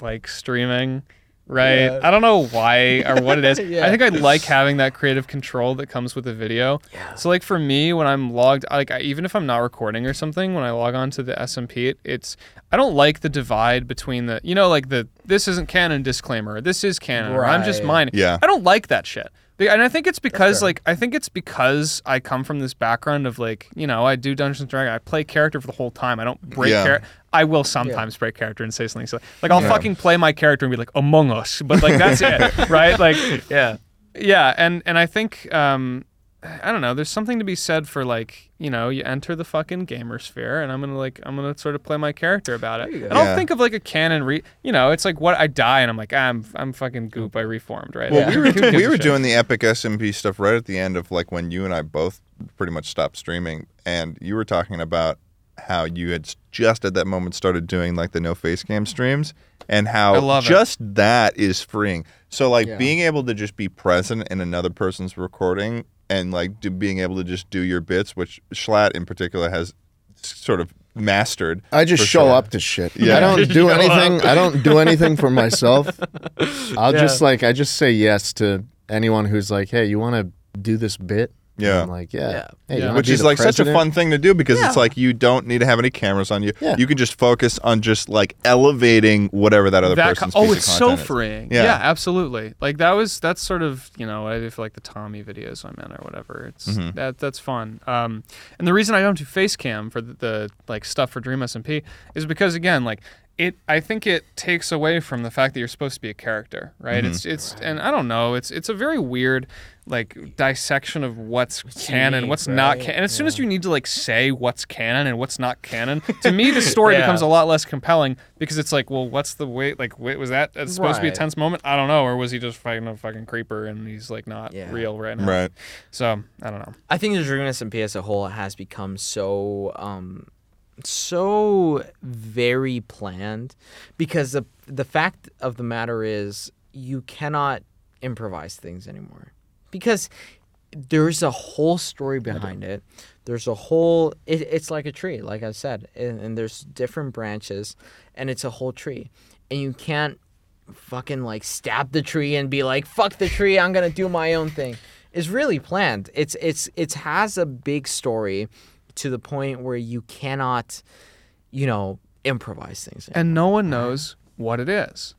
Speaker 3: like streaming, right? I don't know why or what it is. I think I like having that creative control that comes with the video. Yeah. So like for me, when I'm logged, like I, even if I'm not recording or something, when I log on to the SMP, it, it's I don't like the divide between the you know like the this isn't canon disclaimer. This is canon. Or I'm just
Speaker 2: Right.
Speaker 3: mine.
Speaker 4: Yeah.
Speaker 3: I don't like that shit. Be- And I think it's because like I think it's because I come from this background of like, you know, I do Dungeons and Dragons, I play character for the whole time. I don't break
Speaker 4: Yeah.
Speaker 3: character. I will sometimes break character and say something so like I'll fucking play my character and be like Among Us, but like that's it, right? Like yeah. Yeah, and and I think um I don't know, there's something to be said for like, you know, you enter the fucking gamer sphere and I'm going to like I'm going to sort of play my character about it. And I'll
Speaker 4: Yeah.
Speaker 3: think of like a canon re, you know, it's like what I die and I'm like, ah, I'm I'm fucking goop, I reformed, right?
Speaker 4: Well, we
Speaker 3: Who
Speaker 4: were
Speaker 3: gives
Speaker 4: we
Speaker 3: a
Speaker 4: were
Speaker 3: shit?
Speaker 4: doing the epic SMP stuff right at the end of like when you and I both pretty much stopped streaming, and you were talking about how you had s- just at that moment started doing like the no face cam streams, and
Speaker 3: I
Speaker 4: how
Speaker 3: love it.
Speaker 4: just that is freeing. So like being able to just be present in another person's recording and like do, being able to just do your bits, which Schlatt in particular has s- sort of mastered.
Speaker 1: I just
Speaker 4: for
Speaker 1: show
Speaker 4: sure.
Speaker 1: up to shit.
Speaker 4: Yeah.
Speaker 1: I don't do anything. I don't do anything for myself. I'll just like I just say yes to anyone who's like, "Hey, you want to do this bit?" And
Speaker 4: Yeah.
Speaker 1: I'm like, "Yeah."
Speaker 2: Yeah.
Speaker 1: Hey, you
Speaker 3: Yeah.
Speaker 1: wanna
Speaker 4: which
Speaker 1: be
Speaker 4: is
Speaker 1: the
Speaker 4: like such a
Speaker 1: president?"
Speaker 4: fun thing to do because it's like you don't need to have any cameras on you.
Speaker 1: Yeah.
Speaker 4: You can just focus on just like elevating whatever that other
Speaker 3: that co-
Speaker 4: person's
Speaker 3: oh
Speaker 4: piece
Speaker 3: it's
Speaker 4: of
Speaker 3: so
Speaker 4: content is.
Speaker 3: freeing
Speaker 4: Yeah.
Speaker 3: yeah. absolutely like that was that's sort of you know i feel like the tommy videos i'm in or whatever it's
Speaker 4: Mm-hmm.
Speaker 3: that that's fun um and the reason i don't do face cam for the, the like stuff for dream smp is because again like it i think it takes away from the fact that you're supposed to be a character right
Speaker 4: Mm-hmm.
Speaker 3: it's it's and i don't know it's it's a very weird like dissection of what's canon
Speaker 2: unique,
Speaker 3: what's not
Speaker 2: right?
Speaker 3: canon and as soon as you need to like say what's canon and what's not canon to me the story
Speaker 2: Yeah.
Speaker 3: becomes a lot less compelling because it's like, well, what's the way? Like, wait, was that it's supposed to be a
Speaker 2: Right.
Speaker 3: tense moment? I don't know, or was he just fighting a fucking creeper and he's like not
Speaker 2: Yeah.
Speaker 3: real right now?
Speaker 4: Right.
Speaker 3: So I don't know.
Speaker 2: I think the Dream SMP as a whole has become so um so very planned because the the fact of the matter is you cannot improvise things anymore because there's a whole story behind it there's a whole it, it's like a tree like i said and, and there's different branches and it's a whole tree and you can't fucking like stab the tree and be like fuck the tree i'm gonna do my own thing is really planned. It's it's it has a big story to the point where you cannot, you know, improvise things.
Speaker 3: and no one knows what it is.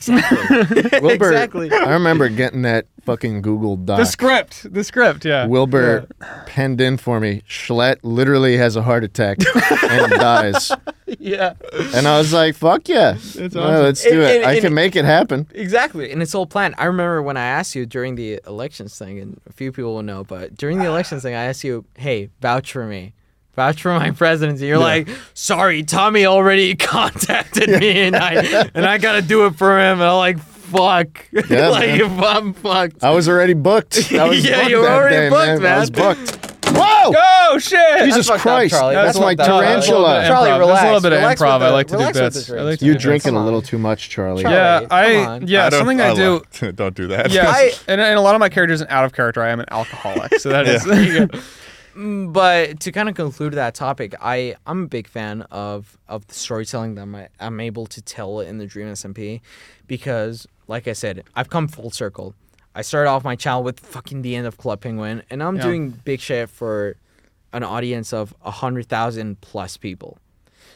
Speaker 2: exactly.
Speaker 1: Wilbur,
Speaker 2: Exactly.
Speaker 1: I remember getting that fucking Google Doc.
Speaker 3: The script, the script, yeah.
Speaker 1: Wilbur penned in for me. Schlett literally has a heart attack and dies.
Speaker 2: yeah.
Speaker 1: And I was like, fuck yeah. No,
Speaker 3: awesome.
Speaker 1: let's do
Speaker 2: And-
Speaker 1: it.
Speaker 2: and-
Speaker 1: I
Speaker 2: and-
Speaker 1: can make it happen.
Speaker 2: Exactly, and it's all planned. I remember when I asked you during the elections thing, and a few people will know, but during the elections thing, I asked you, "Hey, vouch for me, vouch for my presidency." You're like, "Sorry, Tommy already contacted me, and I and I gotta do it for him." And I'm like, "Fuck,
Speaker 1: Yeah,
Speaker 2: like
Speaker 1: man.
Speaker 2: if I'm fucked."
Speaker 1: I was already booked. I was
Speaker 2: Yeah,
Speaker 1: booked
Speaker 2: you were
Speaker 1: that
Speaker 2: already
Speaker 1: day,
Speaker 2: booked,
Speaker 1: I was
Speaker 2: man.
Speaker 1: booked. Whoa!
Speaker 3: Oh shit!
Speaker 1: Jesus
Speaker 2: fucked up,
Speaker 1: Christ.
Speaker 2: Charlie.
Speaker 1: That's,
Speaker 2: That's
Speaker 1: my
Speaker 2: fucked up.
Speaker 1: tarantula.
Speaker 2: That's Charlie,
Speaker 3: Improv. There's a little
Speaker 2: relax.
Speaker 3: bit of
Speaker 2: Relax
Speaker 3: improv.
Speaker 2: with the-
Speaker 3: I like to do
Speaker 2: relax with
Speaker 3: bits.
Speaker 2: the
Speaker 3: I like
Speaker 2: drinks.
Speaker 3: to
Speaker 1: You
Speaker 3: do
Speaker 1: drinking
Speaker 2: Come
Speaker 1: a
Speaker 2: on.
Speaker 1: little too much, Charlie.
Speaker 2: Charlie.
Speaker 3: Yeah,
Speaker 2: Come
Speaker 3: I
Speaker 2: on.
Speaker 3: yeah
Speaker 4: I don't,
Speaker 3: something I, do.
Speaker 4: like- don't do that.
Speaker 3: Yes,
Speaker 2: I-
Speaker 3: and, and a lot of my characters an out of character. I am an alcoholic, so that is.
Speaker 2: but to kind of conclude that topic, I I'm a big fan of of the storytelling that I'm, I'm able to tell in the Dream SMP, because like I said, I've come full circle. I started off my channel with fucking the end of Club Penguin, and I'm doing big shit for an audience of a hundred thousand plus people.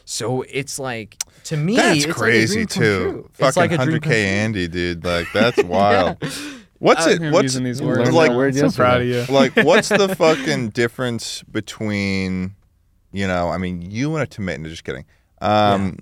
Speaker 2: So it's like to me,
Speaker 4: That's
Speaker 2: it's
Speaker 4: crazy
Speaker 2: like a dream come
Speaker 4: too.
Speaker 2: true. it's
Speaker 4: Fucking
Speaker 2: like a dream
Speaker 4: hundred
Speaker 2: come
Speaker 4: k
Speaker 2: true.
Speaker 4: Andy, dude. Like that's wild. What's it?
Speaker 3: I'm
Speaker 4: What's
Speaker 3: using these
Speaker 1: Learned
Speaker 3: words.
Speaker 1: that
Speaker 4: like?
Speaker 1: word
Speaker 3: I'm so proud of
Speaker 1: yesterday.
Speaker 3: you.
Speaker 4: like what's the fucking difference between you know i mean you and a tomato just kidding um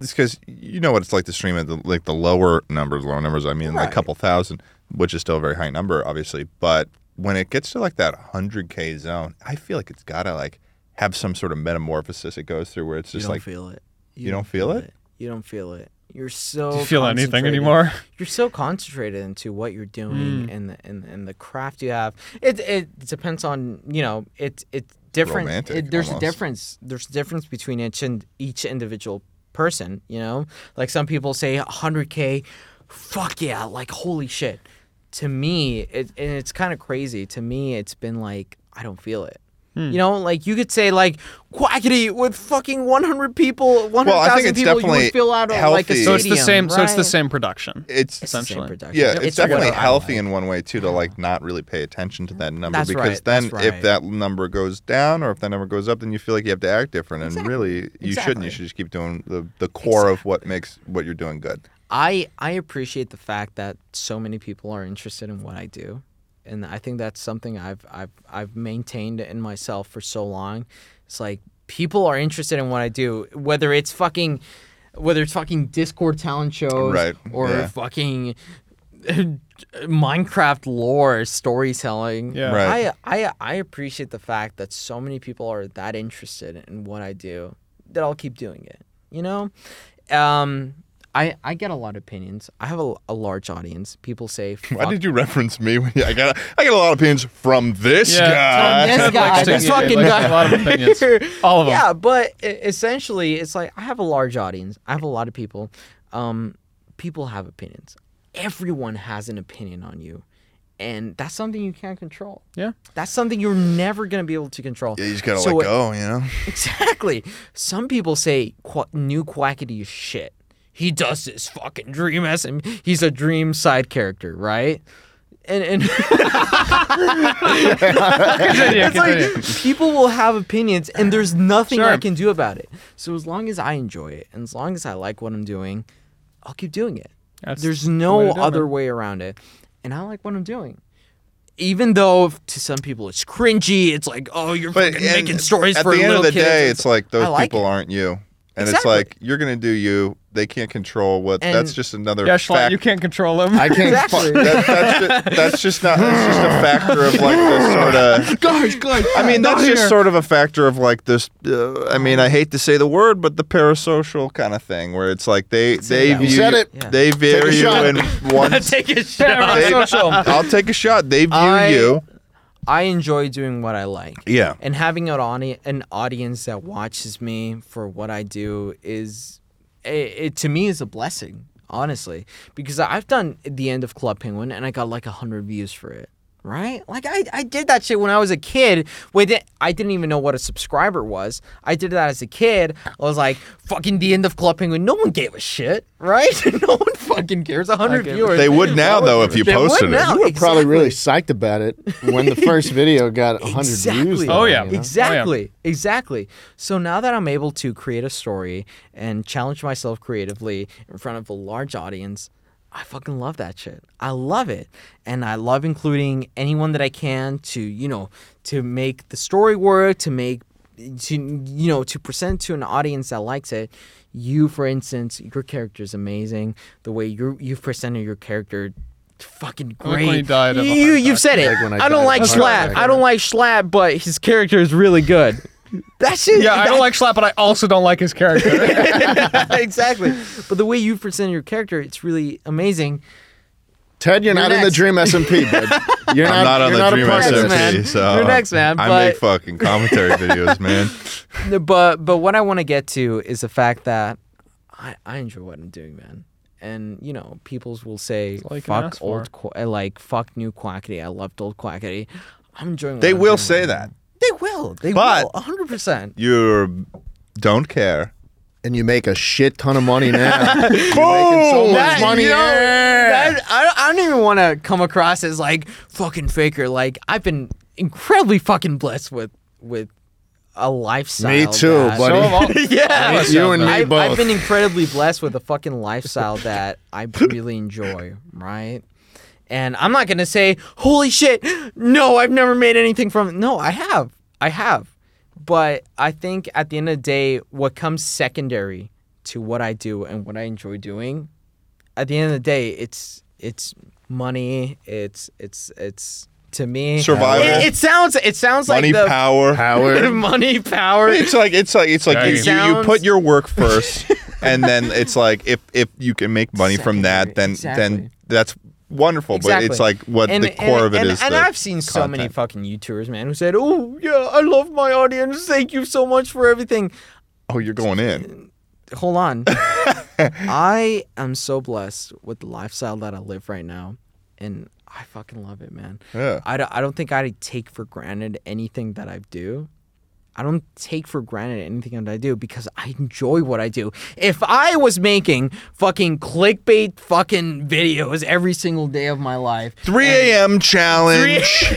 Speaker 4: it's because you know what it's like to stream at the like the lower numbers lower numbers i mean like a couple thousand which is still a very high number obviously but when it gets to like that 100k zone i feel like it's gotta like have some sort of metamorphosis it goes through where it's
Speaker 2: You
Speaker 4: just
Speaker 2: don't
Speaker 4: like
Speaker 2: feel it. You,
Speaker 4: don't feel it?
Speaker 2: You don't feel it. You're so.
Speaker 3: Do you feel anything
Speaker 2: concentrated.
Speaker 3: anymore?
Speaker 2: You're so concentrated into what you're doing
Speaker 4: Hmm.
Speaker 2: and, the, and and the craft you have. It it depends on you know it it's different.
Speaker 4: Romantic,
Speaker 2: it- there's
Speaker 4: almost.
Speaker 2: a difference. There's a difference between each and each individual person. You know, like some people say 100k, fuck yeah, like holy shit. To me, it and it's kind of crazy. To me, it's been like I don't feel it.
Speaker 4: Hmm.
Speaker 2: You know, like you could say like quackity with fucking 100 people, 100,000
Speaker 4: I think it's
Speaker 2: people, you
Speaker 4: definitely
Speaker 2: would fill out a, like a
Speaker 4: healthy.
Speaker 2: stadium.
Speaker 3: So it's the same. So it's the
Speaker 2: right?
Speaker 3: same production.
Speaker 4: it's
Speaker 2: It's the same
Speaker 3: essentially.
Speaker 2: production.
Speaker 4: Yeah, it's, definitely
Speaker 2: what I
Speaker 4: healthy
Speaker 2: like.
Speaker 4: in one way too to like not really pay attention to that number
Speaker 2: That's
Speaker 4: because
Speaker 2: right,
Speaker 4: then
Speaker 2: that's
Speaker 4: if
Speaker 2: right.
Speaker 4: that number goes down or if that number goes up, then you feel like you have to act different, and really you shouldn't. You
Speaker 2: Exactly.
Speaker 4: should just keep doing the the core of what makes what you're doing good.
Speaker 2: I I appreciate the fact that so many people are interested in what I do, and I think that's something I've I've I've maintained in myself for so long. It's like people are interested in what I do, whether it's fucking, whether it's fucking Discord talent shows
Speaker 4: Right,
Speaker 2: or
Speaker 4: yeah.
Speaker 2: fucking. Minecraft lore storytelling.
Speaker 3: Yeah.
Speaker 4: Right.
Speaker 2: I, I I appreciate the fact that so many people are that interested in what I do that I'll keep doing it. You know, um, I I get a lot of opinions. I have a, a large audience. People say,
Speaker 4: Why
Speaker 2: "Fuck
Speaker 4: did you reference me? When you, I got I got a lot of opinions from this guy.
Speaker 2: From this guy, this fucking guy.
Speaker 3: A lot of opinions. All of them.
Speaker 2: Yeah, but e- essentially, it's like I have a large audience. I have a lot of people. Um, people have opinions. Everyone has an opinion on you, and that's something you can't control.
Speaker 3: Yeah.
Speaker 2: That's something you're never gonna be able to control.
Speaker 4: Yeah, you just gotta
Speaker 2: So
Speaker 4: let
Speaker 2: what-
Speaker 4: go. You know,
Speaker 2: Exactly. Some people say Qu- new quackity is shit. He does this fucking dream as him. He's a dream side character, right? And and
Speaker 3: Continue,
Speaker 2: it's
Speaker 3: continue.
Speaker 2: like people will have opinions and there's nothing
Speaker 3: Sure.
Speaker 2: I can do about it. So as long as I enjoy it and as long as I like what I'm doing, I'll keep doing it.
Speaker 3: That's
Speaker 2: there's
Speaker 3: the way
Speaker 2: no
Speaker 3: to do it,
Speaker 2: other
Speaker 3: man.
Speaker 2: way around it. And I like what I'm doing. Even though to some people it's cringy, it's like, oh, you're fucking
Speaker 4: and
Speaker 2: making stories
Speaker 4: at
Speaker 2: for
Speaker 4: the end
Speaker 2: little
Speaker 4: of the
Speaker 2: kids.
Speaker 4: day, it's like
Speaker 2: I
Speaker 4: those
Speaker 2: like
Speaker 4: people
Speaker 2: it.
Speaker 4: aren't you, and it's
Speaker 2: Exactly.
Speaker 4: like you're gonna do you. They can't control what. that's
Speaker 2: And-
Speaker 4: just another
Speaker 3: Yeah, Schlatt,
Speaker 4: fact.
Speaker 3: you can't control him.
Speaker 1: I can't.
Speaker 2: Exactly.
Speaker 1: Fu-
Speaker 4: That, that's, just, that's just not. That's just a factor of like this sort of.
Speaker 3: Guys, guys.
Speaker 4: I mean, that's just sort of a factor of like this. Uh, I mean, I hate to say the word, but the parasocial kind of thing, where it's like they they
Speaker 2: that
Speaker 4: view
Speaker 2: way.
Speaker 1: You said it.
Speaker 2: Yeah.
Speaker 4: they view
Speaker 1: a
Speaker 4: you
Speaker 1: shot.
Speaker 4: in one.
Speaker 2: Take a shot.
Speaker 3: parasocial.
Speaker 4: I'll take a shot. They view
Speaker 2: I-
Speaker 4: you.
Speaker 2: I enjoy doing what I like.
Speaker 4: Yeah.
Speaker 2: And having an, audi- an audience that watches me for what I do is, it, it to me is a blessing, honestly, because I've done the end of Club Penguin and I got like 100 views for it. right? Like I, I did that shit when I was a kid. With it, I didn't even know what a subscriber was. I did that as a kid. I was like, fucking the end of Club Penguin. No one gave a shit, right? no one fucking cares. hundred viewers.
Speaker 4: They would now though if you
Speaker 2: They would
Speaker 4: posted it.
Speaker 2: now.
Speaker 4: You
Speaker 1: You were probably
Speaker 2: Exactly.
Speaker 1: really psyched about it when the first video got 100 views.
Speaker 2: Exactly.
Speaker 1: though,
Speaker 3: Oh, yeah.
Speaker 1: you know?
Speaker 2: Exactly. Exactly. So now that I'm able to create a story and challenge myself creatively in front of a large audience, I fucking love that shit. I love it. And I love including anyone that I can to, you know, to make the story work, to make to you know, to present to an audience that likes it. You, for instance, your character is amazing. The way you you've presented your character fucking
Speaker 3: Like when
Speaker 2: great.
Speaker 3: he died of a
Speaker 2: you,
Speaker 3: heart
Speaker 2: you've
Speaker 3: attack.
Speaker 2: said it.
Speaker 1: Like when I
Speaker 2: I, don't
Speaker 1: died
Speaker 2: like
Speaker 1: of a heart
Speaker 2: Schlatt.
Speaker 1: attack.
Speaker 2: I don't like Schlatt, but his character is really good. That shit.
Speaker 3: Yeah, I
Speaker 2: that-
Speaker 3: don't like Schlapp, but I also don't like his character.
Speaker 2: exactly. But the way you present your character, it's really amazing.
Speaker 1: Ted, you're, not in the
Speaker 2: next.
Speaker 1: Dream SMP, bud. You're
Speaker 4: I'm not on
Speaker 1: you're
Speaker 4: the
Speaker 1: not
Speaker 4: Dream
Speaker 1: a part of
Speaker 2: SMP.
Speaker 1: this.
Speaker 4: SMP,
Speaker 2: man.
Speaker 4: so
Speaker 2: You're next, man,
Speaker 4: I make fucking commentary videos, man.
Speaker 2: But but what I want to get to is the fact that I, I enjoy what I'm doing, man. And you know, peoples will say
Speaker 3: all you can
Speaker 2: fuck
Speaker 3: ask for.
Speaker 2: old, qu- like fuck new quackity. I loved old quackity. I'm enjoying. What
Speaker 4: They
Speaker 2: I'm
Speaker 4: will
Speaker 2: doing
Speaker 4: say
Speaker 2: right
Speaker 4: that.
Speaker 2: now. They will. They
Speaker 4: But-
Speaker 2: will. 100. percent
Speaker 4: You don't care.
Speaker 1: And you make a shit ton of money now. You're making so much
Speaker 2: That-
Speaker 1: money.
Speaker 2: yo,
Speaker 1: yeah.
Speaker 2: that- I, I don't even want to come across as like fucking faker. Like I've been incredibly fucking blessed with with a lifestyle.
Speaker 1: Me too,
Speaker 2: that-
Speaker 1: buddy.
Speaker 3: So am I.
Speaker 2: yeah,
Speaker 1: You and me
Speaker 2: I've,
Speaker 1: both.
Speaker 2: I've been incredibly blessed with a fucking lifestyle that I really enjoy, right? And I'm not gonna say, holy shit, no, I've never made anything from it. No, I have. I have. But I think at the end of the day, what comes secondary to what I do and what I enjoy doing, at the end of the day, it's it's money, it's it's it's to me
Speaker 4: Survival.
Speaker 2: It, it sounds it sounds
Speaker 4: Money,
Speaker 2: like the
Speaker 4: power.
Speaker 1: Howard.
Speaker 2: money power.
Speaker 4: It's like it's like it's like
Speaker 3: Yeah,
Speaker 4: you,
Speaker 3: it
Speaker 4: you, you put
Speaker 2: sounds-
Speaker 4: your work first, and then it's like if if you can make money from that, then then
Speaker 2: Exactly.
Speaker 4: that's wonderful. But it's like what
Speaker 2: And-
Speaker 4: the core
Speaker 2: and-
Speaker 4: of it is.
Speaker 2: and, And
Speaker 4: the
Speaker 2: I've seen so many
Speaker 4: content.
Speaker 2: fucking YouTubers, man, who said, "Oh yeah, I love my audience. Thank you so much for everything."
Speaker 4: Oh, you're going in.
Speaker 2: Hold on, I am so blessed with the lifestyle that I live right now, and I fucking love it, man.
Speaker 4: Yeah.
Speaker 2: I don't, I don't think I take for granted anything that I do. I don't take for granted anything that I do because I enjoy what I do. If I was making fucking clickbait fucking videos every single day of my life,
Speaker 4: 3 a.m. challenge.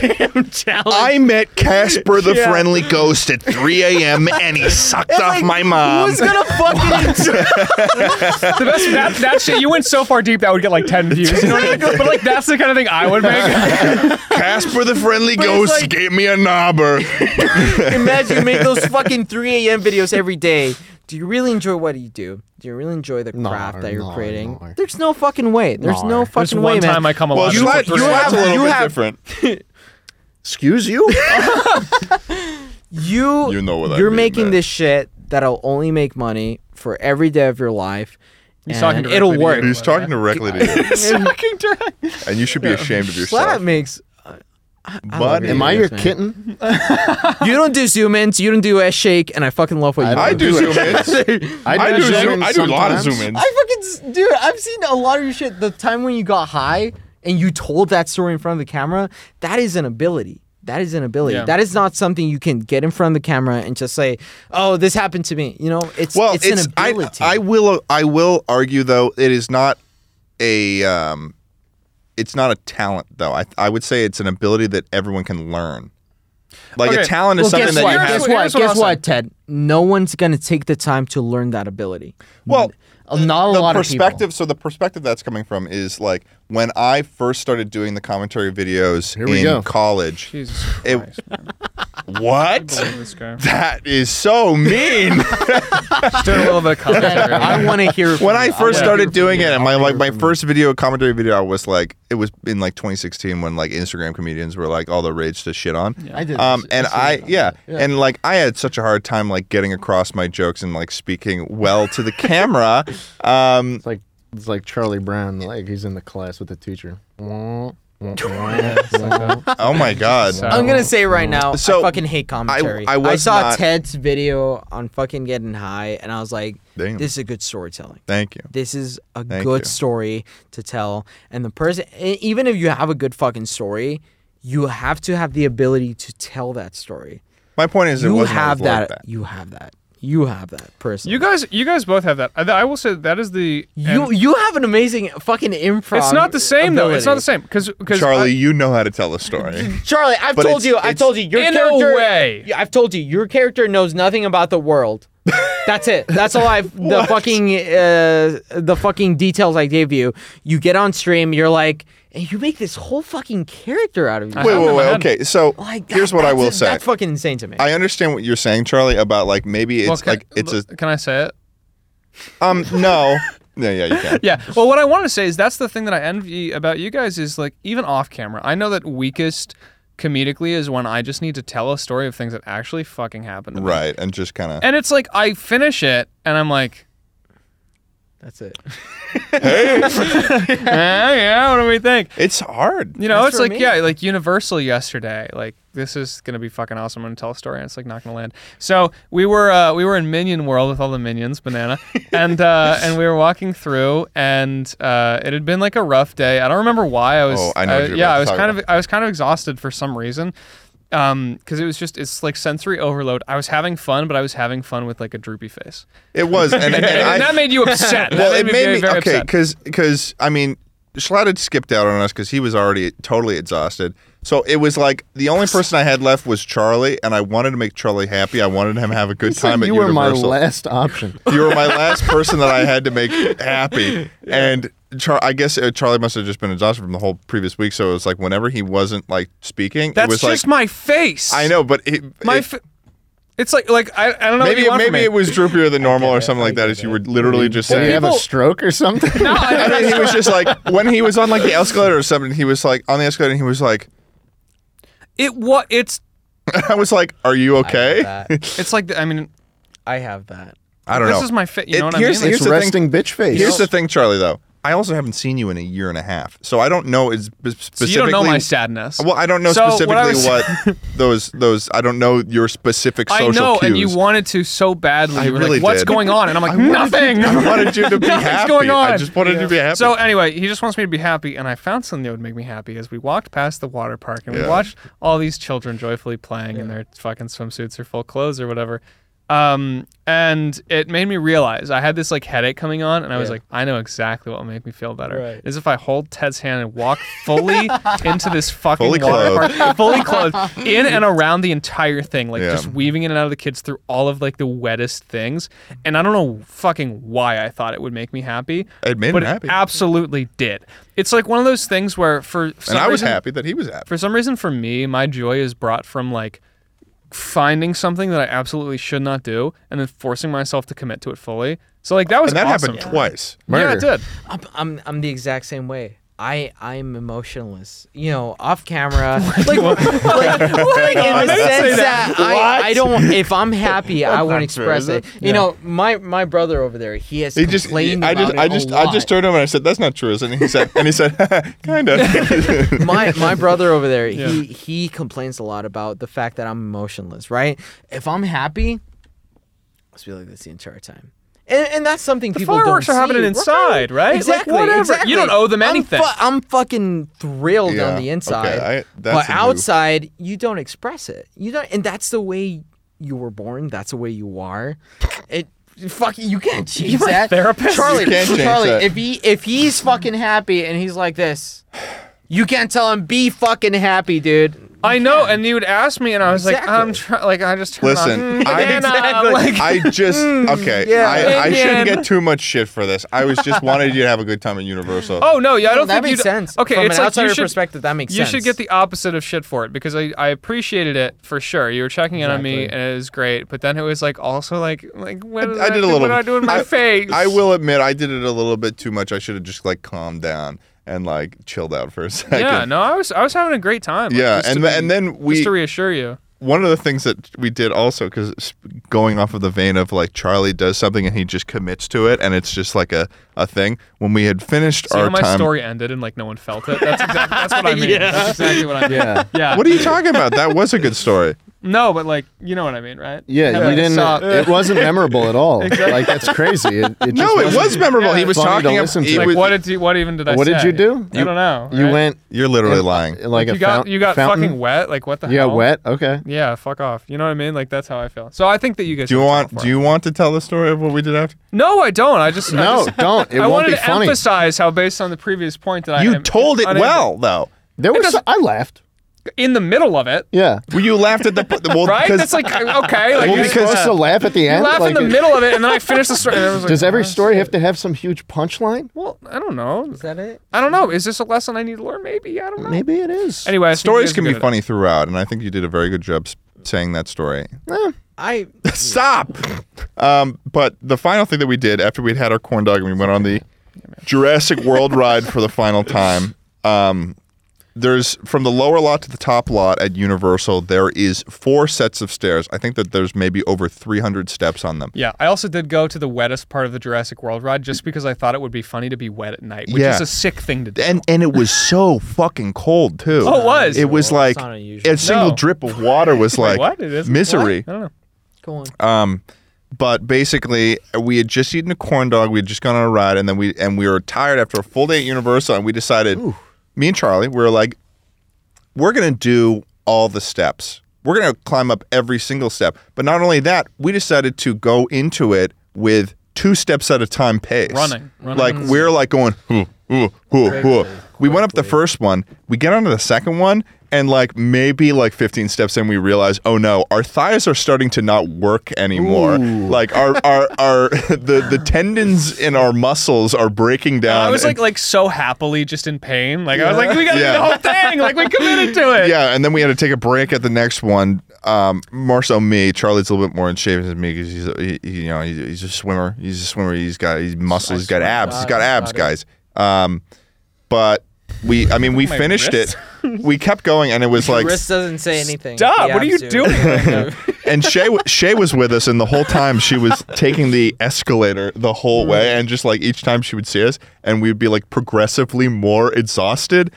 Speaker 4: I met Casper the
Speaker 2: Yeah.
Speaker 4: friendly ghost at 3 a.m. and he sucked off
Speaker 2: like,
Speaker 4: my mom.
Speaker 2: Who's gonna fucking?
Speaker 3: the best that, that shit. You went so far deep that would get like ten views. You know what I mean? But like that's the kind of thing I would make.
Speaker 4: Casper the friendly
Speaker 2: it's
Speaker 4: ghost
Speaker 2: like-
Speaker 4: gave me a knobber.
Speaker 2: imagine you make those fucking 3 a.m. videos every day. Do you really enjoy what you do? Do you really enjoy the craft that you're
Speaker 1: no,
Speaker 2: creating?
Speaker 1: no.
Speaker 2: There's no fucking way. There's
Speaker 1: No.
Speaker 2: no
Speaker 3: There's
Speaker 2: fucking
Speaker 3: one
Speaker 2: way, man.
Speaker 3: time I come
Speaker 4: well,
Speaker 3: alive.
Speaker 4: you,
Speaker 2: Slide-
Speaker 4: you
Speaker 2: you
Speaker 4: have
Speaker 2: have-
Speaker 4: a little
Speaker 2: you
Speaker 4: bit
Speaker 2: have-
Speaker 4: different.
Speaker 1: Excuse you?
Speaker 2: you
Speaker 4: You know what I
Speaker 2: you're
Speaker 4: mean,
Speaker 2: making
Speaker 4: man.
Speaker 2: this shit that'll only make money for every day of your life, and
Speaker 3: directly
Speaker 2: it'll
Speaker 3: to
Speaker 2: work.
Speaker 3: you.
Speaker 4: He's talking directly to you,
Speaker 3: Fucking direct.
Speaker 4: and you should be ashamed of
Speaker 2: Slap
Speaker 4: yourself.
Speaker 2: makes.
Speaker 4: But
Speaker 1: Am I your
Speaker 2: man.
Speaker 1: kitten?
Speaker 2: You don't do zoom ins. You don't do S shake, and I fucking love what you
Speaker 4: I do zoom ins. I do
Speaker 1: zoom
Speaker 4: zoom.
Speaker 1: in
Speaker 4: I do a lot of
Speaker 1: sometimes.
Speaker 4: zoom ins.
Speaker 2: I fucking s- dude, I've seen a lot of your shit. The time when you got high and you told that story in front of the camera, that is an ability. That is an ability.
Speaker 3: Yeah.
Speaker 2: That is not something you can get in front of the camera and just say, "Oh, this happened to me." You know, it's
Speaker 4: Well,
Speaker 2: it's,
Speaker 4: it's,
Speaker 2: an ability.
Speaker 4: I, I will. I will argue though it is not a. Um, it's not a talent though. I I would say it's an ability that everyone can learn. Like a
Speaker 3: Okay.
Speaker 4: talent is
Speaker 2: well,
Speaker 4: something
Speaker 2: guess
Speaker 4: that
Speaker 2: what?
Speaker 4: you
Speaker 3: Here's
Speaker 4: have.
Speaker 2: guess
Speaker 3: what-
Speaker 2: what?
Speaker 3: here's what
Speaker 2: Guess
Speaker 3: I'll say.
Speaker 2: what, Ted? No one's gonna take the time to learn that ability.
Speaker 4: Well,
Speaker 2: Uh, not a
Speaker 4: the
Speaker 2: lot of
Speaker 4: perspective.
Speaker 2: people.
Speaker 4: So the perspective that's coming from is like when I first started doing the commentary videos
Speaker 1: we
Speaker 4: in
Speaker 1: go.
Speaker 4: college.
Speaker 3: Jesus
Speaker 4: It-
Speaker 3: Christ, man.
Speaker 4: What?
Speaker 3: This guy.
Speaker 4: That is so mean.
Speaker 3: Just doing a little bit of commentary.
Speaker 2: I want to hear from
Speaker 4: when
Speaker 2: you.
Speaker 4: I first
Speaker 3: yeah.
Speaker 4: started doing it, and my like my first video commentary video, I was like, it was in like 2016 when like Instagram comedians were like all the rage to shit on.
Speaker 2: I did.
Speaker 4: Um, and I yeah, and like I had such a hard time like getting across my jokes and like speaking well to the camera. Um,
Speaker 1: It's like it's like Charlie Brown, like he's in the class with the teacher.
Speaker 4: oh my god.
Speaker 2: I'm gonna say right now,
Speaker 4: So,
Speaker 2: I fucking hate commentary.
Speaker 4: I
Speaker 2: I,
Speaker 4: was
Speaker 2: saw
Speaker 4: not-
Speaker 2: Ted's video on fucking getting high, and I was like,
Speaker 4: Damn.
Speaker 2: "This is a good storytelling.
Speaker 4: Thank you.
Speaker 2: This is a
Speaker 4: Thank
Speaker 2: good
Speaker 4: you.
Speaker 2: story to tell." And the person, e- even if you have a good fucking story, you have to have the ability to tell that story.
Speaker 4: My point is, it
Speaker 2: You
Speaker 4: wasn't
Speaker 2: have
Speaker 4: always
Speaker 2: that,
Speaker 4: like that.
Speaker 2: You have that. You have that person.
Speaker 3: You guys, you guys both have that. I, I will say that is the
Speaker 2: You
Speaker 3: and
Speaker 2: you have an amazing fucking improv.
Speaker 3: It's not the same though. It's not
Speaker 2: ability.
Speaker 3: the same because because
Speaker 4: Charlie, you know how to tell a story.
Speaker 2: Charlie, I've
Speaker 4: But
Speaker 2: told
Speaker 4: it's-
Speaker 2: you. I've
Speaker 4: it's-
Speaker 2: told you. Your
Speaker 3: In a
Speaker 2: character.
Speaker 3: way.
Speaker 2: I've told you. Your character knows nothing about the world. That's it. That's all I've the fucking uh, the fucking details I gave you. You get on stream. You're like, and you make this whole fucking character out of yourself.
Speaker 4: wait, wait,
Speaker 3: in my
Speaker 4: wait.
Speaker 3: head.
Speaker 4: Okay, so
Speaker 2: Like, that-
Speaker 4: here's what
Speaker 2: Oh
Speaker 4: I
Speaker 2: that's-
Speaker 4: will say.
Speaker 2: That's fucking insane to me.
Speaker 4: I understand what you're saying, Charlie, about like maybe it's
Speaker 3: Well, can,
Speaker 4: like it's a
Speaker 3: can I say it?
Speaker 4: um no. Yeah, yeah, you can.
Speaker 3: Yeah. Well, what I want to say is that's the thing that I envy about you guys is like even off camera. I know that weakest comedically is when I just need to tell a story of things that actually fucking happened. To me.
Speaker 4: Right, and just kind of
Speaker 3: And it's like I finish it and I'm like,
Speaker 2: that's it.
Speaker 3: eh, yeah, what do we think?
Speaker 4: it's hard.
Speaker 3: You know,
Speaker 2: That's
Speaker 3: it's
Speaker 2: for
Speaker 3: like
Speaker 2: me.
Speaker 3: yeah, like Universal yesterday. Like this is gonna be fucking awesome. I'm gonna tell a story, and it's like not gonna land. So we were uh, we were in Minion World with all the minions, banana, and uh, and we were walking through, and uh, it had been like a rough day. I don't remember why I was.
Speaker 4: Oh, I know what you're
Speaker 3: yeah,
Speaker 4: about
Speaker 3: I
Speaker 4: to
Speaker 3: was
Speaker 4: talk
Speaker 3: kind of I was kind of exhausted for some reason. Um, because it was just it's like sensory overload. I was having fun, but I was having fun with like a droopy face,
Speaker 4: It was, and, and,
Speaker 3: and,
Speaker 4: I,
Speaker 3: that made you upset. That
Speaker 4: well, it
Speaker 3: me
Speaker 4: made
Speaker 3: very,
Speaker 4: me
Speaker 3: very
Speaker 4: okay
Speaker 3: upset.
Speaker 4: because because I mean, Schlatt had skipped out on us because he was already totally exhausted. So it was like the only person I had left was Charlie, and I wanted to make Charlie happy. I wanted him to have a good
Speaker 1: So
Speaker 4: time at
Speaker 1: you were my
Speaker 4: Universal.
Speaker 1: last option.
Speaker 4: you were my last person that I had to make happy. And Char- I guess uh, Charlie must have just been exhausted from the whole previous week. So it was like whenever he wasn't like speaking,
Speaker 3: That's
Speaker 4: it was
Speaker 3: just
Speaker 4: like
Speaker 3: my face.
Speaker 4: I know, but it,
Speaker 3: My,
Speaker 4: it-
Speaker 3: f- it's like like I, I don't know. what
Speaker 4: maybe
Speaker 3: you want from
Speaker 4: maybe
Speaker 3: me.
Speaker 4: it was droopier than normal or something like that. Is you were literally just
Speaker 1: Did
Speaker 4: saying.
Speaker 1: you have a stroke or something?
Speaker 3: No, I-
Speaker 4: and then he was just like when he was on like the escalator or something. He was like on the escalator. and He was like,
Speaker 3: it what it's
Speaker 4: I was like, "Are you okay?"
Speaker 2: That-
Speaker 3: it's like the, I mean
Speaker 2: I have that.
Speaker 4: I don't
Speaker 3: this
Speaker 4: know.
Speaker 3: is my fit. You
Speaker 4: It-
Speaker 3: know what
Speaker 4: here's
Speaker 3: I mean?
Speaker 4: the-
Speaker 1: it's
Speaker 4: here's thing-
Speaker 1: resting bitch face.
Speaker 4: Here's the thing, Charlie. Though I also haven't seen you in a year and a half, so I don't know is
Speaker 3: So
Speaker 4: specifically.
Speaker 3: you don't know my sadness.
Speaker 4: Well, I don't know
Speaker 3: So what I
Speaker 4: specifically what,
Speaker 3: was-
Speaker 4: those those. I don't know your specific
Speaker 3: I
Speaker 4: social
Speaker 3: know,
Speaker 4: cues.
Speaker 3: and you wanted to so badly.
Speaker 4: I
Speaker 3: You were
Speaker 4: really
Speaker 3: like, What's
Speaker 4: did.
Speaker 3: going on? And I'm like,
Speaker 4: wanted
Speaker 3: nothing.
Speaker 4: you- I wanted you to be
Speaker 3: Nothing's
Speaker 4: happy.
Speaker 3: going on.
Speaker 4: I just wanted you to be happy.
Speaker 3: So anyway, he just wants me to be happy, and I found something that would make me happy. As we walked past the water park, and we
Speaker 4: Yeah.
Speaker 3: watched all these children joyfully playing in their fucking swimsuits or full clothes or whatever, um, and it made me realize I had this like headache coming on, and I was like, I know exactly what will make me feel better
Speaker 2: Right.
Speaker 3: is if I hold Ted's hand and walk fully into this fucking
Speaker 4: Fully
Speaker 3: water
Speaker 4: clothed.
Speaker 3: park, fully clothed, in and around the entire thing, like
Speaker 4: Yeah.
Speaker 3: just weaving in and out of the kids through all of like the wettest things. And I don't know fucking why I thought it would make me happy.
Speaker 4: It made
Speaker 3: but
Speaker 4: him happy.
Speaker 3: It absolutely did. It's like one of those things where for some
Speaker 4: and I was
Speaker 3: reason,
Speaker 4: happy that he was happy.
Speaker 3: For some reason, for me, my joy is brought from like finding something that I absolutely should not do and then forcing myself to commit to it fully. So like that was
Speaker 4: And that
Speaker 3: awesome.
Speaker 4: happened twice.
Speaker 3: Yeah,
Speaker 1: Murder.
Speaker 3: it did.
Speaker 2: I'm, I'm I'm the exact same way. I I'm emotionless. You know, off camera, like, like, like in the sense that, I, I don't. If I'm happy, I won't express it. You know, my my brother over there, he has
Speaker 4: He just,
Speaker 2: complained
Speaker 4: I just,
Speaker 2: about
Speaker 4: I
Speaker 2: it a
Speaker 4: just, I
Speaker 2: lot.
Speaker 4: just turned to him and I said, "That's not true," is it? And he said, and he said, "Kind of."
Speaker 2: my my brother over there,
Speaker 3: Yeah.
Speaker 2: he he complains a lot about the fact that I'm emotionless, right? If I'm happy, I'll just be like this the entire time. And, and that's something people don't
Speaker 3: fireworks are happening
Speaker 2: see,
Speaker 3: inside, right? Like,
Speaker 2: Exactly.
Speaker 3: whatever. You
Speaker 2: exactly.
Speaker 3: don't owe them
Speaker 2: I'm
Speaker 3: anything.
Speaker 2: fu- I'm, fucking thrilled
Speaker 4: Yeah,
Speaker 2: on the inside,
Speaker 4: okay, I- that's
Speaker 2: but
Speaker 4: a move.
Speaker 2: outside you don't express it. You don't, and that's the way you were born. That's the way you are. It. Fuck you! Can't change
Speaker 3: You're a
Speaker 2: that,
Speaker 3: therapist.
Speaker 2: Charlie.
Speaker 4: You can't change
Speaker 2: Charlie,
Speaker 4: that.
Speaker 2: if he if he's fucking happy and he's like this, you can't tell him be fucking happy, dude.
Speaker 3: I know, and you would ask me, and I was like, I'm trying, like, I just turned
Speaker 4: Listen,
Speaker 3: on, "Mm,
Speaker 4: I-
Speaker 3: banana,"
Speaker 2: Exactly.
Speaker 3: like,
Speaker 4: I just okay.
Speaker 2: Hmm, yeah.
Speaker 4: I, I shouldn't
Speaker 3: Indian.
Speaker 4: get too much shit for this. I was just wanted you to have a good time at Universal.
Speaker 3: Oh no, yeah, I don't
Speaker 2: that
Speaker 3: think
Speaker 2: makes
Speaker 3: you'd-
Speaker 2: sense.
Speaker 3: Okay,
Speaker 2: From
Speaker 3: it's
Speaker 2: an
Speaker 3: like
Speaker 2: outsider
Speaker 3: you should,
Speaker 2: perspective, that makes
Speaker 3: you
Speaker 2: sense.
Speaker 3: should get the opposite of shit for it because I, I appreciated it for sure. You were checking in on me
Speaker 2: Exactly.
Speaker 3: and it was great, but then it was like also like like what
Speaker 4: I,
Speaker 3: is
Speaker 4: I
Speaker 3: that-
Speaker 4: did a little.
Speaker 3: What do I do in my
Speaker 4: I-
Speaker 3: face?
Speaker 4: I will admit I did it a little bit too much. I should have just like calmed down and like chilled out for a second.
Speaker 3: Yeah, no, I was I was having a great time. like,
Speaker 4: Yeah,
Speaker 3: just
Speaker 4: and
Speaker 3: to
Speaker 4: th-
Speaker 3: be-
Speaker 4: and then we
Speaker 3: just to reassure you.
Speaker 4: one of the things that we did also because going off of the vein of like Charlie does something and he just commits to it and it's just like a, a thing. When we had finished
Speaker 3: See
Speaker 4: our
Speaker 3: how my
Speaker 4: time,
Speaker 3: story ended and like no one felt it. That's exactly that's what I mean. That's exactly what I mean.
Speaker 1: Yeah.
Speaker 3: Yeah.
Speaker 4: what are you talking about? That was a good story.
Speaker 3: No, but like you know what I mean, right?
Speaker 1: Yeah,
Speaker 3: Having
Speaker 1: you
Speaker 3: a
Speaker 1: didn't.
Speaker 3: sock.
Speaker 1: It wasn't memorable at all. Like that's crazy. It, it
Speaker 4: No,
Speaker 1: just
Speaker 4: it was
Speaker 1: wasn't-
Speaker 4: memorable.
Speaker 3: Yeah,
Speaker 4: he was
Speaker 1: funny to
Speaker 4: talking. ab-
Speaker 1: listen to.
Speaker 4: he
Speaker 3: like
Speaker 4: was-
Speaker 3: what did you, what even did I
Speaker 1: What
Speaker 3: say?
Speaker 1: did you do?
Speaker 3: I don't know.
Speaker 1: You
Speaker 3: right?
Speaker 1: went
Speaker 4: You're literally lying.
Speaker 1: like
Speaker 3: you
Speaker 1: a
Speaker 3: got
Speaker 1: fount-
Speaker 3: you got
Speaker 1: fountain.
Speaker 3: fucking wet. Like what the
Speaker 1: You
Speaker 3: hell?
Speaker 1: got wet. Okay.
Speaker 3: Yeah, fuck off. You know what I mean? Like that's how I feel. So I think that you guys.
Speaker 4: Do you
Speaker 3: have to go
Speaker 4: want?
Speaker 3: for
Speaker 4: Do
Speaker 3: it.
Speaker 4: you want to tell the story of what we did after?
Speaker 3: No, I don't. I just I
Speaker 1: No,
Speaker 3: just-
Speaker 1: don't. It
Speaker 3: I
Speaker 1: won't
Speaker 3: wanted
Speaker 1: be
Speaker 3: to
Speaker 1: funny.
Speaker 3: emphasize how, based on the previous point, that I
Speaker 4: You
Speaker 3: am
Speaker 4: told it
Speaker 3: unable-
Speaker 4: well, though.
Speaker 1: There was.
Speaker 3: doesn't-
Speaker 1: I laughed.
Speaker 3: in the middle of it,
Speaker 1: Yeah.
Speaker 4: Well, you laughed at the well,
Speaker 3: right?
Speaker 4: because
Speaker 3: That's like okay. Like,
Speaker 4: Well,
Speaker 1: You're
Speaker 3: you-
Speaker 4: because-
Speaker 1: supposed to laugh at the
Speaker 3: you
Speaker 1: end.
Speaker 3: laugh in
Speaker 1: Like,
Speaker 3: the middle of it, and then I finish the story. and I was like,
Speaker 1: Does every
Speaker 3: "Oh,
Speaker 1: story
Speaker 3: shit."
Speaker 1: have to have some huge punchline?
Speaker 3: Well, I don't know.
Speaker 2: Is that it?
Speaker 3: I don't know. Is this a lesson I need to learn? Maybe I don't know.
Speaker 1: Maybe it is.
Speaker 3: Anyway, I think you
Speaker 4: stories
Speaker 3: guys are
Speaker 4: can be
Speaker 3: good at it.
Speaker 4: funny throughout, and I think you did a very good job s- saying that story.
Speaker 2: I
Speaker 4: Stop. Um, but the final thing that we did after we'd had our corn dog and we went on the Jurassic World ride for the final time. Um, there's from the lower lot to the top lot at Universal. There is four sets of stairs. I think that there's maybe over 300 steps on them.
Speaker 3: Yeah, I also did go to the wettest part of the Jurassic World ride just because I thought it would be funny to be wet at night, which
Speaker 4: Yeah.
Speaker 3: is a sick thing to do.
Speaker 4: and and it was so fucking cold too.
Speaker 3: Oh, it was?
Speaker 4: It was
Speaker 2: Well,
Speaker 4: like
Speaker 2: that's not unusual.
Speaker 4: a single
Speaker 3: No.
Speaker 4: drip of water was like
Speaker 3: what? It is-
Speaker 4: misery.
Speaker 3: what? I don't know.
Speaker 2: go on.
Speaker 4: Um, but basically, we had just eaten a corn dog. We had just gone on a ride, and then we and we were tired after a full day at Universal, and we decided, me and Charlie, we were like, we're gonna do all the steps. We're gonna climb up every single step. But not only that, we decided to go into it with two steps at a time pace.
Speaker 3: Running, running.
Speaker 4: Like we're like going, "Hoo, hoo, hoo, hoo." we went up the first one. We get onto the second one, and like maybe like 15 steps in, we realize, oh no, our thighs are starting to not work anymore. Like our our our the the tendons in our muscles are breaking down.
Speaker 3: I was like,
Speaker 4: and-
Speaker 3: like so happily just in pain. Like I was like, we gotta
Speaker 4: Yeah.
Speaker 3: do the whole thing. Like we committed to it.
Speaker 4: yeah, and then we had to take a break at the next one. Um, more so me. Charlie's a little bit more in shape than me because he's, a, he, he, you know, he's, he's a swimmer. He's a swimmer. He's got he's muscles. He's got abs. He's got abs, guys. Um, but we, I mean, we
Speaker 3: My
Speaker 4: finished it. We kept going, and it was like,
Speaker 2: Wrist doesn't say anything.
Speaker 3: Stop!
Speaker 2: Yeah,
Speaker 3: what are
Speaker 2: I'm
Speaker 3: you
Speaker 2: serious.
Speaker 3: doing?
Speaker 4: and Shay, w- Shay was with us, and the whole time she was taking the escalator the whole
Speaker 3: Mm.
Speaker 4: way, and just like each time she would see us, and we'd be like progressively more exhausted.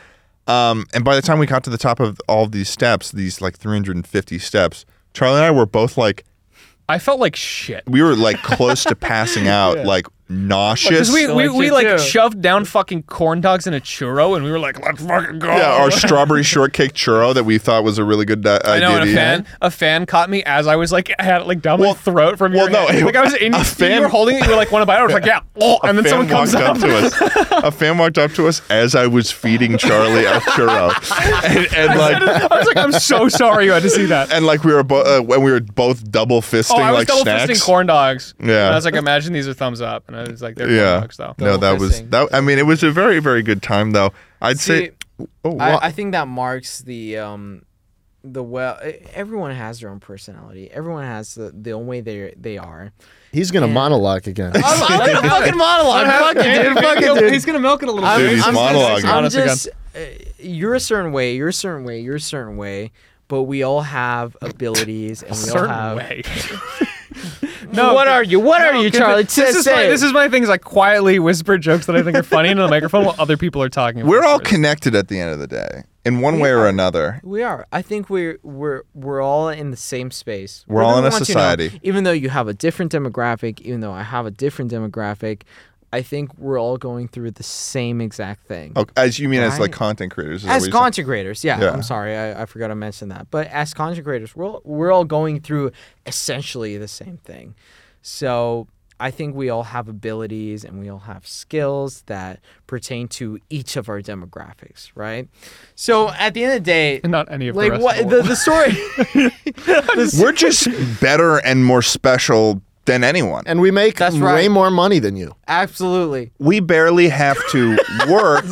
Speaker 4: Um, and by the time we got to the top of all these steps, these like 350 steps, Charlie and I were both like,
Speaker 3: I felt like shit.
Speaker 4: we were like close to passing out, like
Speaker 3: Because
Speaker 4: nauseous.
Speaker 3: we, we,
Speaker 2: like
Speaker 3: we
Speaker 2: shit,
Speaker 3: like
Speaker 2: too.
Speaker 3: shoved down fucking corn dogs in a churro and we were like, let's fucking go.
Speaker 4: yeah, our strawberry shortcake churro that we thought was a really good uh,
Speaker 3: I
Speaker 4: idea.
Speaker 3: know, and
Speaker 4: to
Speaker 3: a
Speaker 4: eat.
Speaker 3: fan, a fan caught me as I was like, I had it like down
Speaker 4: Well,
Speaker 3: my throat from
Speaker 4: well,
Speaker 3: your
Speaker 4: no,
Speaker 3: hand.
Speaker 4: it-
Speaker 3: like I was in
Speaker 4: a
Speaker 3: you,
Speaker 4: fan-
Speaker 3: you were holding it, you were like one about it, I was like, yeah, oh, and then
Speaker 4: fan
Speaker 3: someone comes
Speaker 4: walked
Speaker 3: up.
Speaker 4: to us. A fan walked up to us as I was feeding Charlie a churro, and, and like.
Speaker 3: I was like, I'm so sorry you had to see that.
Speaker 4: And like we were both uh, when we were both double fisting
Speaker 3: oh, I was
Speaker 4: like
Speaker 3: double
Speaker 4: snacks.
Speaker 3: fisting corn dogs.
Speaker 4: Yeah.
Speaker 3: And I was like, imagine these are thumbs up. And I was like, they're corn
Speaker 4: yeah.
Speaker 3: dogs though.
Speaker 4: No, that was
Speaker 2: fisting.
Speaker 4: that. I mean, it was a very very good time though. I'd
Speaker 2: See,
Speaker 4: say. Oh, wow.
Speaker 2: I, I think that marks the um the well e, everyone has their own personality everyone has the, the own way they they are
Speaker 1: He's gonna monologue again.
Speaker 2: I'm, I'm fucking monologue
Speaker 3: Dude, he'll- He's gonna milk it a little
Speaker 4: Dude,
Speaker 3: bit.
Speaker 4: he's monologuing.
Speaker 2: I'm
Speaker 3: Honest to God.
Speaker 2: just uh, you're a certain way you're a certain way you're a certain way but we all have abilities and we all
Speaker 3: certain
Speaker 2: have
Speaker 3: way.
Speaker 2: no what are you what are you Charlie
Speaker 3: This
Speaker 2: Say-
Speaker 3: is
Speaker 2: say
Speaker 3: my
Speaker 2: it.
Speaker 3: this is my thing. Is I quietly whisper jokes that I think are funny into the microphone while other people are talking. about
Speaker 4: we're all
Speaker 3: stories.
Speaker 4: connected at the end of the day in one way or another.
Speaker 2: We are. I think we're we're we're all in the same space.
Speaker 4: We're
Speaker 2: Whether
Speaker 4: all
Speaker 2: we
Speaker 4: in a
Speaker 2: want to or
Speaker 4: society.
Speaker 2: Not, even though you have a different demographic, even though I have a different demographic, I think we're all going through the same exact thing.
Speaker 4: Oh, as you mean as like
Speaker 2: Right.
Speaker 4: content creators? is
Speaker 2: As
Speaker 4: what you're saying?
Speaker 2: content creators, yeah,
Speaker 4: Yeah.
Speaker 2: I'm sorry, I, I forgot to mention that. But as content creators, we're all, we're all going through essentially the same thing. So I think we all have abilities and we all have skills that pertain to each of our demographics, right? So at the end of the day,
Speaker 3: And not any of
Speaker 2: like
Speaker 3: the rest.
Speaker 2: what
Speaker 3: of the
Speaker 2: the,
Speaker 3: world.
Speaker 2: the story.
Speaker 4: We're just better and more special than anyone.
Speaker 1: and we make
Speaker 2: That's
Speaker 1: way
Speaker 2: right.
Speaker 1: more money than you.
Speaker 2: Absolutely.
Speaker 4: we barely have to work.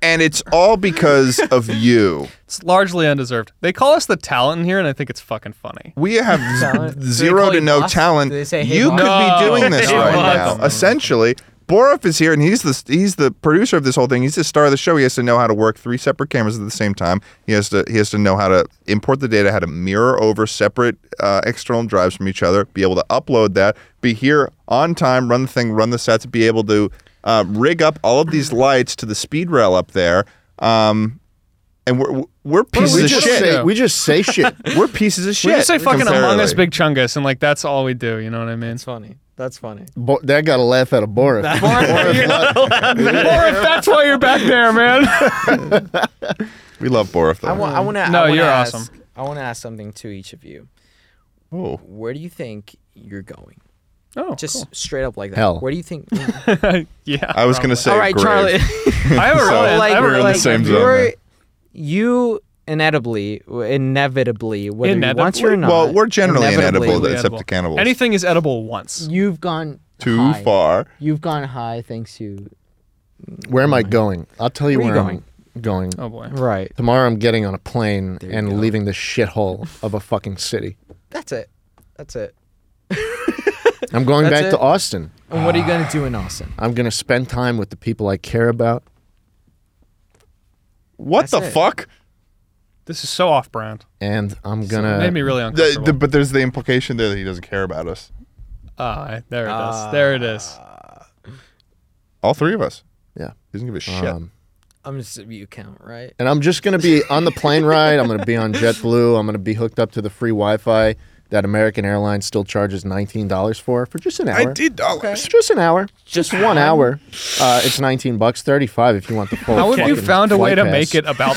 Speaker 4: And it's all because of you.
Speaker 3: It's largely undeserved. They call us the talent in here, and I think it's fucking funny.
Speaker 4: We have
Speaker 2: Talent?
Speaker 4: z-
Speaker 2: Do they
Speaker 4: zero
Speaker 2: call
Speaker 4: to
Speaker 2: you
Speaker 4: no
Speaker 2: boss?
Speaker 4: talent.
Speaker 2: Do they say, "Hey,
Speaker 4: you
Speaker 2: boss"?
Speaker 4: could be
Speaker 3: No.
Speaker 4: doing this
Speaker 3: Hey,
Speaker 4: right
Speaker 3: boss.
Speaker 4: now. Essentially, Borov is here, and he's the he's the producer of this whole thing. He's the star of the show. He has to know how to work three separate cameras at the same time. He has to he has to know how to import the data, how to mirror over separate uh, external drives from each other, be able to upload that, be here on time, run the thing, run the sets, be able to uh, rig up all of these lights to the speed rail up there. Um, and we're we're pieces
Speaker 1: we
Speaker 4: of
Speaker 1: just
Speaker 4: shit.
Speaker 1: say we just say shit.
Speaker 4: we're pieces of shit.
Speaker 3: We just say fucking Among Us,
Speaker 4: comparatively.
Speaker 3: Big Chungus, and like that's all we do. You know what I mean?
Speaker 2: It's funny. That's funny.
Speaker 1: Bo- that got a laugh out of Boris.
Speaker 3: Borat, that's why you're back there, man.
Speaker 4: We love Borif though.
Speaker 2: I want. I want to.
Speaker 3: No,
Speaker 2: I wanna
Speaker 3: you're
Speaker 2: ask-
Speaker 3: awesome.
Speaker 2: I want to ask something to each of you.
Speaker 4: oh,
Speaker 2: Where do you think you're going?
Speaker 3: Oh,
Speaker 2: Just straight up like that.
Speaker 1: Hell.
Speaker 2: Where do you think?
Speaker 3: cool. yeah.
Speaker 4: I was gonna say.
Speaker 2: All right,
Speaker 4: grave.
Speaker 2: Charlie.
Speaker 3: I have a
Speaker 4: So,
Speaker 3: real- I
Speaker 2: like
Speaker 3: have a
Speaker 4: we're in
Speaker 3: real-
Speaker 4: the
Speaker 2: like,
Speaker 4: same
Speaker 2: if
Speaker 4: zone
Speaker 2: you're-
Speaker 4: there.
Speaker 2: You inevitably, inevitably, whether you want to or
Speaker 3: Inevitably?
Speaker 2: not.
Speaker 4: Well, we're generally
Speaker 2: inevitably,
Speaker 4: inedible. That's
Speaker 3: edible.
Speaker 4: up to cannibals.
Speaker 3: Anything is edible once.
Speaker 2: You've gone
Speaker 4: too
Speaker 2: high.
Speaker 4: far.
Speaker 2: You've gone high thanks to
Speaker 1: Where am I going? I'll tell you
Speaker 2: Where
Speaker 1: where,
Speaker 2: you
Speaker 1: I'm going.
Speaker 3: Oh boy.
Speaker 2: right.
Speaker 1: Tomorrow I'm getting on a plane
Speaker 2: There you go.
Speaker 1: and leaving this shithole of a fucking city.
Speaker 2: That's it. That's it.
Speaker 1: I'm going
Speaker 2: That's
Speaker 1: back to
Speaker 2: it?
Speaker 1: Austin.
Speaker 2: And what are you gonna do in Austin?
Speaker 1: I'm gonna spend time with the people I care about.
Speaker 4: What
Speaker 2: That's
Speaker 4: the
Speaker 2: it.
Speaker 4: fuck?
Speaker 3: This is so off-brand.
Speaker 1: And I'm
Speaker 3: It
Speaker 1: gonna
Speaker 3: made me really
Speaker 4: The-
Speaker 3: uncomfortable.
Speaker 4: the- but there's the implication there that he doesn't care about us.
Speaker 3: Ah, there it is. there it is.
Speaker 4: All three of us.
Speaker 1: Yeah.
Speaker 4: He doesn't give a shit.
Speaker 1: Um,
Speaker 2: I'm just you count right.
Speaker 1: and I'm just gonna be on the plane ride. I'm gonna be on JetBlue. I'm gonna be hooked up to the free Wi-Fi that American Airlines still charges nineteen dollars for for just an hour.
Speaker 4: Nineteen dollars.
Speaker 1: It's just an hour. Just one hour. Uh, it's nineteen bucks, thirty-five if you want the full.
Speaker 3: How have Oh, you
Speaker 1: fucking
Speaker 3: found a way
Speaker 1: flight
Speaker 3: to
Speaker 1: pass.
Speaker 3: make it about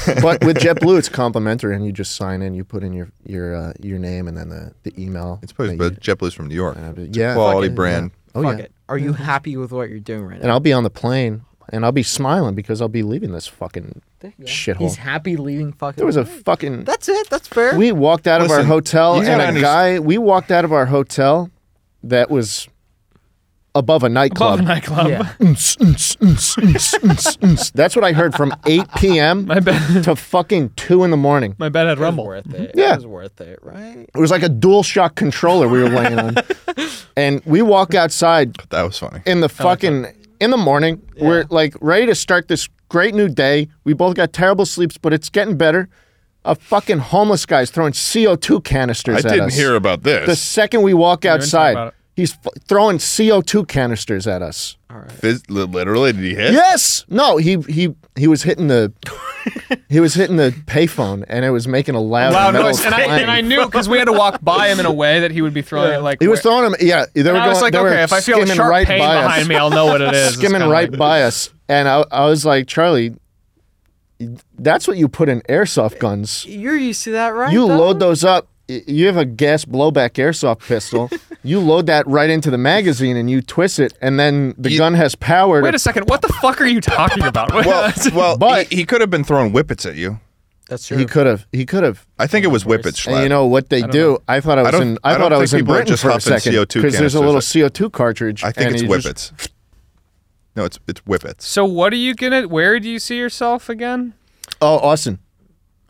Speaker 3: this?
Speaker 1: but with JetBlue, it's complimentary, and you just sign in, you put in your your uh, your name, and then the, the email.
Speaker 4: It's supposed,
Speaker 1: that
Speaker 4: but
Speaker 1: you-
Speaker 4: JetBlue's from New York.
Speaker 1: uh,
Speaker 4: It's a
Speaker 1: yeah,
Speaker 4: quality
Speaker 1: fucking-
Speaker 4: brand.
Speaker 1: yeah. Oh
Speaker 2: Fuck
Speaker 1: yeah,
Speaker 2: it. Are you happy with what you're doing right
Speaker 1: and
Speaker 2: now?
Speaker 1: I'll be on the plane, and I'll be smiling because I'll be leaving this fucking
Speaker 2: There you go. He's
Speaker 1: shithole.
Speaker 2: happy leaving fucking.
Speaker 1: There was a fucking.
Speaker 2: That's it. That's fair.
Speaker 1: we walked out of our
Speaker 4: Listen,
Speaker 1: hotel,
Speaker 4: you
Speaker 1: and a
Speaker 4: gotta underst-
Speaker 1: guy. We walked out of our hotel, that was above a nightclub.
Speaker 3: Club nightclub.
Speaker 2: yeah.
Speaker 1: Unce, unce, unce, unce, unce, unce. That's what I heard from 8 p.m.
Speaker 3: My bed.
Speaker 1: to fucking two in the morning.
Speaker 3: My bed had
Speaker 2: It was
Speaker 3: rumble.
Speaker 2: worth it.
Speaker 1: Yeah.
Speaker 2: It was worth it, right?
Speaker 1: It was like a dual shock controller we were laying on. and we walk outside
Speaker 4: That was funny.
Speaker 1: in the fucking in the morning. We're like ready to start this great new day. We both got terrible sleeps, but it's getting better. A fucking homeless guy's throwing CO2 canisters
Speaker 4: I
Speaker 1: at
Speaker 4: didn't
Speaker 1: us.
Speaker 4: hear about
Speaker 1: the
Speaker 4: this.
Speaker 1: second we walk
Speaker 3: didn't talk about
Speaker 1: outside,
Speaker 3: it.
Speaker 1: he's f- throwing CO2 canisters at us.
Speaker 4: Phys- li- literally, did he hit?
Speaker 1: Yes. No, he he he was hitting the he was hitting the payphone and it was making a loud,
Speaker 3: Loud
Speaker 1: metal
Speaker 3: noise. Um, And I,
Speaker 1: clang.
Speaker 3: and I knew because we had to walk by him in a way that he would be throwing it like.
Speaker 1: he was
Speaker 3: where-
Speaker 1: throwing him. Yeah, they were going.
Speaker 3: and I was like,
Speaker 1: they were
Speaker 3: okay, if I feel a
Speaker 1: skimming
Speaker 3: sharp
Speaker 1: right
Speaker 3: pain
Speaker 1: by
Speaker 3: behind
Speaker 1: us,
Speaker 3: me, I'll know what it is. It's
Speaker 1: skimming
Speaker 3: kinda
Speaker 1: right
Speaker 3: like-
Speaker 1: by us, and I, I was like, Charlie, that's what you put in airsoft guns.
Speaker 2: You're used to that, right?
Speaker 1: You
Speaker 2: though?
Speaker 1: load those up. y- You have a gas blowback airsoft pistol. you load that right into the magazine and you twist it, and then the gun has power.
Speaker 3: Wait
Speaker 1: to-
Speaker 3: a second. What the fuck are you talking about?
Speaker 4: Well, well,
Speaker 1: But-
Speaker 4: he, he could have been throwing whippets at you.
Speaker 2: That's true.
Speaker 1: he could have. He could have.
Speaker 4: I think it was whippets.
Speaker 1: And you
Speaker 4: Schlatt.
Speaker 1: know what they do? I thought I was
Speaker 4: don't-
Speaker 1: in. I,
Speaker 4: I
Speaker 1: thought
Speaker 4: don't
Speaker 1: I was
Speaker 4: think
Speaker 1: in
Speaker 4: people are
Speaker 1: Britain
Speaker 4: just
Speaker 1: for a
Speaker 4: huffing
Speaker 1: second
Speaker 4: CO2
Speaker 1: there's a little
Speaker 4: canisters.
Speaker 1: CO2 cartridge.
Speaker 4: I think
Speaker 1: and
Speaker 4: it's
Speaker 1: you just-
Speaker 4: whippets. No, it's it's whippets.
Speaker 3: so what are you gonna? Where do you see yourself again?
Speaker 1: oh, Austin,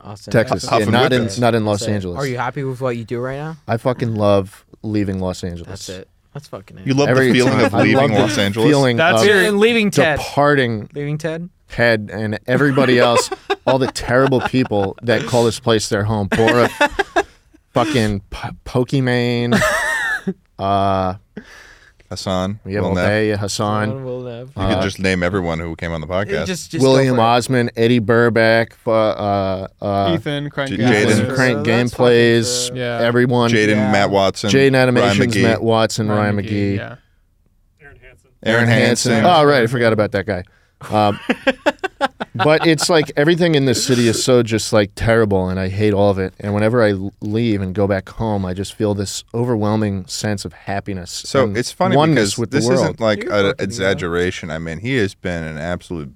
Speaker 2: Austin,
Speaker 1: Texas.
Speaker 4: Huff
Speaker 1: Yeah,
Speaker 4: and
Speaker 1: not in
Speaker 4: whippets.
Speaker 1: not in Los
Speaker 2: That's it.
Speaker 1: Angeles.
Speaker 2: Are you happy with what you do right now?
Speaker 1: I fucking love leaving Los Angeles.
Speaker 2: That's it. That's fucking it.
Speaker 4: You love
Speaker 1: Every
Speaker 4: the feeling
Speaker 1: time.
Speaker 4: of
Speaker 1: I love
Speaker 4: leaving
Speaker 1: the
Speaker 4: Los Angeles.
Speaker 1: Feeling
Speaker 3: That's
Speaker 1: of
Speaker 3: your-
Speaker 2: and leaving Ted.
Speaker 1: departing
Speaker 2: leaving Ted.
Speaker 1: Ted and everybody else, all the terrible people that call this place their home. Bora, fucking P- Pokimane, uh,
Speaker 4: Hassan,
Speaker 1: we have Uh,
Speaker 4: Will Neff.
Speaker 1: Obey, Hassan,
Speaker 2: Will Nev.
Speaker 4: You could just name everyone who came on the podcast.
Speaker 2: Just, just
Speaker 1: William
Speaker 2: go for it.
Speaker 1: Osman, Eddie Burback, fu- uh, uh,
Speaker 3: Ethan, Crank,
Speaker 4: J-
Speaker 3: Gatlin.
Speaker 1: Jason
Speaker 4: Jaden.
Speaker 1: Crank
Speaker 2: So that's
Speaker 1: gameplays,
Speaker 2: fucking
Speaker 3: fair. Yeah.
Speaker 1: everyone.
Speaker 4: Jaden,
Speaker 2: Yeah.
Speaker 4: Matt Watson,
Speaker 1: Jaden Animations,
Speaker 4: Ryan McGee,
Speaker 1: Matt Watson, Ryan, McGee.
Speaker 3: Yeah.
Speaker 4: Aaron Hansen.
Speaker 1: Oh, right. I forgot about that guy. Um, but it's like everything in this city is so just like terrible, and I hate all of it. And whenever I l- leave and go back home, I just feel this overwhelming sense of happiness.
Speaker 4: So
Speaker 1: and
Speaker 4: it's funny
Speaker 1: oneness
Speaker 4: because
Speaker 1: with
Speaker 4: this
Speaker 1: the world.
Speaker 4: isn't like
Speaker 2: You're
Speaker 4: an
Speaker 2: fucking
Speaker 4: exaggeration. I mean, he has been an absolute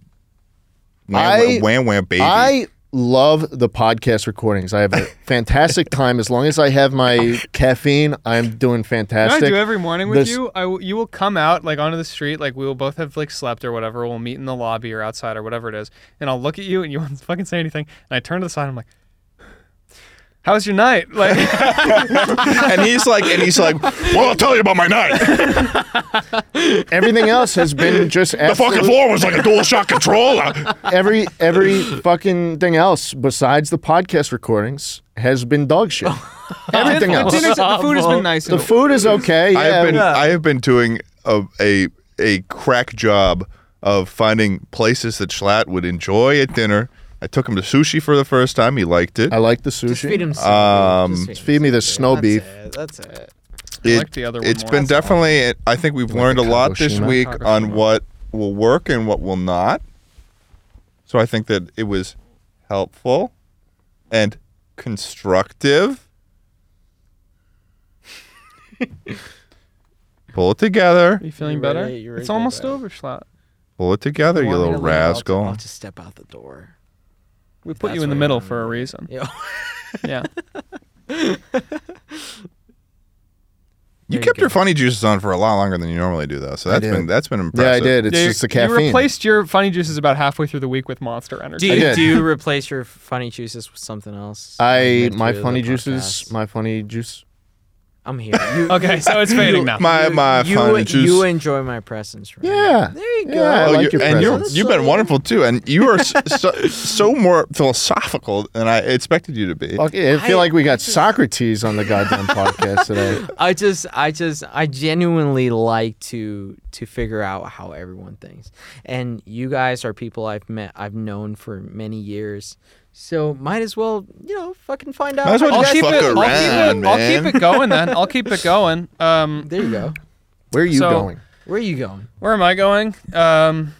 Speaker 1: I-
Speaker 4: wham wham, wham baby.
Speaker 1: I love the podcast recordings. I have a fantastic time as long as I have my caffeine. I'm doing
Speaker 3: You know
Speaker 1: fantastic.
Speaker 3: what I do every morning with
Speaker 1: This-
Speaker 3: you? I w- you will come out like onto the street, like we will both have like slept or whatever. We'll meet in the lobby or outside or whatever it is, and I'll look at you and you won't fucking say anything. And I turn to the side. and I'm like, "How was your night?" Like,
Speaker 4: and he's like, and he's like, well, I'll tell you about my night.
Speaker 1: Everything else has been just
Speaker 4: The fucking
Speaker 1: absolute-
Speaker 4: floor was like a dual shock controller.
Speaker 1: every every fucking thing else besides the podcast recordings has been dog shit. Everything
Speaker 3: the,
Speaker 1: else.
Speaker 3: dinner's- the food has been nice.
Speaker 1: The food is okay.
Speaker 4: I have
Speaker 1: yeah.
Speaker 4: been, I have been doing a a, a crack job of finding places that Schlatt would enjoy at dinner. I took him to sushi for the first time. He liked it.
Speaker 1: I like the
Speaker 2: Just feed
Speaker 1: sushi.
Speaker 2: him. seafood.
Speaker 4: Um,
Speaker 2: Just
Speaker 1: Feed me the
Speaker 2: seafood.
Speaker 1: snow
Speaker 2: That's
Speaker 1: beef.
Speaker 2: it, That's it.
Speaker 4: it,
Speaker 3: like the other one
Speaker 4: it's
Speaker 3: more.
Speaker 4: been definitely. I think we've learned a lot this
Speaker 1: Kagoshima?
Speaker 4: week on what will work and what will not. So I think that it was helpful and constructive. pull it together.
Speaker 3: Are you feeling
Speaker 2: You're
Speaker 3: better?
Speaker 2: really- you're
Speaker 3: it's
Speaker 2: really
Speaker 3: almost
Speaker 2: bad.
Speaker 3: over, Schlatt.
Speaker 4: Pull it together, you
Speaker 2: Want me
Speaker 4: little
Speaker 2: to leave? I'll-
Speaker 4: rascal.
Speaker 2: I'll,
Speaker 3: Oh,
Speaker 2: just step out the door.
Speaker 3: We put
Speaker 2: That's
Speaker 3: you in the
Speaker 2: what I
Speaker 3: middle
Speaker 2: wanted.
Speaker 3: for a reason.
Speaker 2: Yeah.
Speaker 3: Yeah.
Speaker 4: you
Speaker 2: There you
Speaker 4: kept your
Speaker 2: go.
Speaker 4: funny juices on for a lot longer than you normally do, though. So that's
Speaker 1: did.
Speaker 4: been that's been
Speaker 1: Yeah, I
Speaker 4: impressive.
Speaker 1: did. It's
Speaker 3: Yeah, you-
Speaker 1: just the caffeine.
Speaker 3: You replaced your funny juices about halfway through the week with Monster Energy.
Speaker 2: Do you,
Speaker 1: did.
Speaker 2: do you replace your funny juices with something else?
Speaker 1: I
Speaker 2: Midway
Speaker 1: my
Speaker 2: through the
Speaker 1: funny juices.
Speaker 2: podcast?
Speaker 1: My funny juice.
Speaker 2: I'm here. You,
Speaker 3: okay, so it's fading now.
Speaker 4: My
Speaker 2: you-
Speaker 4: my
Speaker 2: you,
Speaker 4: funny juice.
Speaker 2: You enjoy my presence, right?
Speaker 1: Yeah.
Speaker 2: There you go.
Speaker 1: Yeah, I
Speaker 4: Oh,
Speaker 1: like
Speaker 4: you
Speaker 1: your
Speaker 4: and you're,
Speaker 1: presence.
Speaker 4: you've been wonderful too, and you are so, so, so more philosophical than I expected you to be.
Speaker 1: Fuck, I feel
Speaker 2: I-
Speaker 1: like we got Socrates on the goddamn podcast today.
Speaker 2: I just, I just, I genuinely like to to figure out how everyone thinks, and you guys are people I've met, I've known for many years, so might as well, you know, fucking find out.
Speaker 4: Might as well
Speaker 2: how
Speaker 3: I'll
Speaker 4: just
Speaker 3: keep,
Speaker 4: fuck
Speaker 3: it, I'll, keep
Speaker 4: around,
Speaker 3: it, I'll
Speaker 4: man.
Speaker 3: keep it going then. I'll keep it going. Um,
Speaker 2: There you go.
Speaker 1: Where are you
Speaker 3: So-
Speaker 1: going?
Speaker 2: Where are you going?
Speaker 3: Where am I going? Um,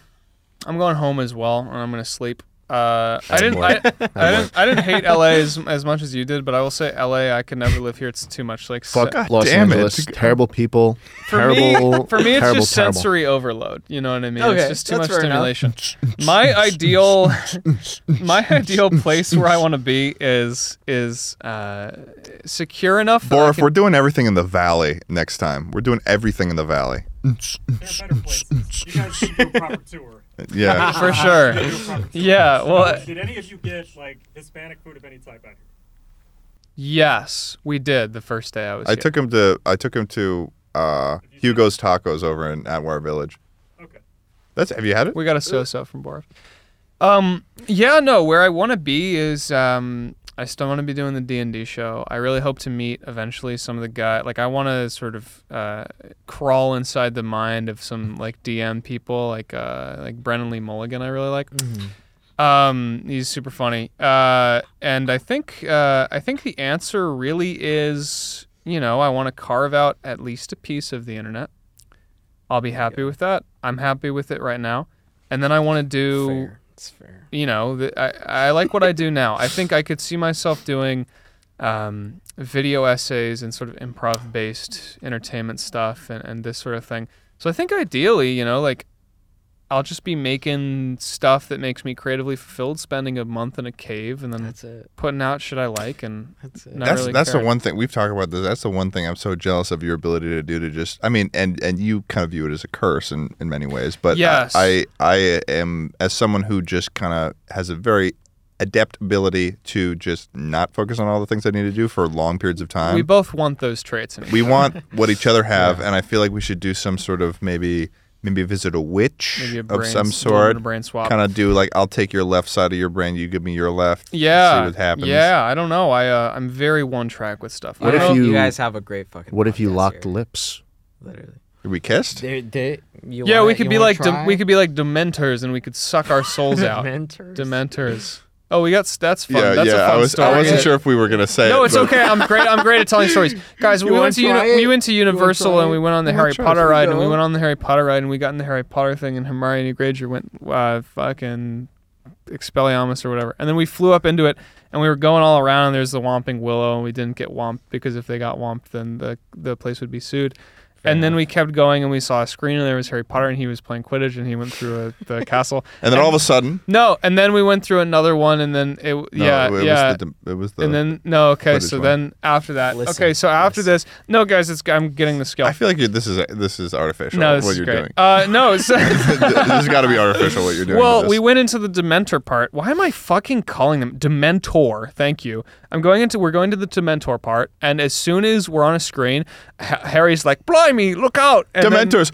Speaker 3: I'm going home as well, and I'm gonna sleep. Uh, I didn't, I, I didn't, I didn't hate LA as, as much as you did, but I will say LA, I could never live here. It's too much like
Speaker 1: Fuck
Speaker 3: se-
Speaker 1: Los
Speaker 4: damn it.
Speaker 1: Angeles. Terrible people. terrible.
Speaker 3: Me, for me, it's
Speaker 1: terrible,
Speaker 3: just
Speaker 1: terrible.
Speaker 3: sensory overload. You know what I mean?
Speaker 2: Okay,
Speaker 3: it's just too
Speaker 2: that's
Speaker 3: much
Speaker 2: fair enough.
Speaker 3: stimulation. my ideal, my ideal place where I want to be is is uh, secure enough. that I
Speaker 4: Borif,
Speaker 3: can-
Speaker 4: we're doing everything in the valley next time. We're doing everything in the valley.
Speaker 7: They're better places. You guys should do a proper tour.
Speaker 4: Yeah.
Speaker 3: for sure.
Speaker 7: Do a proper tour.
Speaker 3: Yeah. Well,
Speaker 7: Did any of you get like Hispanic food of any type out here?
Speaker 3: yes, we did the first day I was
Speaker 4: I
Speaker 3: here.
Speaker 4: took him to I took him to uh, Hugo's Tacos over in Atwater Village.
Speaker 7: Okay.
Speaker 4: That's have you had it?
Speaker 3: We got a so-so from Borf. Um, yeah, no, where I want to be is um, I still want to be doing the D and D show. I really hope to meet eventually some of the guy. Like, I want to sort of uh, crawl inside the mind of some like DM people, like uh, like Brennan Lee Mulligan. I really like. Um, he's super funny. Uh, and I think uh, I think the answer really is, you know, I want to carve out at least a piece of the internet. I'll be happy with that. I'm happy with it right now. And then I want to do,
Speaker 2: Fair. It's fair.
Speaker 3: you know, the, I I like what I do now. I think I could see myself doing um, video essays and sort of improv based entertainment stuff and, and this sort of thing. So I think ideally, you know, like I'll just be making stuff that makes me creatively fulfilled, spending a month in a cave and then
Speaker 2: That's it.
Speaker 3: putting out shit I like and
Speaker 2: That's it.
Speaker 3: not
Speaker 4: That's
Speaker 3: really
Speaker 4: that's the
Speaker 3: caring.
Speaker 4: one thing we've talked about this. That's the one thing I'm so jealous of your ability to do to just I mean and and you kind of view it as a curse in in many ways, but I-
Speaker 3: Yes.
Speaker 4: I I am as someone who just kind of has a very adept ability to just not focus on all the things I need to do for long periods of time.
Speaker 3: We both want those traits. In each
Speaker 4: We
Speaker 3: other.
Speaker 4: want what each other have, and I feel like we should do some sort of maybe maybe visit a witch
Speaker 3: Maybe a
Speaker 4: of
Speaker 3: brain- a
Speaker 4: some
Speaker 3: little bit
Speaker 4: sort.
Speaker 3: of brain swap.
Speaker 4: Kind of do like I'll take your left side of your brain, you give me your left.
Speaker 3: Yeah.
Speaker 4: see what happens.
Speaker 3: Yeah, I don't know. I uh, I'm very one track with stuff. I
Speaker 1: What
Speaker 3: don't
Speaker 1: if
Speaker 3: know-
Speaker 1: you-
Speaker 2: guys have a great fucking?
Speaker 1: What if you
Speaker 2: podcast
Speaker 1: locked
Speaker 2: here,
Speaker 1: lips?
Speaker 2: Literally.
Speaker 4: we kissed.
Speaker 2: They, they, you
Speaker 3: Yeah,
Speaker 2: wanna-
Speaker 3: we
Speaker 2: you
Speaker 3: could be
Speaker 2: wanna
Speaker 3: like dem-
Speaker 2: try?
Speaker 3: we could be like dementors and we could suck our souls out.
Speaker 2: Dementors?
Speaker 3: Dementors. Oh, we got that's fun.
Speaker 4: Yeah,
Speaker 3: that's
Speaker 4: yeah.
Speaker 3: a fun
Speaker 4: I was
Speaker 3: story.
Speaker 4: I wasn't
Speaker 3: Yeah.
Speaker 4: sure if we were gonna say.
Speaker 3: No,
Speaker 4: it,
Speaker 3: it's
Speaker 4: but-
Speaker 3: okay. I'm great. I'm great at telling stories. Guys, we
Speaker 2: wanna
Speaker 3: went to
Speaker 2: try
Speaker 3: uni- we
Speaker 2: it?
Speaker 3: went to Universal
Speaker 2: try
Speaker 3: and we
Speaker 2: it?
Speaker 3: went on the
Speaker 4: You wanna
Speaker 3: Harry
Speaker 4: try it?
Speaker 3: Potter
Speaker 4: There you
Speaker 3: ride and we
Speaker 2: go.
Speaker 3: went on the Harry Potter ride and we got in the Harry Potter thing and Hermione Granger went uh, fucking Expelliarmus or whatever. And then we flew up into it and we were going all around and there's the Whomping Willow and we didn't get whomped because if they got whomped then the the place would be sued. and then we kept going and we saw a screen and there was Harry Potter and he was playing Quidditch and he went through a, the castle.
Speaker 4: And then all of a sudden,
Speaker 3: No, and then we went through another one and then it
Speaker 4: no,
Speaker 3: yeah,
Speaker 4: it was
Speaker 3: yeah
Speaker 4: the dim- it was the.
Speaker 3: and then no okay
Speaker 4: footage
Speaker 3: so
Speaker 4: one.
Speaker 3: then after that
Speaker 2: Listen,
Speaker 3: okay so after
Speaker 2: listen.
Speaker 3: this no guys it's i'm getting the skill
Speaker 4: I feel like you're, this is this is artificial.
Speaker 3: no this
Speaker 4: what
Speaker 3: is
Speaker 4: you're
Speaker 3: great
Speaker 4: doing.
Speaker 3: uh no so,
Speaker 4: this has got to be artificial. What you're doing.
Speaker 3: well
Speaker 4: with
Speaker 3: we
Speaker 4: this.
Speaker 3: went into the dementor part why am i fucking calling them dementor thank you i'm going into we're going to the dementor part and as soon as we're on a screen H- harry's like blimey look out and then-
Speaker 4: Dementors.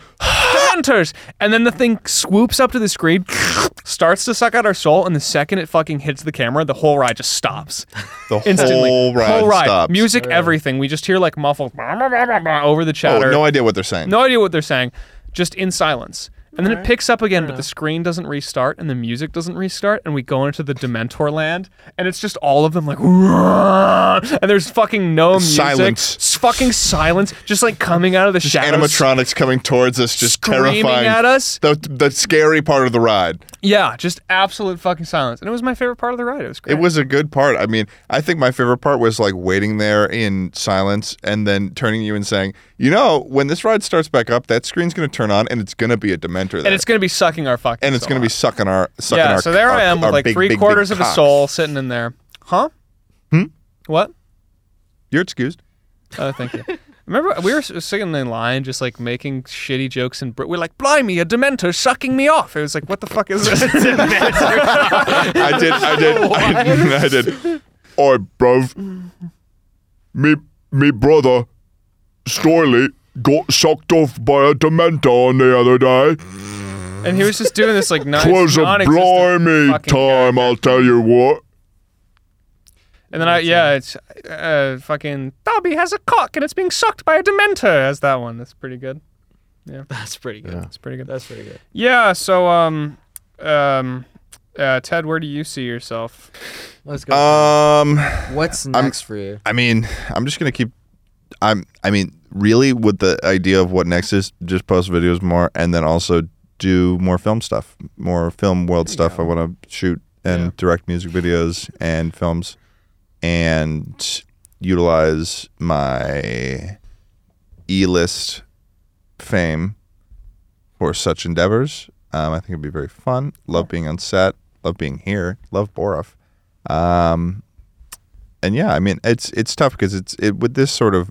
Speaker 3: Dementors! And then the thing swoops up to the screen, starts to suck out our soul, and the second it fucking hits the camera, the whole ride just stops.
Speaker 4: The
Speaker 3: instantly.
Speaker 4: whole ride, stops.
Speaker 3: music, everything. We just hear like muffled blah, blah, blah, blah, blah, over the
Speaker 4: Oh,
Speaker 3: chatter.
Speaker 4: no idea what they're saying.
Speaker 3: No idea what they're saying, just in silence. And then it picks up again, but the screen doesn't restart and the music doesn't restart, and we go into the Dementor land, and it's just all of them like, "Wah!" and there's fucking no music,
Speaker 4: Silence.
Speaker 3: s- fucking silence, just like coming out of the shadows.
Speaker 4: Animatronics coming towards us, just
Speaker 3: Screaming
Speaker 4: terrifying
Speaker 3: at us?
Speaker 4: The the scary part of the ride.
Speaker 3: yeah, just absolute fucking silence, and it was my favorite part of the ride. It was great.
Speaker 4: It was a good part. I mean, I think my favorite part was like waiting there in silence and then turning to you and saying, "You know, when this ride starts back up, that screen's going to turn on and it's going to be a Dementor there,
Speaker 3: and it's gonna be sucking our fucking.
Speaker 4: and it's
Speaker 3: soul
Speaker 4: going to be sucking our sucking
Speaker 3: Yeah,
Speaker 4: our."
Speaker 3: so there
Speaker 4: our-
Speaker 3: I am
Speaker 4: our
Speaker 3: with like
Speaker 4: big,
Speaker 3: three
Speaker 4: big, big
Speaker 3: quarters of a
Speaker 4: cocks.
Speaker 3: soul sitting in there. Huh? Hmm? What?
Speaker 4: You're excused.
Speaker 3: Oh, thank you. Remember, we were s- sitting in line, just like making shitty jokes, and we're like, "Blimey, a Dementor sucking me off!" It was like, "What the fuck is this?"
Speaker 4: I did. I did. I did. I did. Oi, bruv. Me, me brother, Stoily, got sucked off by a Dementor on the other day.
Speaker 3: and he was just doing this like non-
Speaker 4: Twas a
Speaker 3: non-existent
Speaker 4: blimey
Speaker 3: fucking
Speaker 4: time, I'll tell you what.
Speaker 3: And then I, yeah, it's uh, fucking Dobby has a cock and it's being sucked by a Dementor. As that one, that's pretty good.
Speaker 2: That's pretty good.
Speaker 3: That's pretty good.
Speaker 2: That's pretty good.
Speaker 3: Yeah. So, um, um, uh, Ted, where do you see yourself?
Speaker 2: Let's go.
Speaker 4: Um,
Speaker 2: What's next for you?
Speaker 4: I mean, I'm just gonna keep. I'm. I mean, really, with the idea of what next is, just post videos more, and then also do more film stuff, more film world stuff. I want to shoot and direct music videos and films, and utilize my E-list fame for such endeavors. Um, I think it'd be very fun. Love being on set. Love being here. Love Borov. Um, and yeah, I mean it's it's tough because it's it with this sort of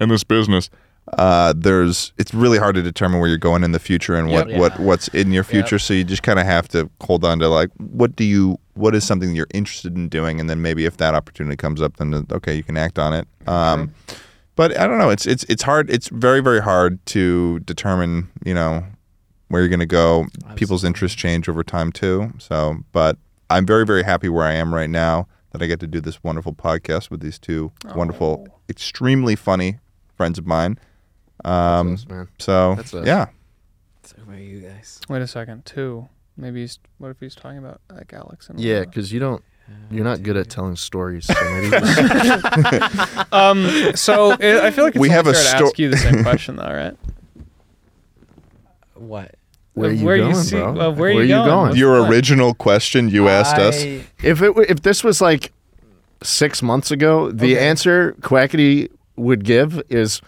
Speaker 4: in this business, uh, there's it's really hard to determine where you're going in the future and what
Speaker 2: Yep.
Speaker 4: what what's in your future. So you just kind of have to hold on to like what do you what is something you're interested in doing, and then maybe if that opportunity comes up, then uh, okay, you can act on it. Um, But I don't know. It's it's it's hard. It's very very hard to determine. You know where you're going to go. People's interests change over time too. So, but I'm very, very happy where I am right now that I get to do this wonderful podcast with these two wonderful, extremely funny friends of mine. Um,
Speaker 1: Yes, man.
Speaker 4: so
Speaker 1: That's us.
Speaker 4: yeah,
Speaker 2: Talk about you guys.
Speaker 3: Wait a second, two. Maybe he's. What if he's talking about like Alex and?
Speaker 1: Yeah, because you don't. You're not good at telling stories. So maybe just-
Speaker 3: Um. So it, I feel like it's
Speaker 4: We
Speaker 3: only
Speaker 4: have a
Speaker 3: fair to
Speaker 4: sto-
Speaker 3: ask you the same question, though, right?
Speaker 2: What?
Speaker 1: where are you
Speaker 3: Where you
Speaker 1: going,
Speaker 3: see-
Speaker 1: bro?
Speaker 3: well, where you going? What's
Speaker 4: your
Speaker 3: fun?
Speaker 4: original question you asked us.
Speaker 2: I-
Speaker 1: If it were, if this was like six months ago, the answer Quackity would give is,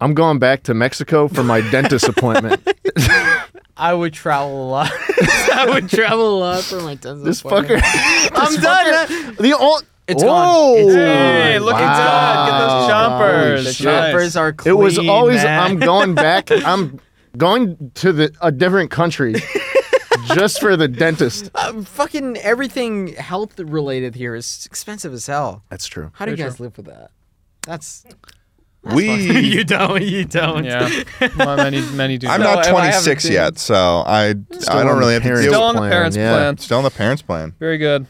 Speaker 1: "I'm going back to Mexico for my dentist appointment."
Speaker 2: I would travel a lot. I would travel a lot for my tons
Speaker 1: this
Speaker 2: of fucking-
Speaker 1: fucker.
Speaker 2: I'm done.
Speaker 1: The Oh! old.
Speaker 2: It's gone. It's gone.
Speaker 3: Hey, look at that. Get those chompers.
Speaker 2: The
Speaker 3: Nice.
Speaker 2: choppers are clean.
Speaker 1: It was always. um,
Speaker 2: man.
Speaker 1: I'm going back. I'm going to the a different country just for the dentist.
Speaker 2: Uh, fucking everything health related here is expensive as hell.
Speaker 1: That's true.
Speaker 2: How do you guys live with that? That's
Speaker 4: We,
Speaker 2: don't. You don't.
Speaker 3: Yeah. Well, many many do.
Speaker 4: I'm
Speaker 3: that.
Speaker 4: not
Speaker 2: if I haven't
Speaker 4: 26
Speaker 2: been-
Speaker 4: yet, so I I
Speaker 1: on
Speaker 4: don't
Speaker 1: the
Speaker 4: really have to
Speaker 1: parents'
Speaker 3: Still
Speaker 4: deal. with-
Speaker 3: on the
Speaker 1: plan,
Speaker 3: parents'
Speaker 1: yeah.
Speaker 3: plan.
Speaker 4: Still on the parents' plan.
Speaker 3: Very good.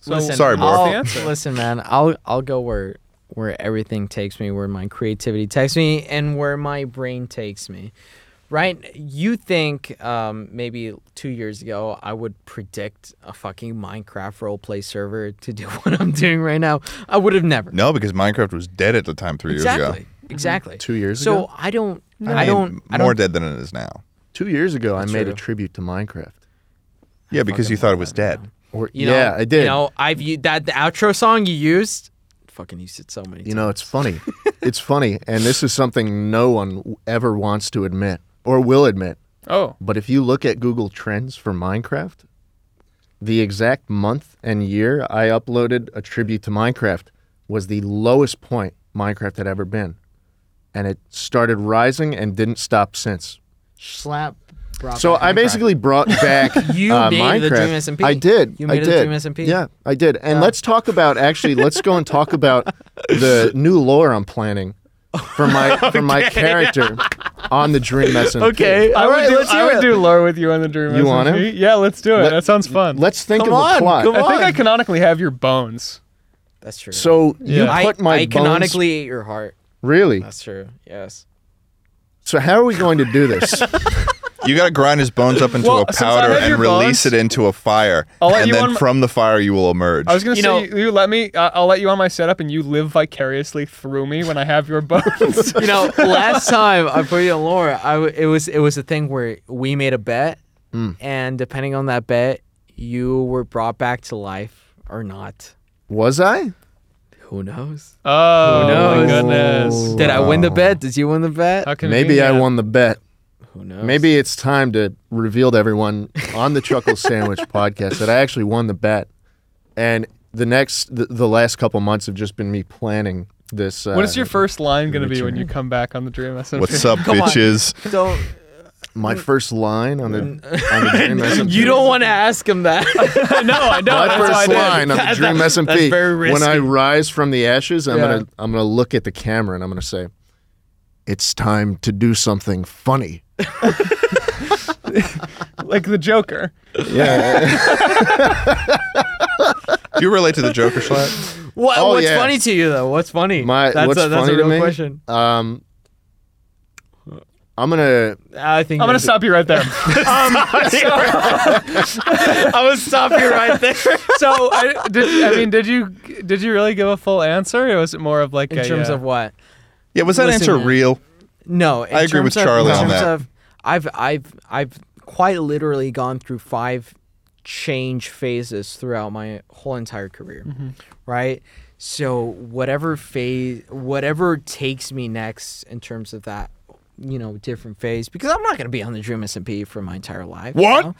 Speaker 3: So,
Speaker 2: Listen,
Speaker 4: Sorry, Bor.
Speaker 2: I'll-
Speaker 3: What's the answer?
Speaker 2: Listen, man. I'll I'll go where where everything takes me, where my creativity takes me, and where my brain takes me. Right? You think um, maybe two years ago I would predict a fucking Minecraft roleplay server to do what I'm doing right now? I would have never.
Speaker 4: No, because Minecraft was dead at the time three years
Speaker 2: exactly.
Speaker 4: ago.
Speaker 2: Exactly.
Speaker 1: Mm-hmm. Two years
Speaker 2: so
Speaker 1: ago?
Speaker 2: I don't. I,
Speaker 4: mean,
Speaker 2: don't. I
Speaker 4: more
Speaker 2: don't.
Speaker 4: dead than it is now.
Speaker 1: Two years ago, I made
Speaker 2: true.
Speaker 1: a tribute to Minecraft.
Speaker 4: Yeah, because you thought it was dead.
Speaker 1: Or
Speaker 2: you know,
Speaker 1: yeah, I did.
Speaker 2: You know, I've u- that the outro song you used. Fucking used it so many.
Speaker 1: You know, it's funny. it's funny, and this is something no one ever wants to admit or will admit.
Speaker 3: Oh,
Speaker 1: But if you look at Google Trends for Minecraft, the exact month and year I uploaded a tribute to Minecraft was the lowest point Minecraft had ever been. And it started rising and didn't stop since.
Speaker 2: slap. brought
Speaker 1: So
Speaker 2: back
Speaker 1: I
Speaker 2: Minecraft.
Speaker 1: basically brought back
Speaker 2: You
Speaker 1: uh,
Speaker 2: made the
Speaker 1: Minecraft.
Speaker 2: Dream SMP.
Speaker 1: I did.
Speaker 2: You
Speaker 1: I
Speaker 2: made it the
Speaker 1: did.
Speaker 2: Dream SMP.
Speaker 1: Yeah, I did. And let's talk about actually. Let's go and talk about the new lore I'm planning for my for my character on the Dream SMP.
Speaker 2: Okay,
Speaker 3: I
Speaker 2: all
Speaker 3: would,
Speaker 2: right,
Speaker 3: do,
Speaker 2: let's
Speaker 3: I
Speaker 2: hear
Speaker 3: would
Speaker 2: it.
Speaker 3: do lore with you on the Dream
Speaker 1: You want
Speaker 3: SMG. Yeah, let's do it.
Speaker 1: Let-
Speaker 3: that sounds fun.
Speaker 1: Let's think
Speaker 2: Come
Speaker 1: of
Speaker 2: on,
Speaker 1: a plot.
Speaker 2: come
Speaker 3: I think I
Speaker 2: on.
Speaker 3: canonically have your bones.
Speaker 2: That's true.
Speaker 1: So you
Speaker 3: Yeah.
Speaker 1: put my
Speaker 2: I
Speaker 1: bones-
Speaker 2: canonically ate your heart.
Speaker 1: really.
Speaker 2: That's true. Yes.
Speaker 1: So how are we going to do this?
Speaker 4: You gotta grind his bones up into
Speaker 3: Well,
Speaker 4: a
Speaker 3: since I
Speaker 4: powder
Speaker 3: have
Speaker 4: and
Speaker 3: your
Speaker 4: release
Speaker 3: bones-
Speaker 4: it into a fire,
Speaker 3: I'll let
Speaker 4: and
Speaker 3: you
Speaker 4: then
Speaker 3: on my-
Speaker 4: from the fire you will emerge.
Speaker 3: I was gonna
Speaker 2: You
Speaker 3: say
Speaker 2: know-
Speaker 3: you, you let me. Uh, I'll let you on my setup, and you live vicariously through me when I have your bones.
Speaker 2: you know, last time I put you on Laura, I w- it was it was a thing where we made a bet,
Speaker 1: Mm.
Speaker 2: and depending on that bet, you were brought back to life or not.
Speaker 1: Was I?
Speaker 2: Who knows?
Speaker 3: oh my
Speaker 2: knows?
Speaker 3: goodness!
Speaker 2: Did I win the bet? Did you win the bet?
Speaker 3: How
Speaker 1: Maybe I
Speaker 3: convenient.
Speaker 1: won the bet.
Speaker 2: Who knows?
Speaker 1: Maybe it's time to reveal to everyone on the Chuckle Sandwich podcast that I actually won the bet. And the next, the, the last couple months have just been me planning this. Uh,
Speaker 3: What is your first line gonna be when
Speaker 1: return.
Speaker 3: you come back on the Dream SMP?
Speaker 4: What's up,
Speaker 2: on.
Speaker 4: bitches?
Speaker 2: Don't.
Speaker 1: My first line on the, on the Dream SMP.
Speaker 2: You don't want to ask him that.
Speaker 3: no, I don't.
Speaker 1: My
Speaker 3: That's why I
Speaker 1: first
Speaker 3: did.
Speaker 1: line on the
Speaker 2: That's-
Speaker 1: Dream
Speaker 2: that's-
Speaker 1: SMP.
Speaker 2: that's very risky.
Speaker 1: When I rise from the ashes, I'm
Speaker 3: Yeah.
Speaker 1: gonna I'm gonna look at the camera and I'm gonna say, "It's time to do something funny."
Speaker 3: Like the Joker.
Speaker 4: Do you relate to the Joker slap?
Speaker 2: What,
Speaker 1: Oh,
Speaker 2: what's
Speaker 1: yeah.
Speaker 2: funny to you though? What's funny?
Speaker 1: My
Speaker 2: that's
Speaker 1: what's
Speaker 2: a, that's
Speaker 1: funny
Speaker 2: a real
Speaker 1: to me?
Speaker 2: question.
Speaker 1: Um, I'm gonna
Speaker 2: I think
Speaker 3: I'm
Speaker 2: you're-
Speaker 3: gonna stop you right there. Um,
Speaker 2: I'm gonna stop you right there.
Speaker 3: so, I, did, I mean, did you did you really give a full answer, or was it more of like
Speaker 2: In
Speaker 3: a,
Speaker 2: terms
Speaker 3: uh,
Speaker 2: of what?
Speaker 4: Yeah, was that
Speaker 2: Listen,
Speaker 4: answer
Speaker 2: man.
Speaker 4: real?
Speaker 2: No, in
Speaker 4: I agree with
Speaker 2: terms of-
Speaker 4: Charlie
Speaker 2: in
Speaker 4: on
Speaker 2: terms
Speaker 4: that.
Speaker 2: Of, I've I've I've quite literally gone through five change phases throughout my whole entire career,
Speaker 3: Mm-hmm.
Speaker 2: right? So whatever phase, whatever takes me next in terms of that, you know, different phase, because I'm not gonna be on the Dream SMP for my entire life. you
Speaker 4: What?
Speaker 2: know?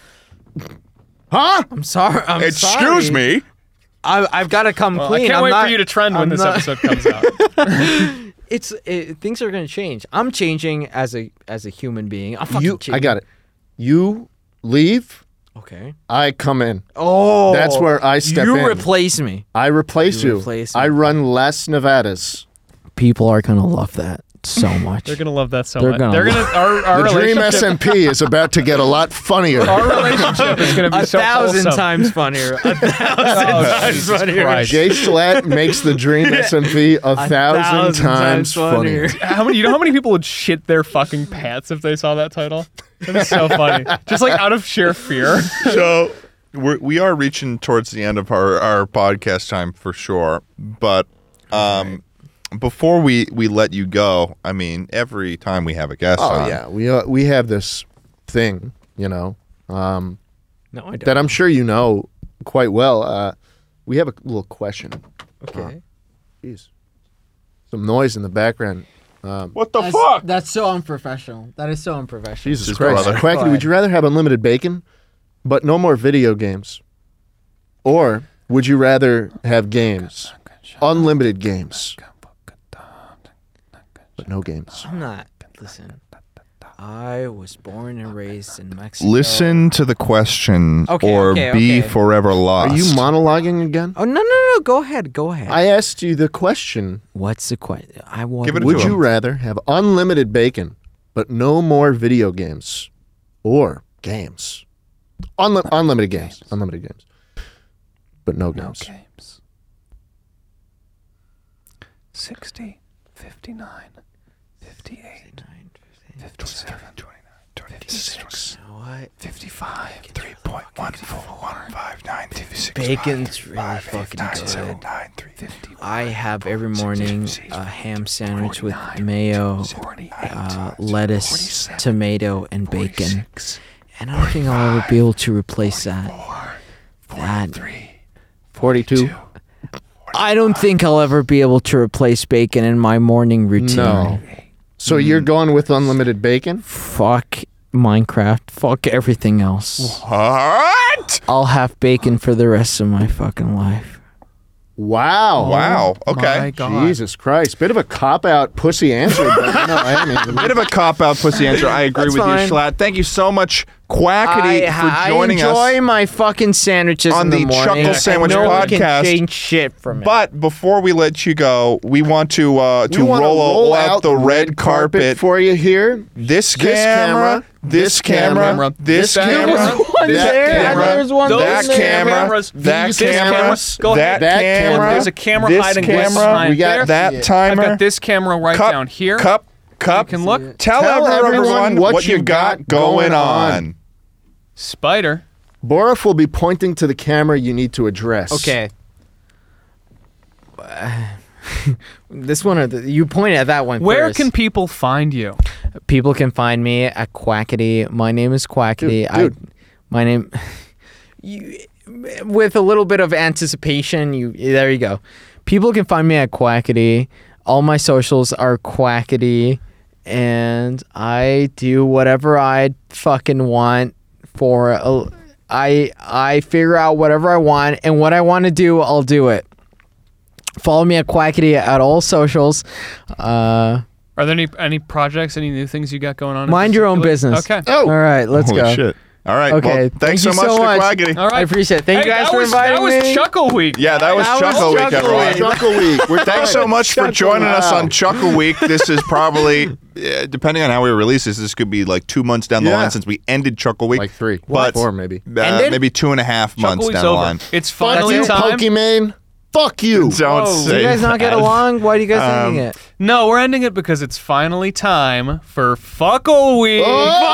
Speaker 1: huh?
Speaker 2: I'm sorry. I'm
Speaker 4: Excuse
Speaker 2: sorry.
Speaker 4: me.
Speaker 2: I, I've got to come
Speaker 3: Well, I
Speaker 2: clean.
Speaker 3: can't
Speaker 2: I'm
Speaker 3: wait
Speaker 2: not-
Speaker 3: for you to trend when
Speaker 2: I'm
Speaker 3: this
Speaker 2: not-
Speaker 3: episode comes out.
Speaker 2: It's it, things are gonna change. I'm changing as a as a human being. I'm fucking
Speaker 1: You,
Speaker 2: changing.
Speaker 1: I got it. You leave.
Speaker 2: Okay.
Speaker 1: I come in.
Speaker 2: Oh,
Speaker 1: That's where I step
Speaker 2: you
Speaker 1: in.
Speaker 2: replace me.
Speaker 1: I replace
Speaker 2: You
Speaker 1: you.
Speaker 2: replace
Speaker 1: I
Speaker 2: me.
Speaker 1: run less Nevadas.
Speaker 2: People are gonna love that so much.
Speaker 3: They're gonna love that so
Speaker 2: They're
Speaker 3: much.
Speaker 2: gonna
Speaker 3: They're gonna. Our, our
Speaker 1: The Dream
Speaker 3: relationship.
Speaker 1: SMP is about to get a lot funnier.
Speaker 3: our relationship is gonna be
Speaker 2: a
Speaker 3: so
Speaker 2: thousand
Speaker 3: wholesome. Oh,
Speaker 2: times funnier. A thousand times funnier.
Speaker 3: Christ.
Speaker 1: Jay Schlatt makes the Dream SMP a,
Speaker 2: A
Speaker 1: thousand, times, funnier.
Speaker 3: How many? You know how many people would shit their fucking pants if they saw that title? That's so funny. Just like out of sheer fear.
Speaker 4: So we're, we are reaching towards the end of our, our podcast time for sure. But um, before we, we let you go, I mean, every time we have a guest
Speaker 1: Oh
Speaker 4: on,
Speaker 1: yeah, we uh, we have this thing, you know, um,
Speaker 2: No, I
Speaker 1: that
Speaker 2: don't.
Speaker 1: I'm sure you know quite well. Uh, we have a little question.
Speaker 2: Okay.
Speaker 1: Jeez, some noise in the background. Um,
Speaker 4: what the
Speaker 2: That's,
Speaker 4: fuck?
Speaker 2: that's so unprofessional. That is so unprofessional.
Speaker 1: Jesus
Speaker 4: Just
Speaker 1: Christ,
Speaker 4: brother.
Speaker 1: Quackity, would you rather have unlimited bacon, but no more video games, or would you rather have games, unlimited games, but no games?
Speaker 2: I'm not. Listen, I was born and raised in Mexico.
Speaker 4: Listen to the question
Speaker 2: Okay,
Speaker 4: or
Speaker 2: okay,
Speaker 4: be
Speaker 2: okay.
Speaker 4: forever lost.
Speaker 1: Are you monologuing again?
Speaker 2: Oh no no no! Go ahead, go ahead.
Speaker 1: I asked you the question.
Speaker 2: What's the question? I want.
Speaker 4: Give it a
Speaker 1: Would
Speaker 4: to
Speaker 1: you
Speaker 4: him.
Speaker 1: rather have unlimited bacon, but no more video games or games? Unli- unlimited games. Unlimited games. But no games.
Speaker 8: games. 60, 59, 58, 57, 56,
Speaker 2: What?
Speaker 8: 55, 3.14159, 56,
Speaker 2: Bacon's really fucking good. I have every morning a ham sandwich with mayo, uh, lettuce, tomato, and bacon. And I don't think I'll ever be able to replace that. That
Speaker 1: 42.
Speaker 2: I don't think I'll ever be able to replace bacon in my morning routine.
Speaker 1: No. So you're
Speaker 4: Hmm.
Speaker 1: going with unlimited bacon?
Speaker 2: Fuck Minecraft. Fuck everything else.
Speaker 4: What?
Speaker 2: I'll have bacon for the rest of my fucking life.
Speaker 1: Wow.
Speaker 4: Wow.
Speaker 2: My
Speaker 4: Okay.
Speaker 2: God.
Speaker 1: Jesus Christ. Bit of a cop out pussy answer, but no, I mean,
Speaker 4: Bit of a cop out pussy answer. I agree
Speaker 2: That's
Speaker 4: with
Speaker 2: fine.
Speaker 4: you, Schlatt. Thank you so much, Quackity,
Speaker 2: I,
Speaker 4: for joining
Speaker 2: I enjoy
Speaker 4: us.
Speaker 2: my fucking sandwiches
Speaker 4: on
Speaker 2: in
Speaker 4: the
Speaker 2: morning.
Speaker 4: Chuckle
Speaker 2: and
Speaker 4: Sandwich
Speaker 2: no one can
Speaker 4: podcast.
Speaker 2: change shit from it.
Speaker 4: But before we let you go, we want to uh, to
Speaker 1: We
Speaker 4: roll,
Speaker 1: wanna roll
Speaker 4: out, the red carpet.
Speaker 1: for you here.
Speaker 4: this
Speaker 1: this
Speaker 4: camera,
Speaker 1: camera,
Speaker 4: this camera,
Speaker 1: this
Speaker 4: this camera,
Speaker 1: camera,
Speaker 4: that
Speaker 1: there, and
Speaker 4: camera,
Speaker 2: there's one
Speaker 4: that
Speaker 2: there.
Speaker 4: camera,
Speaker 3: Cameras,
Speaker 4: that
Speaker 3: these
Speaker 4: camera,
Speaker 3: cameras. Go
Speaker 4: that
Speaker 3: ahead.
Speaker 1: That
Speaker 4: camera.
Speaker 1: camera.
Speaker 3: There's a camera
Speaker 4: this
Speaker 3: hiding
Speaker 4: camera.
Speaker 3: behind
Speaker 1: We got
Speaker 3: there.
Speaker 4: that
Speaker 1: I've
Speaker 4: timer.
Speaker 3: I've got this camera right
Speaker 4: cup,
Speaker 3: down here.
Speaker 4: Cup, cup.
Speaker 3: can look.
Speaker 4: Tell,
Speaker 1: Tell
Speaker 4: everyone,
Speaker 1: everyone
Speaker 4: what, you got going on.
Speaker 3: Spider.
Speaker 1: Borif will be pointing to the camera you need to address.
Speaker 2: Okay. this one or the, you point at that one.
Speaker 3: Where
Speaker 2: first.
Speaker 3: can people find you?
Speaker 2: people can find me at Quackity? My name is Quackity.
Speaker 1: Dude, dude.
Speaker 2: I, my name. you, with a little bit of anticipation, you there you go. People can find me at Quackity. All my socials are Quackity, and I do whatever I fucking want for. A, I I figure out whatever I want, and what I want to do, I'll do it. Follow me at Quackity at all socials. Uh,
Speaker 3: Are there any any projects, any new things you got going on? in
Speaker 2: Mind your own
Speaker 3: particular?
Speaker 2: business.
Speaker 3: Okay.
Speaker 1: Oh,
Speaker 2: all right, let's
Speaker 4: Holy
Speaker 2: go.
Speaker 4: shit. All right.
Speaker 2: Okay,
Speaker 4: well,
Speaker 2: thank
Speaker 4: thanks
Speaker 2: you
Speaker 4: so much,
Speaker 2: so
Speaker 4: Nick
Speaker 2: much.
Speaker 4: Waggity.
Speaker 3: All right.
Speaker 2: I appreciate it. Thank
Speaker 3: Hey,
Speaker 2: you guys
Speaker 3: that
Speaker 2: for
Speaker 3: was,
Speaker 2: inviting
Speaker 3: that was
Speaker 2: me.
Speaker 3: Chuckle Week.
Speaker 4: Yeah, that was
Speaker 2: That was
Speaker 4: Chuckle Week,
Speaker 2: Chuckle
Speaker 4: everyone.
Speaker 2: Week.
Speaker 1: Chuckle Week. We're
Speaker 4: Thanks so much for joining us on Chuckle Week. This is probably, uh, depending on how we release this, this could be like two months down the
Speaker 1: Yeah.
Speaker 4: line since we ended Chuckle Week.
Speaker 1: Like three,
Speaker 4: but
Speaker 1: four maybe.
Speaker 4: Uh,
Speaker 2: Ended?
Speaker 4: maybe two and a half months
Speaker 3: Chuckle Week's
Speaker 4: down the
Speaker 3: over.
Speaker 4: line.
Speaker 3: It's
Speaker 1: Fuck
Speaker 3: finally
Speaker 1: you,
Speaker 3: time.
Speaker 1: Pokimane. Fuck you.
Speaker 4: Don't
Speaker 3: Whoa.
Speaker 4: say
Speaker 2: Do you guys not get
Speaker 4: that.
Speaker 2: along? Why do you guys
Speaker 4: Um,
Speaker 2: ending it?
Speaker 3: No, we're ending it because it's finally time for Fuckle Week.
Speaker 1: Oh!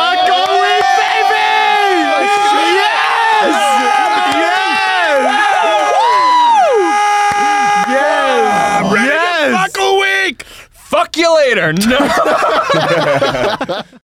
Speaker 4: I'm ready to
Speaker 3: Yes!
Speaker 4: Fuckle Week!
Speaker 3: Fuck you later. No.